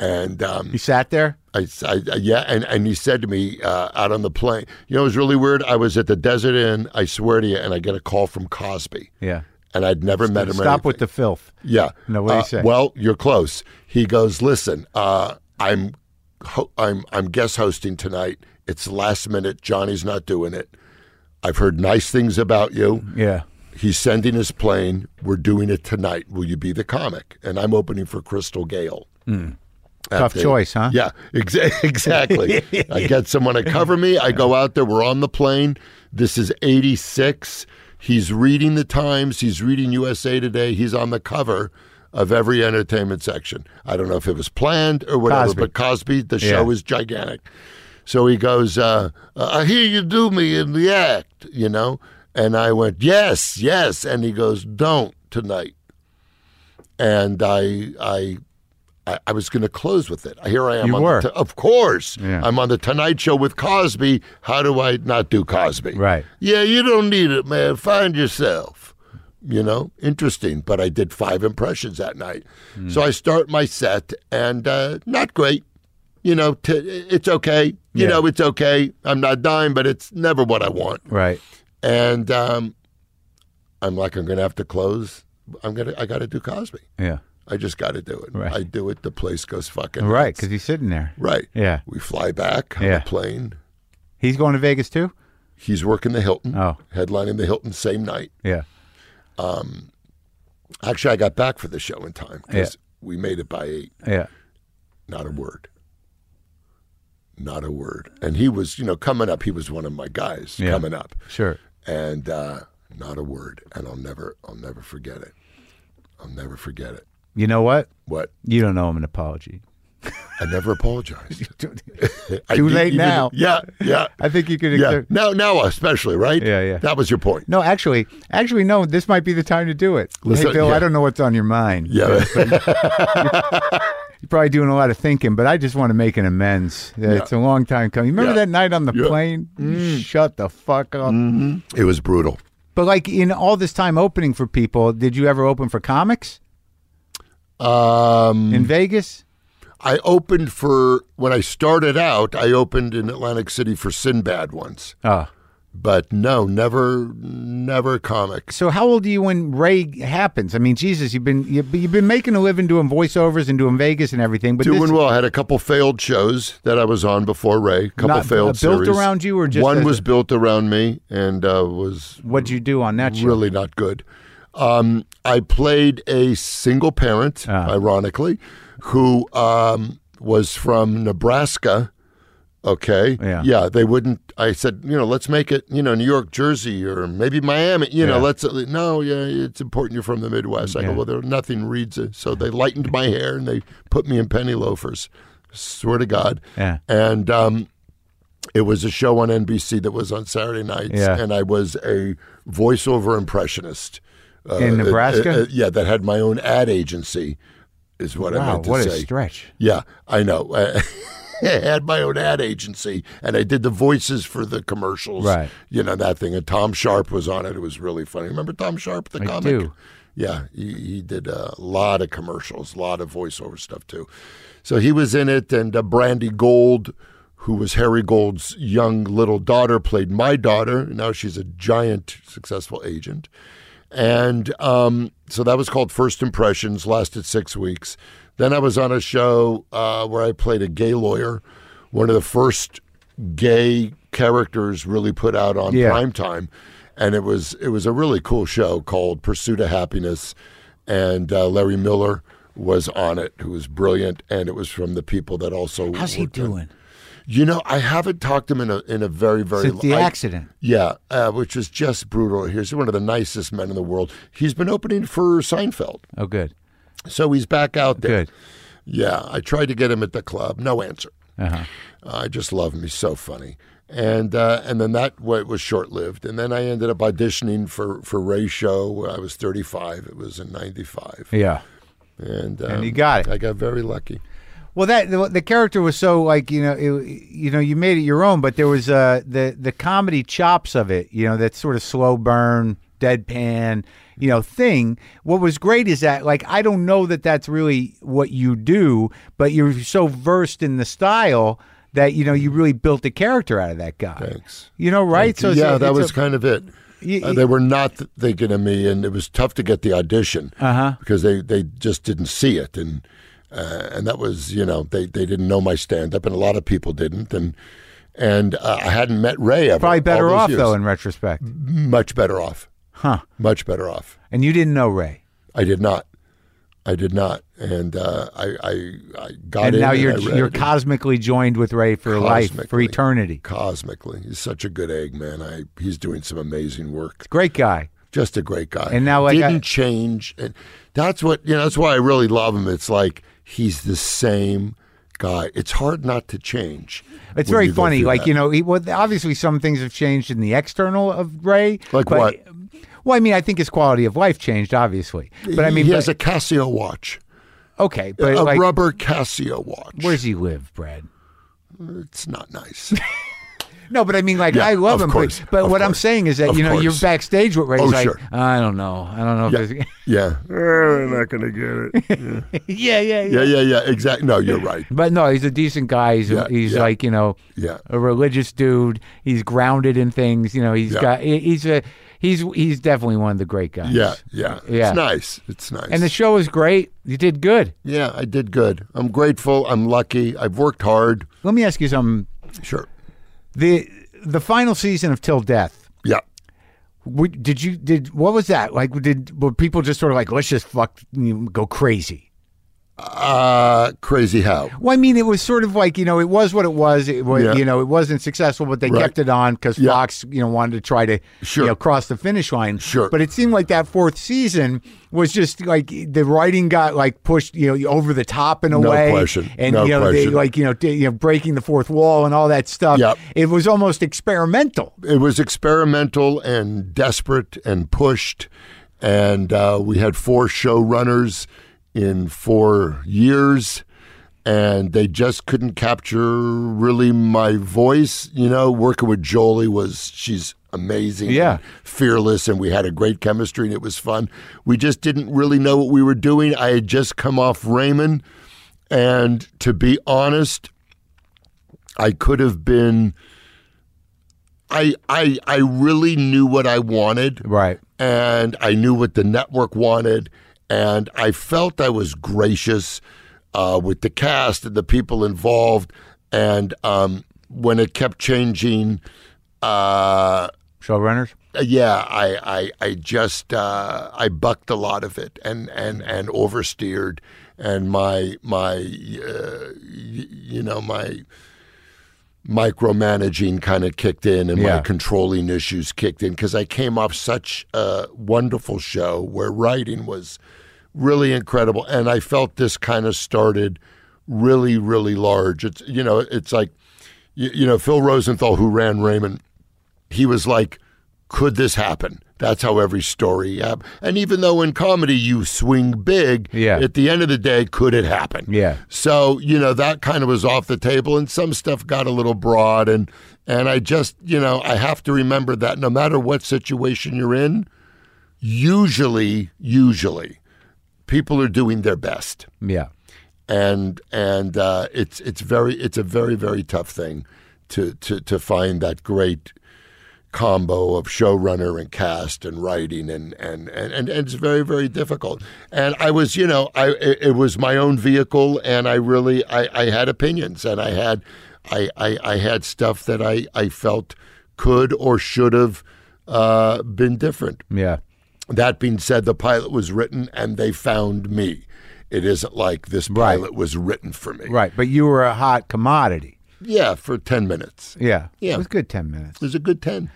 Speaker 3: and um,
Speaker 1: You sat there.
Speaker 3: I, I, I- yeah, and, and he said to me uh, out on the plane. You know, it was really weird. I was at the Desert Inn. I swear to you, and I get a call from Cosby.
Speaker 1: Yeah.
Speaker 3: And I'd never met him. or
Speaker 1: Stop
Speaker 3: anything.
Speaker 1: with the filth.
Speaker 3: Yeah.
Speaker 1: No, what did he
Speaker 3: Uh,
Speaker 1: say?
Speaker 3: Well, you're close. He goes, "Listen, uh, I'm, ho- I'm, I'm guest hosting tonight. It's last minute. Johnny's not doing it. I've heard nice things about you.
Speaker 1: Yeah.
Speaker 3: He's sending his plane. We're doing it tonight. Will you be the comic? And I'm opening for Crystal Gale. At
Speaker 1: Hmm. Tough
Speaker 3: the-
Speaker 1: choice, huh?
Speaker 3: Yeah, exa- exactly. I get someone to cover me. I go out there. We're on the plane. This is 86. He's reading the Times. He's reading USA Today. He's on the cover of every entertainment section. I don't know if it was planned or whatever,
Speaker 1: Cosby.
Speaker 3: but Cosby, the
Speaker 1: Yeah.
Speaker 3: show is gigantic. So he goes, uh, I hear you do me in the act, you know? And I went, yes, yes. And he goes, don't tonight. And I, I, I, I was going to close with it. Here I am.
Speaker 1: You
Speaker 3: on
Speaker 1: were.
Speaker 3: The t- of course.
Speaker 1: Yeah.
Speaker 3: I'm on the Tonight Show with Cosby. How do I not do Cosby?
Speaker 1: Right.
Speaker 3: Yeah, you don't need it, man. Find yourself. You know, interesting. But I did five impressions that night.
Speaker 1: Hmm.
Speaker 3: So I start my set, and uh, not great. You know, t- it's okay. You
Speaker 1: Yeah.
Speaker 3: know, it's okay. I'm not dying, but it's never what I want
Speaker 1: Right.
Speaker 3: and um, I'm like, I'm gonna have to close. I'm gonna, I gotta do Cosby.
Speaker 1: Yeah.
Speaker 3: I just gotta do it.
Speaker 1: Right.
Speaker 3: I do it. The place goes fucking
Speaker 1: Right.
Speaker 3: nuts.
Speaker 1: Because he's sitting there.
Speaker 3: Right.
Speaker 1: Yeah.
Speaker 3: We fly back on
Speaker 1: Yeah.
Speaker 3: the plane.
Speaker 1: He's going to Vegas too.
Speaker 3: He's working the Hilton.
Speaker 1: Oh.
Speaker 3: Headlining the Hilton same night.
Speaker 1: Yeah.
Speaker 3: Actually, I got back for the show in time because
Speaker 1: Yeah.
Speaker 3: we made it by eight.
Speaker 1: Yeah.
Speaker 3: Not a word. Not a word. And he was, you know, coming up. He was one of my guys
Speaker 1: Yeah.
Speaker 3: coming up.
Speaker 1: Sure.
Speaker 3: and uh, not a word. And I'll never, I'll never forget it. I'll never forget it.
Speaker 1: You know what?
Speaker 3: What?
Speaker 1: You don't owe him an apology.
Speaker 3: I never apologized. I
Speaker 1: Too
Speaker 3: didn't
Speaker 1: late
Speaker 3: even-
Speaker 1: now.
Speaker 3: Yeah, yeah,
Speaker 1: I think you could.
Speaker 3: yeah.
Speaker 1: accept-
Speaker 3: Now, now, especially, right?
Speaker 1: Yeah, yeah.
Speaker 3: That was your point.
Speaker 1: No, actually, actually, no. This might be the time to do it.
Speaker 3: Listen,
Speaker 1: hey, Bill,
Speaker 3: yeah.
Speaker 1: I don't know what's on your mind.
Speaker 3: Yeah,
Speaker 1: You're probably doing a lot of thinking, but I just want to make an amends. Uh, It's a long time coming. Remember
Speaker 3: Yeah.
Speaker 1: that night on the
Speaker 3: Yeah. Mm.
Speaker 1: plane? You Shut the fuck up.
Speaker 3: it was brutal.
Speaker 1: But like in all this time opening for people, did you ever open for comics
Speaker 3: Um,
Speaker 1: in Vegas?
Speaker 3: I opened for when I started out. I opened in Atlantic City for Sinbad once,
Speaker 1: Oh.
Speaker 3: but no, never, never comics.
Speaker 1: So how old are you when Ray happens? I mean, Jesus, you've been you've been- you've been making a living doing voiceovers and doing Vegas and everything, but
Speaker 3: Doing
Speaker 1: this,
Speaker 3: well. I had a couple failed shows that I was on before Ray. Couple
Speaker 1: Not-
Speaker 3: failed
Speaker 1: uh, built
Speaker 3: series.
Speaker 1: around you or just
Speaker 3: one
Speaker 1: as
Speaker 3: was
Speaker 1: a-
Speaker 3: built around me and uh, was
Speaker 1: what'd you do on that show?
Speaker 3: really not good. Um, I played a single parent,
Speaker 1: Ah.
Speaker 3: ironically, who um, was from Nebraska. Okay.
Speaker 1: Yeah.
Speaker 3: They wouldn't. I said, you know, let's make it, you know, New York, Jersey, or maybe Miami. You know,
Speaker 1: Yeah.
Speaker 3: let's. No, yeah, it's important. You're from the Midwest. I go,
Speaker 1: Yeah.
Speaker 3: well, there nothing reads it. So they lightened my hair and they put me in penny loafers. Swear to God.
Speaker 1: Yeah.
Speaker 3: And um, it was a show on NBC that was on Saturday nights,
Speaker 1: Yeah.
Speaker 3: and I was a voiceover impressionist uh,
Speaker 1: In Nebraska?
Speaker 3: uh, uh, yeah, that had my own ad agency, is what I
Speaker 1: Wow,
Speaker 3: meant to
Speaker 1: what
Speaker 3: say.
Speaker 1: a stretch.
Speaker 3: yeah, I know. I had my own ad agency, and I did the voices for the commercials.
Speaker 1: Right.
Speaker 3: You know that thing, and Tom Sharp was on it. It was really funny. Remember Tom Sharp, the
Speaker 1: I
Speaker 3: comic?
Speaker 1: do.
Speaker 3: Yeah, he, he did a lot of commercials, a lot of voiceover stuff too. So he was in it, and uh, Brandy Gold, who was Harry Gold's young little daughter, played my daughter. Now she's a giant, successful agent. And um, so that was called First Impressions, lasted six weeks. Then I was on a show uh, where I played a gay lawyer, one of the first gay characters really put out on
Speaker 1: Yeah.
Speaker 3: prime time, and it was it was a really cool show called Pursuit of Happiness, and uh, Larry Miller was on it, who was brilliant, and it was from the people that also.
Speaker 1: How's he
Speaker 3: worked on-
Speaker 1: doing?
Speaker 3: You know, I haven't talked to him in a in a very very
Speaker 1: Since the
Speaker 3: I-
Speaker 1: accident.
Speaker 3: yeah, uh, which was just brutal. He's one of the nicest men in the world. He's been opening for Seinfeld,
Speaker 1: Oh, good,
Speaker 3: so he's back out there.
Speaker 1: good.
Speaker 3: Yeah, I tried to get him at the club. No answer.
Speaker 1: Uh-huh.
Speaker 3: I Uh, just love him. He's so funny. And uh, and then that wa- was short lived. And then I ended up auditioning for for Ray Show. When I was 35. It was in 95.
Speaker 1: Yeah.
Speaker 3: And, um,
Speaker 1: you got it.
Speaker 3: I got very lucky.
Speaker 1: Well, that the, the character was so like you know it, you know you made it your own, but there was uh, the the comedy chops of it, you know that sort of slow burn, deadpan, you know thing. What was great is that like I don't know that that's really what you do, but you're so versed in the style that you know you really built a character out of that guy.
Speaker 3: Thanks.
Speaker 1: You know, right?
Speaker 3: So
Speaker 1: it's
Speaker 3: yeah,
Speaker 1: a-
Speaker 3: that
Speaker 1: it's
Speaker 3: was
Speaker 1: a-
Speaker 3: kind of it.
Speaker 1: Y-
Speaker 3: Uh, they were not th- thinking of me, and it was tough to get the audition
Speaker 1: Uh-huh.
Speaker 3: because they, they just didn't see it, and uh, and that was you know they, they didn't know my stand up, and a lot of people didn't, and and uh, I hadn't met Ray ever.
Speaker 1: probably better
Speaker 3: all those
Speaker 1: off
Speaker 3: years.
Speaker 1: though in retrospect.
Speaker 3: much better off.
Speaker 1: Huh.
Speaker 3: Much better off.
Speaker 1: And you didn't know Ray.
Speaker 3: I did not. I did not. And uh, I, I, I got
Speaker 1: and
Speaker 3: in
Speaker 1: now you're
Speaker 3: and I read
Speaker 1: you're
Speaker 3: it.
Speaker 1: cosmically joined with Ray for life, for
Speaker 3: Cosmically.
Speaker 1: eternity.
Speaker 3: cosmically. He's such a good egg, man. I he's doing some amazing work.
Speaker 1: Great guy.
Speaker 3: Just a great guy.
Speaker 1: And now, like, I-
Speaker 3: didn't change. And that's what you know. That's why I really love him. It's like he's the same guy. It's hard not to change.
Speaker 1: It's
Speaker 3: when
Speaker 1: very
Speaker 3: you go
Speaker 1: funny.
Speaker 3: through
Speaker 1: Like
Speaker 3: that.
Speaker 1: you know, he, well, obviously some things have changed in the external of Ray.
Speaker 3: Like
Speaker 1: but-
Speaker 3: what?
Speaker 1: Well, I mean, I think his quality of life changed, obviously. But I mean,
Speaker 3: he
Speaker 1: but-
Speaker 3: has a Casio watch,
Speaker 1: okay, but
Speaker 3: a
Speaker 1: like,
Speaker 3: rubber Casio watch.
Speaker 1: where does he live, Brad?
Speaker 3: it's not nice.
Speaker 1: No, but I mean, like,
Speaker 3: Yeah,
Speaker 1: I love
Speaker 3: of
Speaker 1: him.
Speaker 3: course,
Speaker 1: but but
Speaker 3: of
Speaker 1: what I'm
Speaker 3: course,
Speaker 1: saying is that
Speaker 3: of
Speaker 1: you know you're
Speaker 3: course.
Speaker 1: backstage with Ray.
Speaker 3: Oh,
Speaker 1: He's like,
Speaker 3: sure.
Speaker 1: I don't know, I don't know. If there's-
Speaker 3: yeah, we're not gonna get it.
Speaker 1: yeah, yeah, yeah,
Speaker 3: Yeah, yeah, yeah. Exactly. No, you're right.
Speaker 1: But no, he's a decent guy. He's,
Speaker 3: Yeah,
Speaker 1: he's
Speaker 3: yeah.
Speaker 1: like you know,
Speaker 3: Yeah.
Speaker 1: a religious dude. He's grounded in things. You know, he's
Speaker 3: Yeah.
Speaker 1: got he- he's a he's he's definitely one of the great guys.
Speaker 3: Yeah, yeah,
Speaker 1: Yeah.
Speaker 3: It's nice. It's nice.
Speaker 1: And the show was great. You did good.
Speaker 3: Yeah, I did good. I'm grateful. I'm lucky. I've worked hard.
Speaker 1: Let me ask you something.
Speaker 3: Sure.
Speaker 1: the The final season of Till Death.
Speaker 3: Yeah.
Speaker 1: w- Did you did what was that like? Did were people just sort of like let's just fuck you know, go crazy?
Speaker 3: Uh, crazy how?
Speaker 1: Well, I mean, it was sort of like you know, it was what it was. It was
Speaker 3: Yeah.
Speaker 1: you know, it wasn't successful, but they
Speaker 3: Right.
Speaker 1: kept it on because
Speaker 3: Yeah.
Speaker 1: Fox you know wanted to try to
Speaker 3: Sure.
Speaker 1: you know, cross the finish line.
Speaker 3: Sure.
Speaker 1: but it seemed like that fourth season was just like the writing got like pushed you know over the top in a
Speaker 3: No
Speaker 1: way,
Speaker 3: question.
Speaker 1: and
Speaker 3: No
Speaker 1: you know, They,
Speaker 3: question.
Speaker 1: like you know, d- you know, breaking the fourth wall and all that stuff.
Speaker 3: Yep.
Speaker 1: It was almost experimental.
Speaker 3: It was experimental and desperate and pushed. And uh, we had four showrunners in four years. And they just couldn't capture really my voice. You know, working with Jolie was, she's amazing.
Speaker 1: Yeah.
Speaker 3: and fearless and we had a great chemistry and it was fun. We just didn't really know what we were doing. I had just come off Raymond and to be honest, I could have been I I I really knew what I wanted
Speaker 1: Right.
Speaker 3: and I knew what the network wanted, and I felt I was gracious uh, with the cast and the people involved. And um, when it kept changing, uh,
Speaker 1: Showrunners.
Speaker 3: yeah, I I, I just uh, I bucked a lot of it and and and oversteered, and my my uh, y- you know my micromanaging kind of kicked in and
Speaker 1: Yeah.
Speaker 3: my controlling issues kicked in because I came off such a wonderful show where writing was really incredible and I felt this kind of started really really large it's you know it's like you, you know Phil Rosenthal who ran Raymond he was like, could this happen? That's how every story happened. And even though in comedy you swing big,
Speaker 1: Yeah.
Speaker 3: at the end of the day, could it happen?
Speaker 1: Yeah.
Speaker 3: So, you know, that kind of was off the table and some stuff got a little broad and and I just, you know, I have to remember that no matter what situation you're in, usually, usually, people are doing their best
Speaker 1: Yeah.
Speaker 3: and and uh, it's it's very it's a very very tough thing to to to find that great combo of showrunner and cast and writing and and and, and, and it's very very difficult and i was you know i it, it was my own vehicle and i really i i had opinions and i had i i, I had stuff that i i felt could or should have uh, been different
Speaker 1: Yeah.
Speaker 3: that being said, the pilot was written and they found me. It isn't like this
Speaker 1: Right.
Speaker 3: pilot was written for me.
Speaker 1: Right. But you were a hot commodity.
Speaker 3: Yeah, for 10 minutes.
Speaker 1: Yeah.
Speaker 3: Yeah.
Speaker 1: It was a good 10 minutes.
Speaker 3: It was a good 10.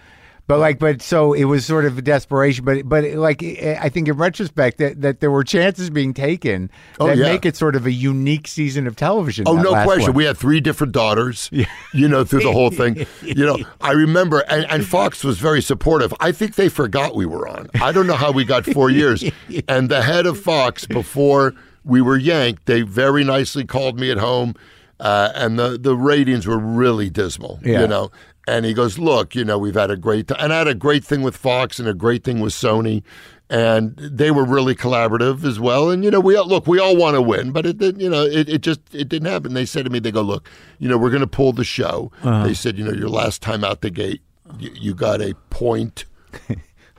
Speaker 1: But like, but so it was sort of a desperation. But but like, I I think in retrospect that, that there were chances being taken
Speaker 3: Oh,
Speaker 1: that
Speaker 3: yeah.
Speaker 1: make it sort of a unique season of television.
Speaker 3: Oh,
Speaker 1: that
Speaker 3: no
Speaker 1: last
Speaker 3: question.
Speaker 1: one.
Speaker 3: We had three different daughters, you know, through the whole thing. You know, I remember, and, and Fox was very supportive. I think they forgot we were on. I don't know how we got four years. And the head of Fox, before we were yanked, they very nicely called me at home, uh, and the, the ratings were really dismal,
Speaker 1: Yeah.
Speaker 3: you know. And he goes, Look, you know, we've had a great time. And I had a great thing with Fox and a great thing with Sony. And they were really collaborative as well. And, you know, we all, look, we all want to win, but it didn't, you know, it, it just, it didn't happen. They said to me, they go, look, you know, we're going to pull the show. They said, you know, your last time out the gate, you, you got a point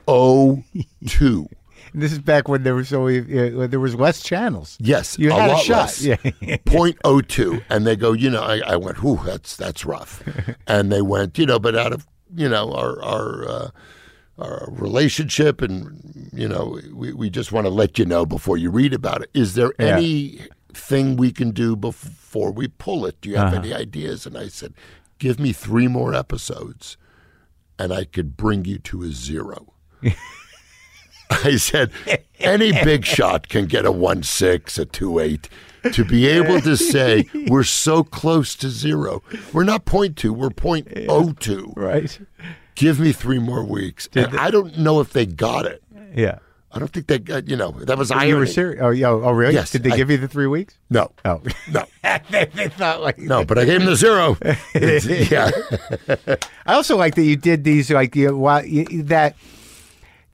Speaker 3: oh two.
Speaker 1: This is back when there was only uh, there was less channels.
Speaker 3: Yes,
Speaker 1: You
Speaker 3: a
Speaker 1: had a
Speaker 3: lot
Speaker 1: shot.
Speaker 3: less.
Speaker 1: Yeah.
Speaker 3: 0.02. And they go, you know, I, I went, whew, that's that's rough. and they went, you know, but out of you know our our uh, our relationship, and you know, we, we just want to let you know before you read about it. Is there
Speaker 1: Yeah.
Speaker 3: anything we can do before we pull it? Do you
Speaker 1: Uh-huh.
Speaker 3: have any ideas? And I said, give me three more episodes, and I could bring you to a zero. I said, any big shot can get a one six, a two eight. To be able to say we're so close to zero, we're not point two, we're point oh two.
Speaker 1: Right.
Speaker 3: Give me three more weeks. And I don't know if they got it.
Speaker 1: Yeah.
Speaker 3: I don't think they got. You know, that was
Speaker 1: Oh,
Speaker 3: irony.
Speaker 1: You were serious. Oh, yeah. Oh, really?
Speaker 3: Yes,
Speaker 1: Did they
Speaker 3: I-
Speaker 1: give you the three weeks?
Speaker 3: No,
Speaker 1: Oh,
Speaker 3: no,
Speaker 1: they, they thought like
Speaker 3: no. But I gave him the zero. It's- yeah,
Speaker 1: I also like that you did these like you, while you that.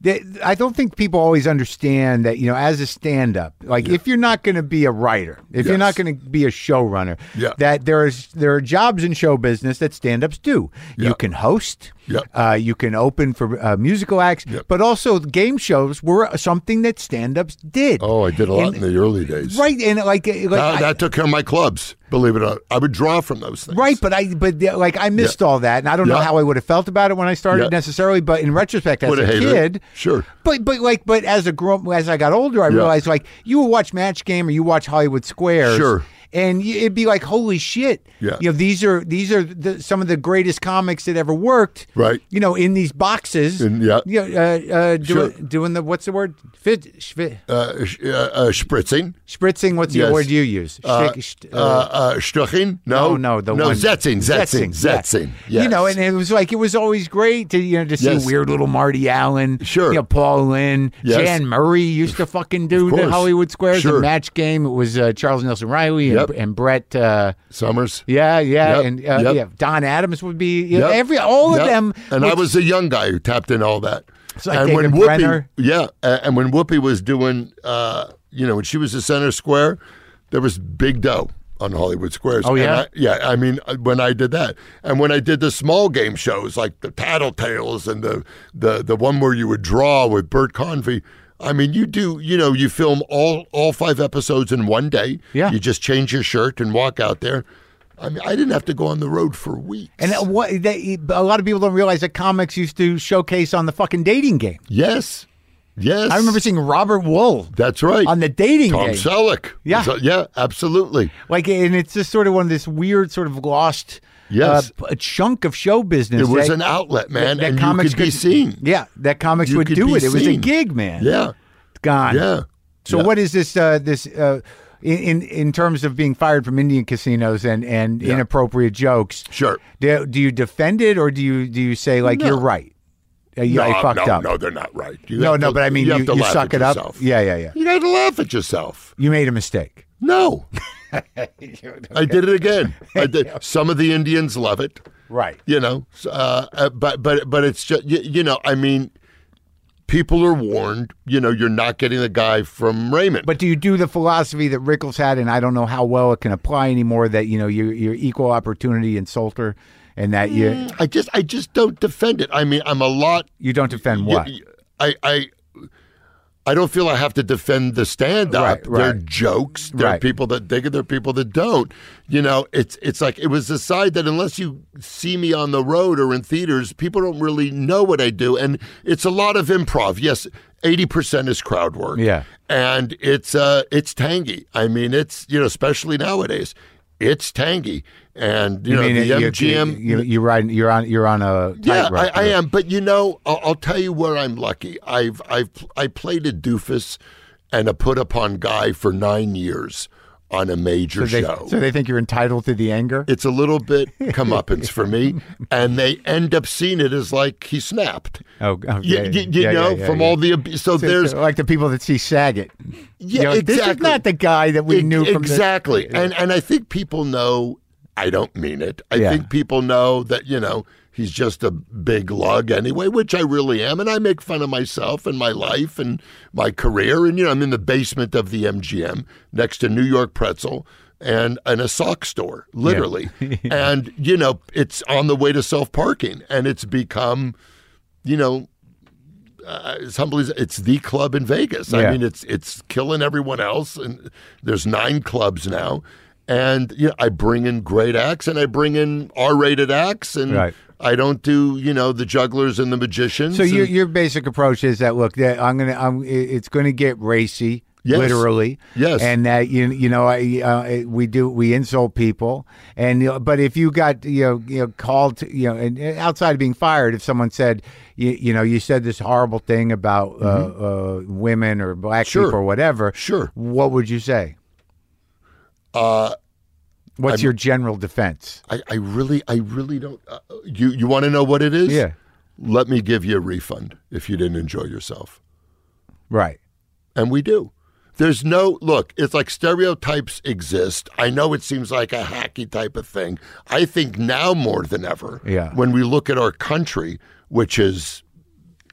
Speaker 1: that- I don't think people always understand that you know as a stand-up, like if you're not going to be a writer, if you're not
Speaker 3: Yes.
Speaker 1: going to be a showrunner,
Speaker 3: Yeah.
Speaker 1: that there is there are jobs in show business that stand-ups do.
Speaker 3: Yeah.
Speaker 1: You can host,
Speaker 3: Yeah.
Speaker 1: uh, you can open for uh, musical acts,
Speaker 3: Yep.
Speaker 1: but also game shows were something that stand-ups did.
Speaker 3: Oh, I did a lot
Speaker 1: And-
Speaker 3: in the early days.
Speaker 1: right, and like like
Speaker 3: That,
Speaker 1: I-
Speaker 3: that took care of my clubs. Believe it or not, I would draw from those things.
Speaker 1: Right, but I but the- like I missed all that, and I don't know
Speaker 3: Yeah.
Speaker 1: how I would have felt about it when I started
Speaker 3: Yeah.
Speaker 1: necessarily. But in retrospect, as
Speaker 3: Would have
Speaker 1: a
Speaker 3: hated
Speaker 1: kid,
Speaker 3: it. Sure.
Speaker 1: But but like but as a grown as I got older, I
Speaker 3: Yeah.
Speaker 1: realized like you would watch Match Game or you watch Hollywood Squares,
Speaker 3: Sure.
Speaker 1: and y it'd be like holy shit,
Speaker 3: Yeah.
Speaker 1: You know these are these are the, some of the greatest comics that ever worked,
Speaker 3: Right.
Speaker 1: You know in these boxes,
Speaker 3: And- yeah.
Speaker 1: you know, uh, uh, doing,
Speaker 3: Sure.
Speaker 1: doing the what's the word fit, shvi-
Speaker 3: Uh, sh- uh, uh, spritzing.
Speaker 1: spritzing. What's the
Speaker 3: Yes.
Speaker 1: word you use?
Speaker 3: Uh,
Speaker 1: Shtick- sh-
Speaker 3: uh, uh, Stuchin? No,
Speaker 1: Oh no, the
Speaker 3: no,
Speaker 1: one
Speaker 3: Zetzing, Zetzing,
Speaker 1: yeah.
Speaker 3: Zetzing.
Speaker 1: You know, and it was like it was always great to you know to see
Speaker 3: Yes.
Speaker 1: weird little Marty Allen,
Speaker 3: Sure.
Speaker 1: you know, Paul Lynn,
Speaker 3: Yes.
Speaker 1: Jan Murray used to fucking do the
Speaker 3: course.
Speaker 1: Hollywood Squares
Speaker 3: Sure.
Speaker 1: and Match Game. It was uh, Charles Nelson Riley and,
Speaker 3: Yep.
Speaker 1: and Brett. Uh,
Speaker 3: Summers.
Speaker 1: yeah, yeah,
Speaker 3: Yep,
Speaker 1: and uh,
Speaker 3: yep.
Speaker 1: yeah, Don Adams would be you know,
Speaker 3: Yep,
Speaker 1: every all
Speaker 3: yep.
Speaker 1: of them.
Speaker 3: And I
Speaker 1: would-
Speaker 3: was a young guy who tapped in all that.
Speaker 1: like
Speaker 3: and
Speaker 1: David
Speaker 3: when Whoopi,
Speaker 1: Brenner.
Speaker 3: yeah, a- and when Whoopi was doing, uh, you know, when she was the center square, there was big dough on Hollywood Squares.
Speaker 1: Oh,
Speaker 3: And
Speaker 1: yeah?
Speaker 3: I- yeah. I mean, uh, when I did that, and when I did the small game shows like the Tattletales and the the the one where you would draw with Bert Convey. I mean, you do, you know, you film all all five episodes in one day.
Speaker 1: Yeah.
Speaker 3: You just change your shirt and walk out there. I mean, I didn't have to go on the road for weeks.
Speaker 1: and that- what they, a lot of people don't realize that comics used to showcase on the fucking dating game.
Speaker 3: Yes. Yes.
Speaker 1: I remember seeing Robert Wool
Speaker 3: That's right.
Speaker 1: on the dating
Speaker 3: Tom
Speaker 1: game.
Speaker 3: Selleck.
Speaker 1: Yeah.
Speaker 3: So- yeah, absolutely.
Speaker 1: Like, and it's just sort of one of this weird, sort of lost,
Speaker 3: Yes.
Speaker 1: uh, a chunk of show business.
Speaker 3: It was
Speaker 1: that-
Speaker 3: an outlet, man,
Speaker 1: that
Speaker 3: and you
Speaker 1: comics
Speaker 3: could be seen.
Speaker 1: Yeah, that comics
Speaker 3: You
Speaker 1: would
Speaker 3: could
Speaker 1: do
Speaker 3: be
Speaker 1: it. It was a
Speaker 3: seen.
Speaker 1: gig, man.
Speaker 3: Yeah.
Speaker 1: It's gone.
Speaker 3: Yeah.
Speaker 1: So
Speaker 3: Yeah.
Speaker 1: what is this? Uh, this uh, in in- in terms of being fired from Indian casinos and and inappropriate jokes.
Speaker 3: Sure.
Speaker 1: Do, do you defend it or do you do you say like you're right? Uh, yeah, I
Speaker 3: no,
Speaker 1: fucked
Speaker 3: no,
Speaker 1: up.
Speaker 3: No, they're not right. You
Speaker 1: no,
Speaker 3: have
Speaker 1: no,
Speaker 3: to-
Speaker 1: but I mean you,
Speaker 3: have to
Speaker 1: you
Speaker 3: laugh
Speaker 1: suck
Speaker 3: at
Speaker 1: it up.
Speaker 3: yourself.
Speaker 1: Yeah, yeah, yeah.
Speaker 3: You got to laugh at yourself.
Speaker 1: You made a mistake.
Speaker 3: No. I did it again. I did. Some of the Indians love it.
Speaker 1: Right.
Speaker 3: you know s- uh, uh, but but but it's just you, you know i mean people are warned you know you're not getting the guy from raymond
Speaker 1: But do you do the philosophy that Rickles had, and I don't know how well it can apply anymore? That you know you're, you're equal opportunity insulter, and that you
Speaker 3: i just i just don't defend it i mean i'm a lot
Speaker 1: you don't defend what?
Speaker 3: y- I, I I don't feel I have to defend the stand up.
Speaker 1: Right, right.
Speaker 3: They're jokes. There are
Speaker 1: Right.
Speaker 3: people that dig it. There are people that don't. You know, it's it's like it was a side that unless you see me on the road or in theaters, people don't really know what I do. And it's a lot of improv. Yes, eighty percent is crowd work.
Speaker 1: Yeah.
Speaker 3: and it's uh it's tangy. I mean, it's you know, especially nowadays, it's tangy. And you, know, the MGM,
Speaker 1: You, you, you ride. You're on. You're on a
Speaker 3: yeah,
Speaker 1: tightrope.
Speaker 3: I, I am. But you know, I'll, I'll tell you where I'm lucky. I've I've I played a doofus and a put upon guy for nine years on a major
Speaker 1: They,
Speaker 3: show.
Speaker 1: so they think you're entitled to the anger.
Speaker 3: it's a little bit comeuppance for me, and they end up seeing it as like he snapped.
Speaker 1: oh, oh,
Speaker 3: You,
Speaker 1: yeah,
Speaker 3: you-
Speaker 1: yeah,
Speaker 3: you
Speaker 1: yeah,
Speaker 3: know,
Speaker 1: yeah, yeah,
Speaker 3: from
Speaker 1: yeah.
Speaker 3: all the abuse. So
Speaker 1: So-
Speaker 3: there's
Speaker 1: so like the people that see Saget.
Speaker 3: Yeah,
Speaker 1: You're like, This is
Speaker 3: exactly.
Speaker 1: not the guy that we
Speaker 3: Ex-
Speaker 1: knew from the-
Speaker 3: exactly, and and I think people know. I don't mean it. I
Speaker 1: Yeah.
Speaker 3: think people know that you know he's just a big lug anyway, which I really am, and I make fun of myself and my life and my career. And you know, I'm in the basement of the MGM next to New York Pretzel and and a sock store, literally. and you know, it's on the way to self parking, and it's become, you know, as humble as it's the club in Vegas.
Speaker 1: Yeah.
Speaker 3: I mean, it's it's killing everyone else, and there's nine clubs now. And you know, I bring in great acts, and I bring in R-rated acts, and
Speaker 1: Right.
Speaker 3: I don't do, you know, the jugglers and the magicians.
Speaker 1: So your
Speaker 3: and-
Speaker 1: your basic approach is that look, that I'm gonna, I'm, it- it's gonna get racy,
Speaker 3: Yes.
Speaker 1: literally,
Speaker 3: Yes.
Speaker 1: and that you you know, I uh, we do we insult people, and you know, but if you got you know, you know called to, you know, and and outside of being fired, if someone said you, you know you said this horrible thing about uh, uh, women or black
Speaker 3: Mm-hmm. Sure.
Speaker 1: people or whatever,
Speaker 3: Sure.
Speaker 1: what would you say? Uh, what's your general defense?
Speaker 3: I, I really, I really don't. Uh, you you want to know what it is?
Speaker 1: Yeah.
Speaker 3: Let me give you a refund if you didn't enjoy yourself,
Speaker 1: Right.
Speaker 3: and we do. There's no look. It's like stereotypes exist. I know it seems like a hacky type of thing. I think now more than ever,
Speaker 1: Yeah.
Speaker 3: when we look at our country, which is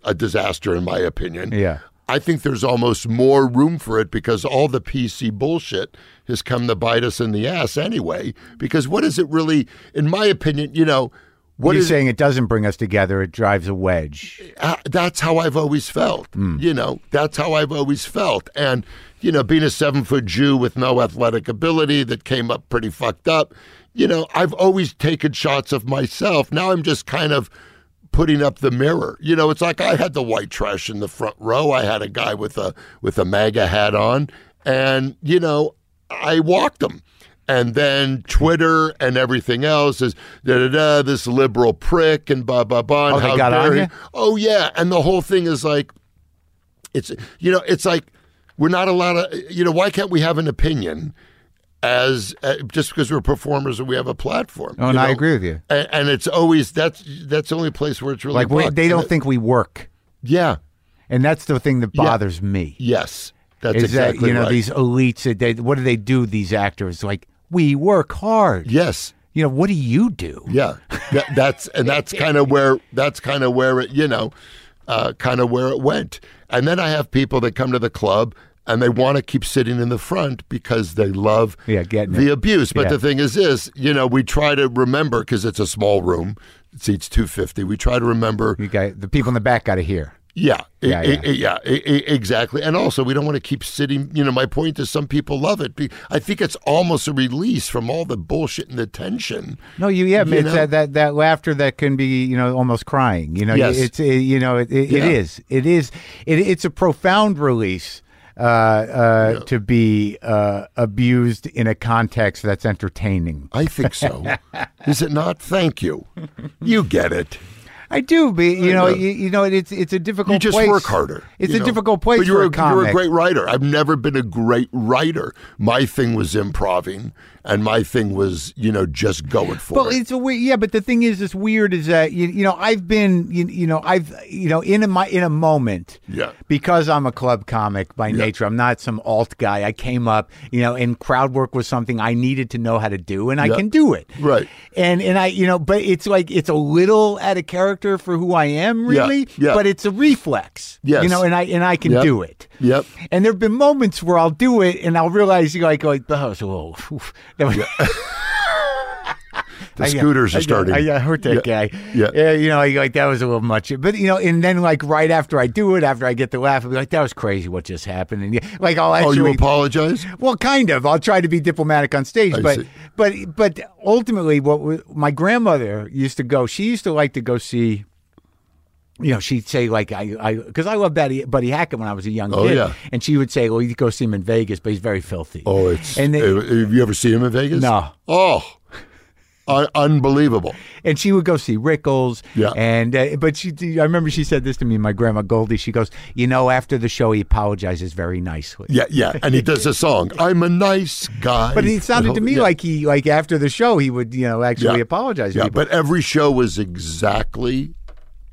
Speaker 3: a disaster in my opinion.
Speaker 1: Yeah.
Speaker 3: I think there's almost more room for it because all the PC bullshit has come to bite us in the ass anyway. Because what is it really, in my opinion, you know, what
Speaker 1: You're
Speaker 3: is
Speaker 1: saying it doesn't bring us together; it drives a wedge.
Speaker 3: uh, that's how I've always felt.
Speaker 1: Hmm.
Speaker 3: You know, that's how I've always felt. And, you know, being a seven foot Jew with no athletic ability that came up pretty fucked up, you know, I've always taken shots of myself. Now I'm just kind of putting up the mirror. You know, it's like I had the white trash in the front row. I had a guy with a with a MAGA hat on and, you know, I walked him. And then Twitter and everything else is da da da this liberal prick and blah blah blah. and
Speaker 1: Oh, they
Speaker 3: how
Speaker 1: got
Speaker 3: dare
Speaker 1: on
Speaker 3: he-
Speaker 1: ya?
Speaker 3: Oh yeah, and the whole thing is like, it's you know, it's like we're not allowed to. You know, why can't we have an opinion? As uh, just because we're performers and we have a platform.
Speaker 1: Oh,
Speaker 3: you
Speaker 1: and I
Speaker 3: know?
Speaker 1: agree with you.
Speaker 3: And, and it's always that's that's the only place where it's really
Speaker 1: Like we,
Speaker 3: bugged.
Speaker 1: they don't think we work,
Speaker 3: Yeah.
Speaker 1: and that's the thing that bothers me.
Speaker 3: Yes. That's
Speaker 1: is
Speaker 3: exactly
Speaker 1: that you know
Speaker 3: right.
Speaker 1: these elites? that They, what do they do? These actors like we work hard.
Speaker 3: yes.
Speaker 1: You know what do you do?
Speaker 3: Yeah, That- that's and that's kind of where that's kind of where it you know, uh, kind of where it went. And then I have people that come to the club and they want to keep sitting in the front because they love
Speaker 1: Yeah, getting
Speaker 3: the
Speaker 1: it.
Speaker 3: abuse. But
Speaker 1: Yeah.
Speaker 3: the thing is, this you know we try to remember because it's a small room, it seats two fifty. We try to remember
Speaker 1: You got the people in the back got to hear.
Speaker 3: yeah, e-
Speaker 1: Yeah,
Speaker 3: e-
Speaker 1: yeah.
Speaker 3: e- yeah, e- e- exactly. And also, we don't want to keep sitting. You know, my point is, some people love it. Be- I think it's almost a release from all the bullshit and the tension.
Speaker 1: No, you yeah,
Speaker 3: You
Speaker 1: it's
Speaker 3: know?
Speaker 1: that, that that laughter that can be you know almost crying. You know,
Speaker 3: Yes.
Speaker 1: it's it, you know it, it,
Speaker 3: Yeah.
Speaker 1: it is it is it, it's a profound release uh, uh, to be uh, abused in a context that's entertaining.
Speaker 3: I think so. Is it not? Thank you. You get it.
Speaker 1: I do, but you
Speaker 3: I
Speaker 1: know,
Speaker 3: know.
Speaker 1: you, you know, it's it's a difficult.
Speaker 3: You just
Speaker 1: place.
Speaker 3: work harder.
Speaker 1: It's
Speaker 3: you
Speaker 1: a
Speaker 3: know?
Speaker 1: difficult place
Speaker 3: But you were
Speaker 1: for
Speaker 3: a,
Speaker 1: a comic.
Speaker 3: you were a great writer. I've never been a great writer. My thing was improving, and my thing was, you know, just going for
Speaker 1: Well,
Speaker 3: it.
Speaker 1: it's a weird, yeah. But the thing is, it's weird is that you, you know I've been you, you know I've you know in a, my in a moment,
Speaker 3: Yeah.
Speaker 1: Because I'm a club comic by nature, I'm not some alt guy. I came up, you know, and crowd work was something I needed to know how to do, and
Speaker 3: Yeah.
Speaker 1: I can do it,
Speaker 3: Right.
Speaker 1: And and I you know, but it's like it's a little out of character for who I am,
Speaker 3: Yeah,
Speaker 1: really.
Speaker 3: yeah.
Speaker 1: But it's a reflex,
Speaker 3: Yes.
Speaker 1: You know, and I and I can
Speaker 3: Yep.
Speaker 1: do it.
Speaker 3: Yep.
Speaker 1: And there have been moments where I'll do it and I'll realize, you know, like, like oh, so, whoa, oof. That was-
Speaker 3: The scooters
Speaker 1: I,
Speaker 3: are starting.
Speaker 1: I, I hurt that guy.
Speaker 3: Yeah.
Speaker 1: you know, like, like that was a little much. But you know, and then like right after I do it, after I get the laugh, I'll be like, that was crazy what just happened. And yeah, like I'll
Speaker 3: oh,
Speaker 1: actually
Speaker 3: you apologize?
Speaker 1: well, kind of. I'll try to be diplomatic on stage,
Speaker 3: I
Speaker 1: but
Speaker 3: see.
Speaker 1: but but ultimately, what we, my grandmother used to go, she used to like to go see. You know, she'd say like I, I, because I loved Buddy, Buddy Hackett when I was a young
Speaker 3: Oh,
Speaker 1: kid,
Speaker 3: yeah.
Speaker 1: and she would say, "Well, you go see him in Vegas, but he's very filthy."
Speaker 3: Oh, it's.
Speaker 1: and then,
Speaker 3: have you ever seen him in Vegas?
Speaker 1: No.
Speaker 3: Oh, un- unbelievable.
Speaker 1: and she would go see Rickles.
Speaker 3: Yeah.
Speaker 1: and uh, but she, I remember she said this to me, my grandma Goldie. She goes, "You know, after the show, he apologizes very nicely."
Speaker 3: Yeah, yeah. And he does a song. I'm a nice guy.
Speaker 1: But it sounded to me
Speaker 3: Yeah.
Speaker 1: like he, like after the show, he would, you know, actually
Speaker 3: Yeah.
Speaker 1: apologize. to
Speaker 3: Yeah,
Speaker 1: people.
Speaker 3: but every show was exactly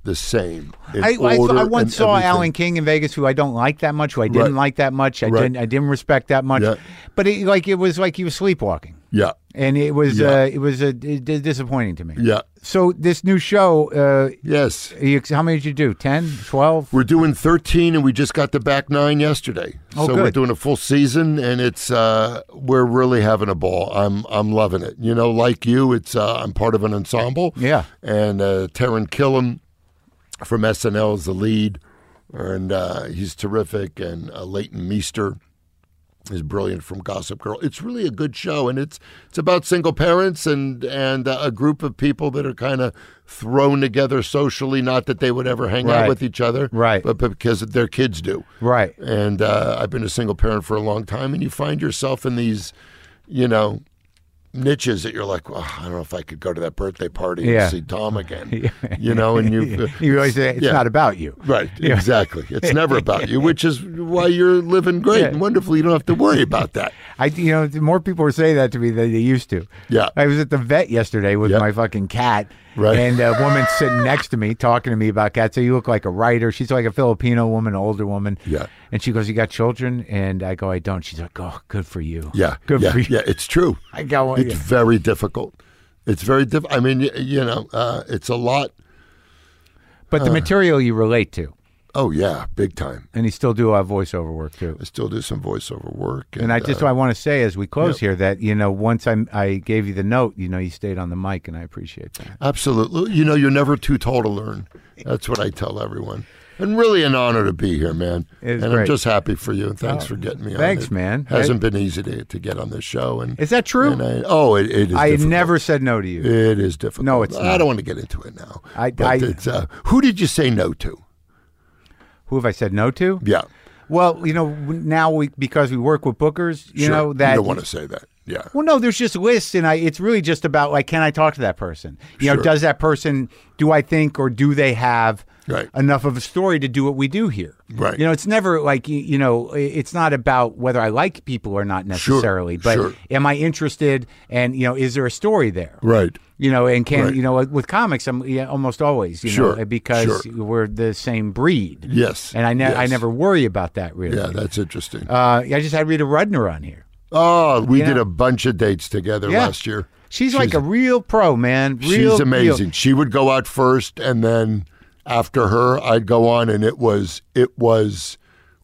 Speaker 3: the same. in
Speaker 1: I, I,
Speaker 3: order
Speaker 1: I once
Speaker 3: and
Speaker 1: saw
Speaker 3: everything.
Speaker 1: Alan King in Vegas, who I don't like that much, who I didn't
Speaker 3: Right.
Speaker 1: like that much, I
Speaker 3: Right.
Speaker 1: didn't I didn't respect that much.
Speaker 3: Yeah.
Speaker 1: But it, like it was like he was sleepwalking,
Speaker 3: Yeah,
Speaker 1: and it was
Speaker 3: Yeah.
Speaker 1: uh, it was uh, it, di- disappointing to me.
Speaker 3: yeah,
Speaker 1: So this new show, uh,
Speaker 3: yes.
Speaker 1: you, how many did you do? 10, 12?
Speaker 3: We're doing 13, and we just got the back nine yesterday.
Speaker 1: Oh,
Speaker 3: so
Speaker 1: good.
Speaker 3: we're doing a full season, and it's uh, we're really having a ball. I'm I'm loving it. You know, like you, it's uh, I'm part of an ensemble.
Speaker 1: Yeah.
Speaker 3: and uh, Taron Killam from SNL is the lead, and uh, he's terrific. And uh, Leighton Meester is brilliant from Gossip Girl. It's really a good show, and it's it's about single parents and and uh, a group of people that are kind of thrown together socially. Not that they would ever hang
Speaker 1: Right.
Speaker 3: out with each other,
Speaker 1: Right.
Speaker 3: But, but because their kids do,
Speaker 1: Right.
Speaker 3: And uh, I've been a single parent for a long time, and you find yourself in these, you know. Niches that you're like, well, I don't know if I could go to that birthday party
Speaker 1: Yeah.
Speaker 3: and see Tom again, you know, and you
Speaker 1: You always say it's
Speaker 3: Yeah.
Speaker 1: not about you.
Speaker 3: Right, exactly. It's never about you, which is why you're living great and wonderful. You don't have to worry about that.
Speaker 1: I, you know, the more people are saying that to me than they used to.
Speaker 3: Yeah.
Speaker 1: I was at the vet yesterday with
Speaker 3: Yep.
Speaker 1: my fucking cat.
Speaker 3: Right.
Speaker 1: And a woman sitting next to me talking to me about cats. So you look like a writer. She's like a Filipino woman, an older woman.
Speaker 3: Yeah.
Speaker 1: And she goes, You got children? And I go, I don't. She's like, Oh, good for you.
Speaker 3: Yeah,
Speaker 1: Good
Speaker 3: yeah,
Speaker 1: for you. Oh,
Speaker 3: yeah. It's true.
Speaker 1: I got one.
Speaker 3: It's very difficult. It's very diff. I mean, you, you know, uh, it's a lot.
Speaker 1: But
Speaker 3: uh,
Speaker 1: the material you relate to.
Speaker 3: Oh yeah, big time.
Speaker 1: And you still do a lot of voiceover work too.
Speaker 3: I still do some voiceover work,
Speaker 1: And I just
Speaker 3: uh,
Speaker 1: I want to say as we close here that, you know, once I I gave you the note, you know, you stayed on the mic and I appreciate that.
Speaker 3: absolutely. You know, you're never too tall to learn. That's what I tell everyone. And really an honor to be here, man.
Speaker 1: It is
Speaker 3: and I'm
Speaker 1: great. Oh,
Speaker 3: just happy for you. And thanks for getting me on.
Speaker 1: thanks,
Speaker 3: It
Speaker 1: man.
Speaker 3: Hasn't been easy to, to get on this show. And
Speaker 1: Is that true?
Speaker 3: and I, oh, it, it is.
Speaker 1: I
Speaker 3: difficult.
Speaker 1: never said no to you.
Speaker 3: It is difficult.
Speaker 1: No, it's
Speaker 3: I
Speaker 1: not.
Speaker 3: don't want to get into it now.
Speaker 1: I-
Speaker 3: But
Speaker 1: I-
Speaker 3: it's, uh, who did you say no to?
Speaker 1: Who have I said no to?
Speaker 3: Yeah,
Speaker 1: Well, you know, w- now we because we work with bookers, you
Speaker 3: sure.
Speaker 1: know that.
Speaker 3: you don't want to say that. Yeah,
Speaker 1: well, no, there's just lists, and I, it's really just about like, can I talk to that person? You know,
Speaker 3: Sure.
Speaker 1: does that person, do I think, or do they have
Speaker 3: Right.
Speaker 1: enough of a story to do what we do here?
Speaker 3: Right.
Speaker 1: You know, it's never like y- you know, i- it's not about whether I like people or not necessarily, but
Speaker 3: sure.
Speaker 1: am I interested? And you know, is there a story there?
Speaker 3: right.
Speaker 1: You know, and can
Speaker 3: Right.
Speaker 1: you know with comics, I'm yeah, almost always you know
Speaker 3: Sure,
Speaker 1: because
Speaker 3: sure.
Speaker 1: we're the same breed.
Speaker 3: Yes,
Speaker 1: and I ne- I
Speaker 3: yes.
Speaker 1: never worry about that really.
Speaker 3: Yeah, that's interesting.
Speaker 1: Uh, I just had Rita Rudner on here.
Speaker 3: oh, we did
Speaker 1: know-
Speaker 3: a bunch of dates together
Speaker 1: Yeah.
Speaker 3: last year.
Speaker 1: She's, like a real pro, man. Real,
Speaker 3: She's amazing.
Speaker 1: deal.
Speaker 3: She would go out first, and then after her, I'd go on, and it was it was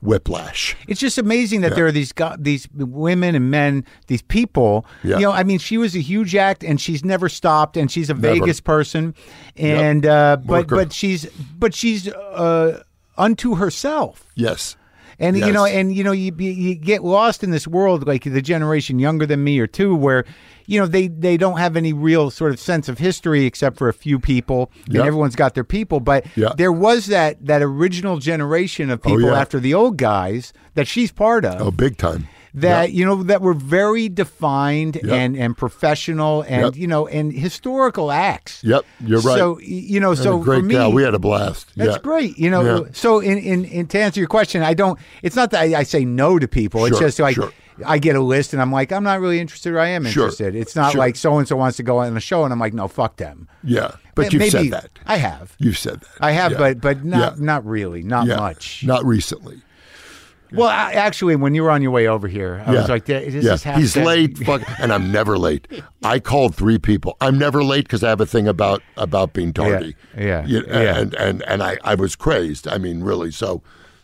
Speaker 3: whiplash.
Speaker 1: It's just amazing that there are these go- these women and men, these people.
Speaker 3: Yeah.
Speaker 1: You know, I mean, she was a huge act, and she's never stopped, and she's a Vegas person, and uh, but
Speaker 3: Worker.
Speaker 1: but she's but she's uh, unto herself.
Speaker 3: Yes,
Speaker 1: And you know,
Speaker 3: Yes.
Speaker 1: and you know, you you you get lost in this world, like the generation younger than me or two, where you know they they don't have any real sort of sense of history except for a few people,
Speaker 3: Yeah.
Speaker 1: and everyone's got their people. But
Speaker 3: Yeah. Oh,
Speaker 1: there was that that original generation of people
Speaker 3: yeah.
Speaker 1: after the old guys that she's part of
Speaker 3: oh, big time.
Speaker 1: that you know that were very defined
Speaker 3: Yep.
Speaker 1: and and professional and
Speaker 3: Yep.
Speaker 1: you know and historical acts.
Speaker 3: Yep, you're right.
Speaker 1: So y- you know,
Speaker 3: And a
Speaker 1: so
Speaker 3: great
Speaker 1: for me,
Speaker 3: gal. We had a blast.
Speaker 1: that's
Speaker 3: yeah.
Speaker 1: great. You know,
Speaker 3: Yeah.
Speaker 1: so in, in, in to answer your question, I don't. It's not that I, I say no to people. it's
Speaker 3: Sure,
Speaker 1: just like
Speaker 3: sure.
Speaker 1: I get a list and I'm like, I'm not really interested. Or I am
Speaker 3: Sure,
Speaker 1: interested. It's not
Speaker 3: sure.
Speaker 1: like so and so wants to go on the show and I'm like, no, fuck them.
Speaker 3: Yeah, but
Speaker 1: Ma-
Speaker 3: you've
Speaker 1: Maybe
Speaker 3: said that.
Speaker 1: I have.
Speaker 3: You've said that.
Speaker 1: I have,
Speaker 3: Yeah.
Speaker 1: but but not
Speaker 3: Yeah.
Speaker 1: not really, not
Speaker 3: Yeah.
Speaker 1: much.
Speaker 3: Not recently.
Speaker 1: Well, I, actually, when you were on your way over here, I
Speaker 3: yeah.
Speaker 1: was like, this
Speaker 3: Yeah.
Speaker 1: is half
Speaker 3: He's
Speaker 1: dead.
Speaker 3: late, fuck, and I'm never late. I called three people. I'm never late because I have a thing about about being tardy.
Speaker 1: yeah,
Speaker 3: You-
Speaker 1: yeah.
Speaker 3: And and and I I was crazed. I mean, really. So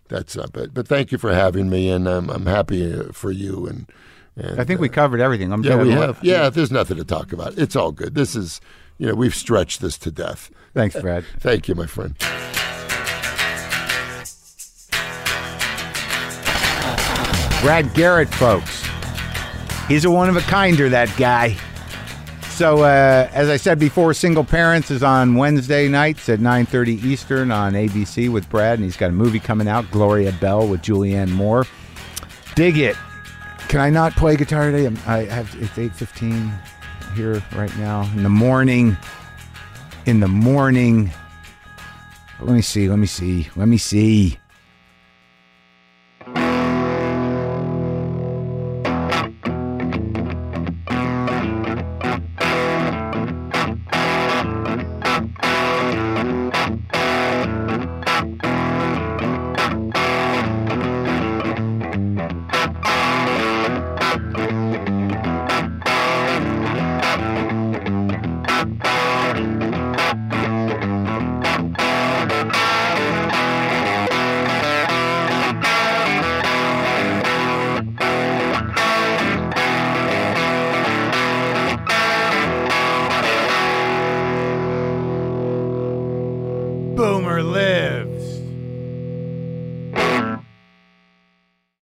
Speaker 3: that's uh, but but thank you for having me, and um, I'm happy uh, for you and. and
Speaker 1: I think we covered everything. I'm
Speaker 3: yeah,
Speaker 1: good.
Speaker 3: we have. Yeah, there's nothing to talk about. It's all good. This is, you know, we've stretched this to death.
Speaker 1: Thanks, Brad.
Speaker 3: Thank you, my friend.
Speaker 1: Brad Garrett, folks. He's a one of a kinder, that guy. So, uh, as I said before, Single Parents is on Wednesday nights at 9.30 Eastern on ABC with Brad, and he's got a movie coming out, Gloria Bell with Julianne Moore. Dig it. Can I not play guitar today? I'm- I have It's 8.15 here right now in the morning. In the morning. Let me see, let me see, let me see. Boomer lives.